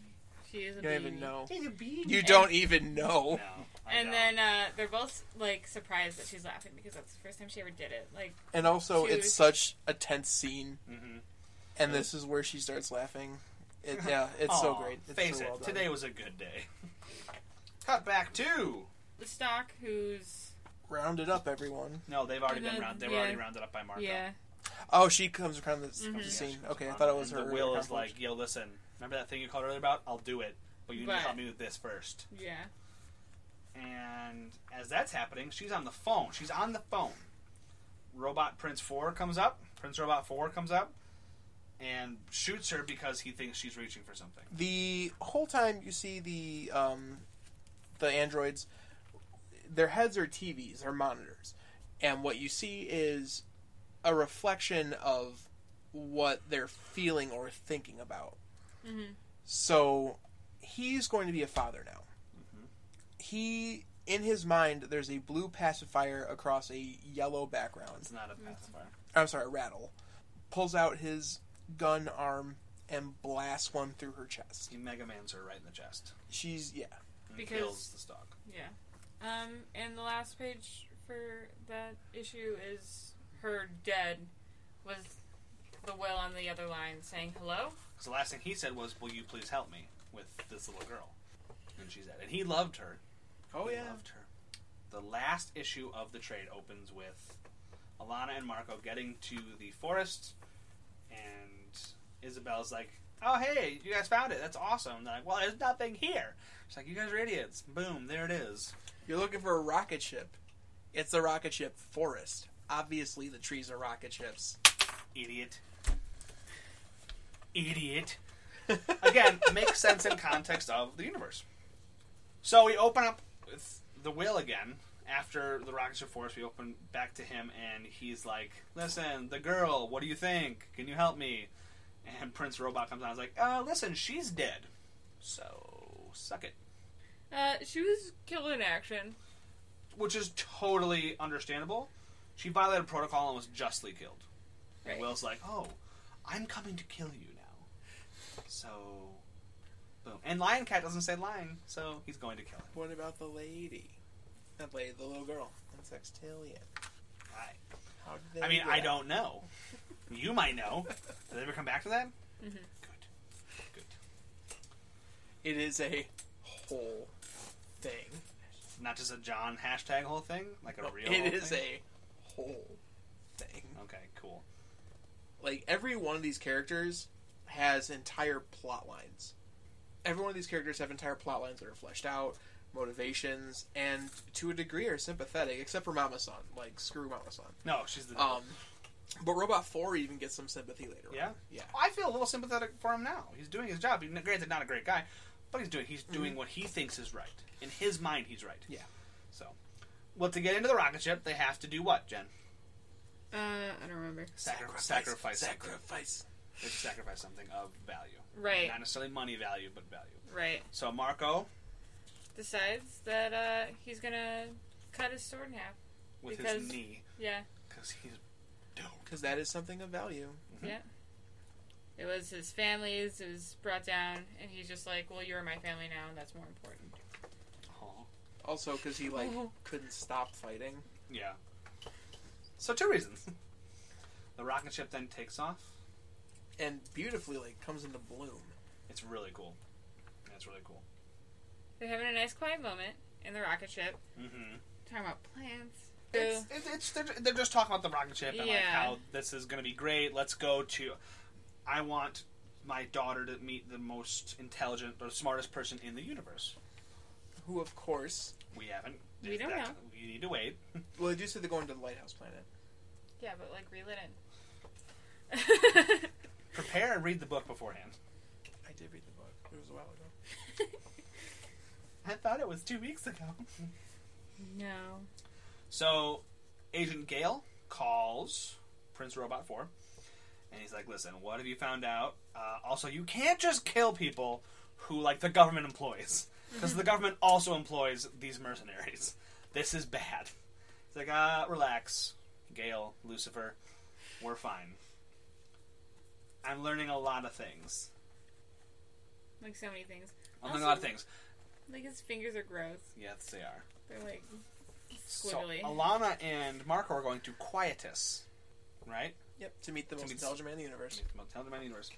Speaker 4: She is
Speaker 2: You
Speaker 4: a
Speaker 2: don't
Speaker 4: baby.
Speaker 2: even know.
Speaker 1: She's a baby.
Speaker 2: You don't even know.
Speaker 1: No.
Speaker 2: Oh
Speaker 1: I
Speaker 4: And
Speaker 1: don't.
Speaker 4: then uh, they're both like surprised that she's laughing because that's the first time she ever did it. Like,
Speaker 2: And also,
Speaker 4: She
Speaker 2: it's
Speaker 4: was-
Speaker 2: such a tense scene,
Speaker 1: Mhm.
Speaker 2: and this is where she starts laughing. It, yeah, it's so
Speaker 1: Aw,
Speaker 2: great. It's
Speaker 1: face
Speaker 2: so
Speaker 1: it,
Speaker 2: well done.
Speaker 1: today was a good day. Cut back to.
Speaker 4: the stock who's
Speaker 2: rounded up everyone.
Speaker 1: No, they've already been
Speaker 4: The-
Speaker 1: round. They were
Speaker 4: yeah.
Speaker 1: already rounded up by Marco.
Speaker 4: yeah,
Speaker 2: Oh, she comes around the,
Speaker 4: Mhm.
Speaker 1: Mm-hmm.
Speaker 2: the scene.
Speaker 1: Yeah,
Speaker 2: Okay, I
Speaker 1: she's
Speaker 2: thought it
Speaker 1: on.
Speaker 2: was
Speaker 1: And
Speaker 2: her.
Speaker 1: The will
Speaker 2: her
Speaker 1: is like, yo, listen. Remember that thing you called earlier about? I'll do it, but you need to
Speaker 4: But-
Speaker 1: help me with this first.
Speaker 4: yeah.
Speaker 1: And as that's happening, she's on the phone. She's on the phone. Robot Prince 4 comes up. Prince Robot 4 comes up and shoots her because he thinks she's reaching for something.
Speaker 2: the whole time you see the um, the androids, their heads are TVs, they're monitors, and what you see is a reflection of what they're feeling or thinking about. So he's going to be a father now. He in his mind, there's a blue pacifier across a yellow background.
Speaker 1: It's not a pacifier.
Speaker 2: I'm sorry, rattle. Pulls out his gun arm and blasts one through her chest.
Speaker 1: He Mega Man's her right in the chest.
Speaker 2: She's yeah.
Speaker 1: And
Speaker 4: Because-
Speaker 1: kills the stalk.
Speaker 4: Yeah. Um, and the last page for that issue is her dead with the will on the other line saying hello.
Speaker 1: Because the last thing he said was, Will you please help me with this little girl? And she said, And he loved her.
Speaker 2: Oh
Speaker 1: He loved her. The last issue of the trade opens with Alana and Marco getting to the forest, and Isabel's like, "Oh hey, you guys found it? That's awesome!" They're like, "Well, there's nothing here." She's like, "You guys are idiots!" Boom, there it is.
Speaker 2: You're looking for a rocket ship. It's the rocket ship Forest. Obviously, the trees are rocket ships.
Speaker 1: Idiot. Idiot. Again, makes sense in context of the universe. So we open up with the will again. After the rockets are forced, we open back to him, and he's like, "Listen, the girl. What do you think? Can you help me?" And Prince Robot comes on. He's like, "Uh, listen, she's dead. So suck it."
Speaker 4: Uh, she was killed in action.
Speaker 1: Which is totally understandable. She violated protocol and was justly killed.
Speaker 4: Right.
Speaker 1: Will's like, "Oh, I'm coming to kill you now." So, boom. And Lion Cat doesn't say lying, so he's going to kill him.
Speaker 2: What about the lady? That lady, the little girl in Sextillion.
Speaker 1: I,
Speaker 2: How did they
Speaker 1: I mean,
Speaker 2: do
Speaker 1: I
Speaker 2: that?
Speaker 1: don't know. You might know. Did they ever come back to that? Mm-hmm. Good, good.
Speaker 2: It is a whole thing.
Speaker 1: Not just a John hashtag whole thing, like a real.
Speaker 2: It
Speaker 1: whole
Speaker 2: is
Speaker 1: thing?
Speaker 2: a whole thing.
Speaker 1: Okay, cool.
Speaker 2: Like every one of these characters has entire plot lines. Every one of these characters have entire plot lines that are fleshed out, motivations, and to a degree are sympathetic, except for Mama San. Like screw Mama San.
Speaker 1: No, she's the.
Speaker 2: Um, but Robot Four even gets some sympathy later.
Speaker 1: Yeah?
Speaker 2: on. yeah.
Speaker 1: I feel a little sympathetic for him now. He's doing his job. He- Granted, not a great guy, but he's doing he's doing what he thinks is right. In his mind, he's right.
Speaker 2: Mhm. Yeah.
Speaker 1: So, well, to get into the rocket ship, they have to do what, Jen?
Speaker 4: Uh, I don't remember.
Speaker 1: Sacri- sacrifice, something.
Speaker 2: sacrifice.
Speaker 1: They should sacrifice something of value,
Speaker 4: Right,
Speaker 1: not necessarily money value, but value.
Speaker 4: right.
Speaker 1: So Marco,
Speaker 4: Decides that uh, he's gonna cut his sword in half.
Speaker 1: with
Speaker 4: Because-
Speaker 1: his knee,
Speaker 4: Yeah,
Speaker 1: because he's dope.
Speaker 2: Because that is something of value.
Speaker 4: yeah. It was his family's. It was brought down, and he's just like, "Well, you're my family now, and that's more important."
Speaker 1: Aw.
Speaker 2: Also, because he like
Speaker 4: Oh.
Speaker 2: couldn't stop fighting.
Speaker 1: Yeah. So two reasons. the rocket ship then takes off.
Speaker 2: and beautifully like comes into bloom.
Speaker 1: It's really cool. That's really cool.
Speaker 4: They're having a nice quiet moment in the rocket ship,
Speaker 1: Mm-hmm.
Speaker 4: talking about plants.
Speaker 1: It's, it's, it's they're, they're just talking about the rocket ship and like
Speaker 4: Yeah.
Speaker 1: how this is going to be great. Let's go to. I want my daughter to meet the most intelligent or smartest person in the universe.
Speaker 2: Who, of course,
Speaker 1: We haven't.
Speaker 4: We don't know.
Speaker 1: You need to wait.
Speaker 2: well, they do say they're going to the lighthouse planet.
Speaker 4: Yeah, but like relit it.
Speaker 1: Prepare and read the book beforehand.
Speaker 2: I did read the book. It was a while ago.
Speaker 1: I thought it was two weeks ago.
Speaker 4: no.
Speaker 1: So, Agent Gale calls Prince Robot 4, and he's like, listen, what have you found out? Uh, also, you can't just kill people who, like, the government employs. Because the government also employs these mercenaries. This is bad. He's like, uh, relax, Gale, Lucifer, we're fine. I'm learning a lot of things.
Speaker 4: Like so many things.
Speaker 1: I'm learning a lot of
Speaker 4: Also-
Speaker 1: things.
Speaker 4: Like his fingers are gross.
Speaker 1: Yes, they are.
Speaker 4: They're like
Speaker 1: So,
Speaker 4: squiggly.
Speaker 1: Alana and Marco are going to Quietus, right?
Speaker 2: Yep, to meet the
Speaker 1: To
Speaker 2: most
Speaker 1: meet-
Speaker 2: intelligent man in the universe.
Speaker 1: Tell them about the universe.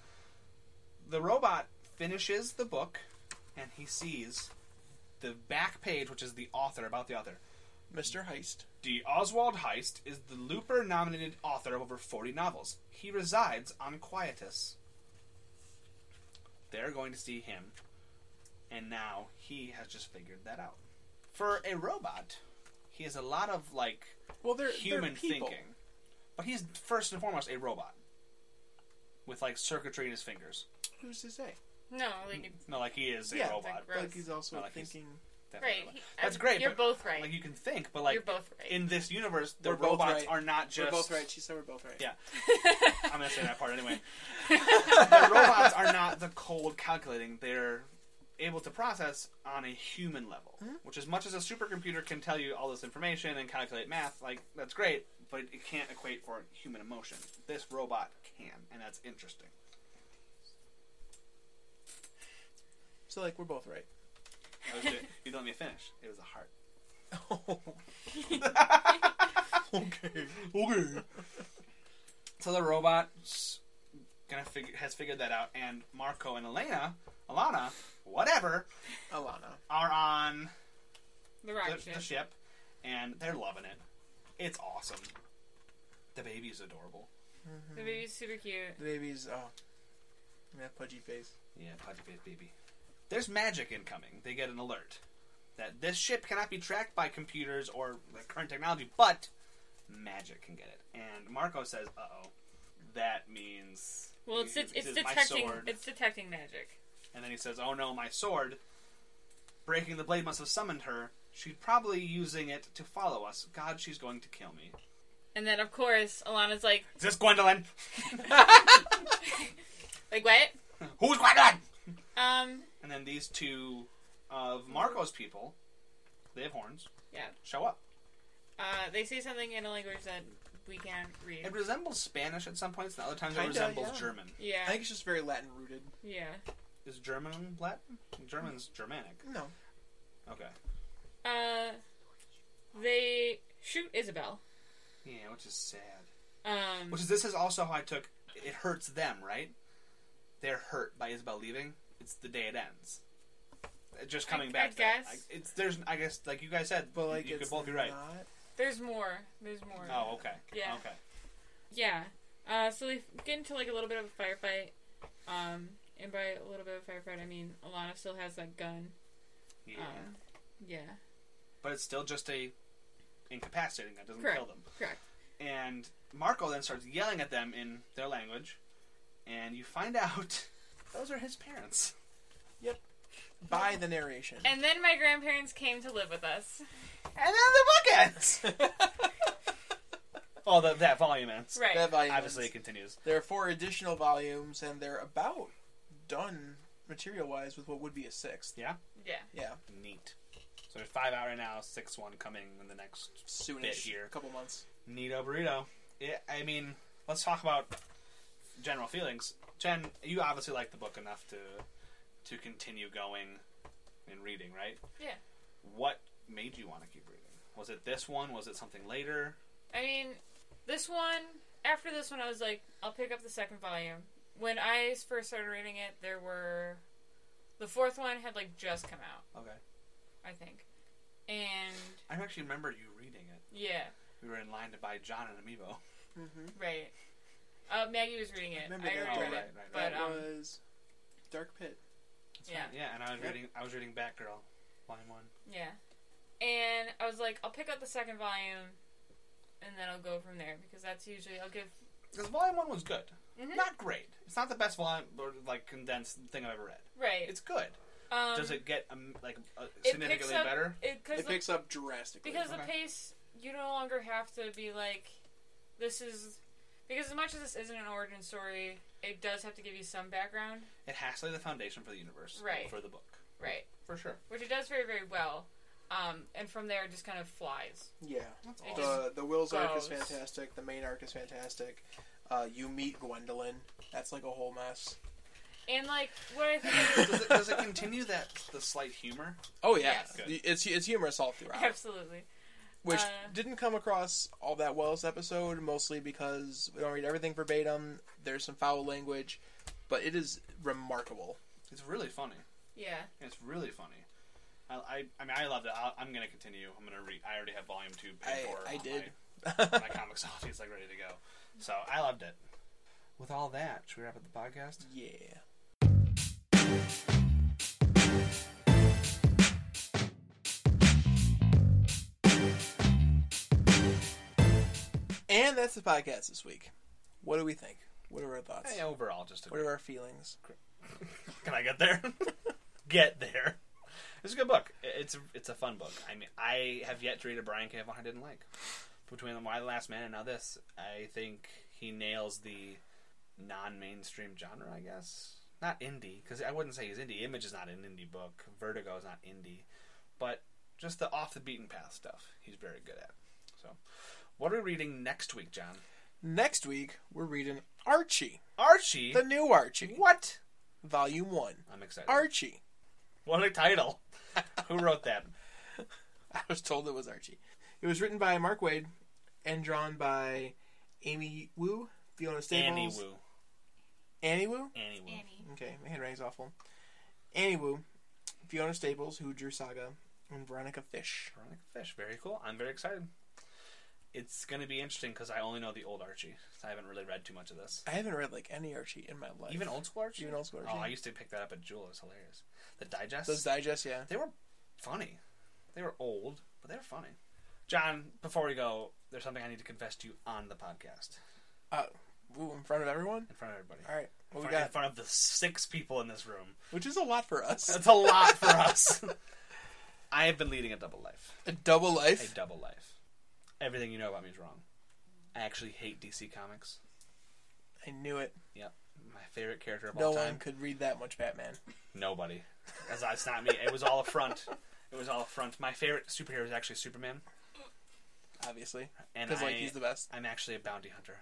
Speaker 1: The robot finishes the book, and he sees the back page, which is the author about the author.
Speaker 2: Mr. Heist.
Speaker 1: D. Oswald Heist is the Looper-nominated author of over 40 novels. He resides on Quietus. They're going to see him, and now he has just figured that out. For a robot, he has a lot of like
Speaker 2: Well, they're
Speaker 1: human
Speaker 2: they're people.
Speaker 1: thinking. But he's first and foremost a robot with like circuitry in his fingers.
Speaker 2: Who's to say?
Speaker 4: no, like it's
Speaker 1: No, like he is a
Speaker 2: Yeah,
Speaker 1: robot.
Speaker 4: like, Gross.
Speaker 2: Like he's also
Speaker 1: Not like he's-
Speaker 2: thinking.
Speaker 1: Definitely
Speaker 4: right.
Speaker 1: a robot.
Speaker 4: He-
Speaker 1: That's
Speaker 4: I'm-
Speaker 1: great.
Speaker 4: You're
Speaker 1: but,
Speaker 4: both right.
Speaker 1: Like you can think, but like
Speaker 4: you're both right.
Speaker 1: in this universe, the
Speaker 2: We're both
Speaker 1: robots
Speaker 2: right.
Speaker 1: are not just.
Speaker 2: We're both right. She said we're both right.
Speaker 1: Yeah. I'm gonna say that part anyway. the robots are not the cold calculating. They're able to process on a human level. Which, as much as a supercomputer can tell you all this information and calculate math, like that's great, but it can't equate for human emotion. This robot can, and that's interesting.
Speaker 2: So like we're both right.
Speaker 1: That was it. you don't let me finish. It was a heart.
Speaker 2: okay. Okay.
Speaker 1: So the robot's gonna figure has figured that out, and Marco and Elena, Alana, whatever,
Speaker 2: Alana.
Speaker 1: are on
Speaker 4: The rocket
Speaker 1: the, the
Speaker 4: ship.
Speaker 1: ship, and they're loving it. It's awesome. The baby is adorable.
Speaker 4: The baby's super cute.
Speaker 2: The baby's oh that pudgy face.
Speaker 1: Yeah, pudgy face baby. There's magic incoming. They get an alert that this ship cannot be tracked by computers or the current technology, but magic can get it. And Marco says, "Uh oh, that means
Speaker 4: Well, it's
Speaker 1: this
Speaker 4: it's, it's
Speaker 1: is my
Speaker 4: detecting
Speaker 1: sword."
Speaker 4: it's detecting magic.
Speaker 1: And then he says, "Oh no, my sword! Breaking the blade must have summoned her. She's probably using it to follow us. God, she's going to kill me."
Speaker 4: And then of course Alana's like
Speaker 1: Is this Gwendolyn?
Speaker 4: like what?
Speaker 1: Who's Gwendolyn?
Speaker 4: Um
Speaker 1: And then these two of Marco's people, they have horns,
Speaker 4: yeah.
Speaker 1: show up.
Speaker 4: Uh, they say something in a language that we can't read.
Speaker 1: It resembles Spanish at some points, and other times
Speaker 2: Kinda,
Speaker 1: it resembles
Speaker 2: yeah.
Speaker 1: German.
Speaker 4: Yeah.
Speaker 2: I think it's just very Latin rooted.
Speaker 4: yeah.
Speaker 1: Is German Latin? German's Germanic.
Speaker 2: No.
Speaker 1: Okay.
Speaker 4: Uh, they shoot Isabel.
Speaker 1: Yeah, which is sad.
Speaker 4: Um,
Speaker 1: Which is this is also how I took. It hurts them, right? They're hurt by Isabel leaving. It's the day it ends. Uh, Just
Speaker 4: I-
Speaker 1: coming
Speaker 4: I
Speaker 1: back. to that.
Speaker 4: guess.
Speaker 1: I- it's there's. I guess like you guys said,
Speaker 2: But like
Speaker 1: you
Speaker 2: it's
Speaker 1: could both be right.
Speaker 2: not-
Speaker 4: there's more. There's more.
Speaker 1: Oh, okay.
Speaker 4: Yeah.
Speaker 1: Okay.
Speaker 4: Yeah. Uh, so they get into like a little bit of a firefight. Um, and by a little bit of a firefight, I mean Alana still has that gun.
Speaker 1: Yeah.
Speaker 4: Um, yeah.
Speaker 1: but it's still just a incapacitating that doesn't
Speaker 4: Correct.
Speaker 1: kill them.
Speaker 4: Correct.
Speaker 1: And Marco then starts yelling at them in their language, and you find out those are his parents.
Speaker 2: By the narration.
Speaker 4: And then my grandparents came to live with us.
Speaker 1: And then the buckets. oh, the, that volume ends.
Speaker 4: Right.
Speaker 2: That volume
Speaker 1: Obviously, it
Speaker 2: ends.
Speaker 1: continues.
Speaker 2: There are four additional volumes, and they're about done material wise with what would be a sixth.
Speaker 1: Yeah,
Speaker 4: yeah.
Speaker 2: Yeah,
Speaker 1: neat. So there's five out right now, six one coming in the next Bit
Speaker 2: soonish.
Speaker 1: here.
Speaker 2: A couple months.
Speaker 1: Neato burrito. Yeah, I mean, let's talk about general feelings. Jen, you obviously like the book enough to to continue going and reading, right?
Speaker 4: Yeah.
Speaker 1: What made you want to keep reading? Was it this one? Was it something later?
Speaker 4: I mean, this one, after this one, I was like, I'll pick up the second volume. When I first started reading it, there were. The fourth one had like just come out,
Speaker 1: Okay.
Speaker 4: I think. And
Speaker 1: I actually remember you reading it.
Speaker 4: yeah,
Speaker 1: We were in line to buy John and Amiibo.
Speaker 2: Mm-hmm.
Speaker 4: right. Uh, Maggie was reading it. I,
Speaker 2: Remember that,
Speaker 4: already read
Speaker 1: right,
Speaker 4: it.
Speaker 1: right,
Speaker 4: But
Speaker 2: That
Speaker 4: um,
Speaker 2: was Dark Pit.
Speaker 4: yeah,
Speaker 1: Yeah, and I was
Speaker 2: Yep.
Speaker 1: reading. I was reading Batgirl, line one.
Speaker 4: yeah. And I was like, I'll pick up the second volume, and then I'll go from there because that's usually I'll give.
Speaker 1: Because volume one was good.
Speaker 4: Mhm.
Speaker 1: Not great. It's not the best volume, or like condensed thing I've ever read.
Speaker 4: Right.
Speaker 1: It's good.
Speaker 4: um,
Speaker 1: Does it get um, like uh,
Speaker 4: picks
Speaker 1: significantly
Speaker 4: up-
Speaker 1: better?
Speaker 4: It, cause
Speaker 2: It
Speaker 4: the
Speaker 2: picks up drastically.
Speaker 4: Because the
Speaker 1: Okay.
Speaker 4: pace, you no longer have to be like, this is. Because as much as this isn't an origin story, it does have to give you some background.
Speaker 1: It has to lay the foundation for the universe,
Speaker 4: Right.
Speaker 1: For the book,
Speaker 4: Right.
Speaker 1: for sure.
Speaker 4: Which it does very, very well. Um, and from there, it just kind of flies.
Speaker 2: yeah,
Speaker 1: That's
Speaker 4: It
Speaker 1: awesome.
Speaker 4: just-
Speaker 2: the the Will's arc is
Speaker 4: goes.
Speaker 2: fantastic. The main arc is fantastic. Uh, you meet Gwendolyn. That's like a whole mess.
Speaker 4: And, like, what I think
Speaker 1: does, it, does it continue that the slight humor?
Speaker 2: Oh yeah,
Speaker 4: Yes.
Speaker 1: Good.
Speaker 2: it's it's humorous all
Speaker 4: is.
Speaker 2: throughout,
Speaker 4: Absolutely.
Speaker 2: which
Speaker 4: Uh,
Speaker 2: didn't come across all that well this episode, mostly because we don't read everything verbatim. There's some foul language, but it is remarkable.
Speaker 1: It's really funny.
Speaker 4: Yeah.
Speaker 1: It's really funny. I, I, I mean, I loved it. i I'm going to continue. I'm going to read. I already have volume two paid
Speaker 2: I-
Speaker 1: for.
Speaker 2: I
Speaker 1: on
Speaker 2: did.
Speaker 1: My, my comicsology is like ready to go. So I loved it. With all that, should we wrap up the podcast?
Speaker 2: Yeah. And that's the podcast this week. What do we think? What are our thoughts?
Speaker 1: Hey, overall, just a
Speaker 2: What are our feelings?
Speaker 1: Can I get there? get there. It's a good book. I- It's a, it's a fun book. I mean, I have yet to read a Brian K. Vaughan I didn't like. Between the Why the Last Man and now this, I think he nails the non-mainstream genre. I guess not indie because I wouldn't say he's indie. Image is not an indie book. Vertigo is not indie, but just the off the beaten path stuff he's very good at. So, what are we reading next week, John?
Speaker 2: Next week, we're reading Archie,
Speaker 1: Archie.
Speaker 2: the new Archie,
Speaker 1: what?
Speaker 2: Volume 1.
Speaker 1: I'm excited.
Speaker 2: Archie.
Speaker 1: What a title! Who wrote that?
Speaker 2: I was told it was Archie. It was written by Mark Wade and drawn by Amy Wu, Fiona Staples.
Speaker 1: Annie Wu.
Speaker 2: Annie Wu?
Speaker 1: Annie Wu.
Speaker 4: Annie.
Speaker 2: Okay, my handwriting's awful. Annie Wu, Fiona Staples, who drew Saga, and Veronica Fish.
Speaker 1: Veronica Fish. Very cool. I'm very excited. It's going to be interesting because I only know the old Archie. I haven't really read too much of this.
Speaker 2: I haven't read like any Archie in my life.
Speaker 1: Even old school Archie?
Speaker 2: Even old school
Speaker 1: Oh, I
Speaker 2: Archie.
Speaker 1: used to pick that up at Jewel. It was hilarious. The digests,
Speaker 2: Those digest, yeah.
Speaker 1: they were funny. They were old, but they were funny. John, before we go, there's something I need to confess to you on the podcast
Speaker 2: Uh, ooh, in front of everyone.
Speaker 1: in front of everybody.
Speaker 2: All right, what
Speaker 1: In
Speaker 2: we
Speaker 1: front- in
Speaker 2: got?
Speaker 1: front of the six people in this room.
Speaker 2: Which is a lot for us.
Speaker 1: That's a lot for us. I have been leading a double life.
Speaker 2: A double
Speaker 1: a
Speaker 2: life.
Speaker 1: double life. Everything you know about me is wrong. I actually hate DC Comics.
Speaker 2: I knew it.
Speaker 1: Yep, my favorite character of
Speaker 2: No
Speaker 1: all
Speaker 2: one
Speaker 1: time.
Speaker 2: could read that much Batman.
Speaker 1: Nobody, as that's not me. It was all a front. It was all a front. My favorite superhero is actually Superman,
Speaker 2: Obviously,
Speaker 1: and
Speaker 2: because like
Speaker 1: I-
Speaker 2: he's the best.
Speaker 1: I'm actually a bounty hunter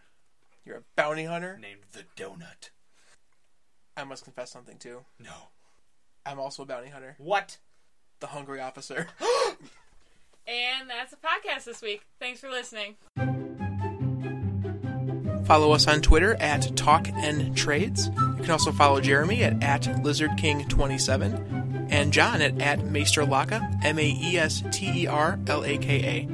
Speaker 2: You're a bounty hunter.
Speaker 1: named the Donut.
Speaker 2: I must confess something too.
Speaker 1: No,
Speaker 2: I'm also a bounty hunter.
Speaker 1: what?
Speaker 2: The hungry officer.
Speaker 4: And that's the podcast this week. Thanks for listening.
Speaker 2: Follow us on Twitter at Talk and Trades. You can also follow Jeremy at, at LizardKing27 and John at, at MaesterLaka, M A E S T E R L A K A.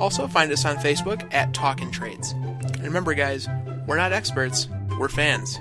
Speaker 2: Also, find us on Facebook at Talk and Trades. And remember, guys, we're not experts, we're fans.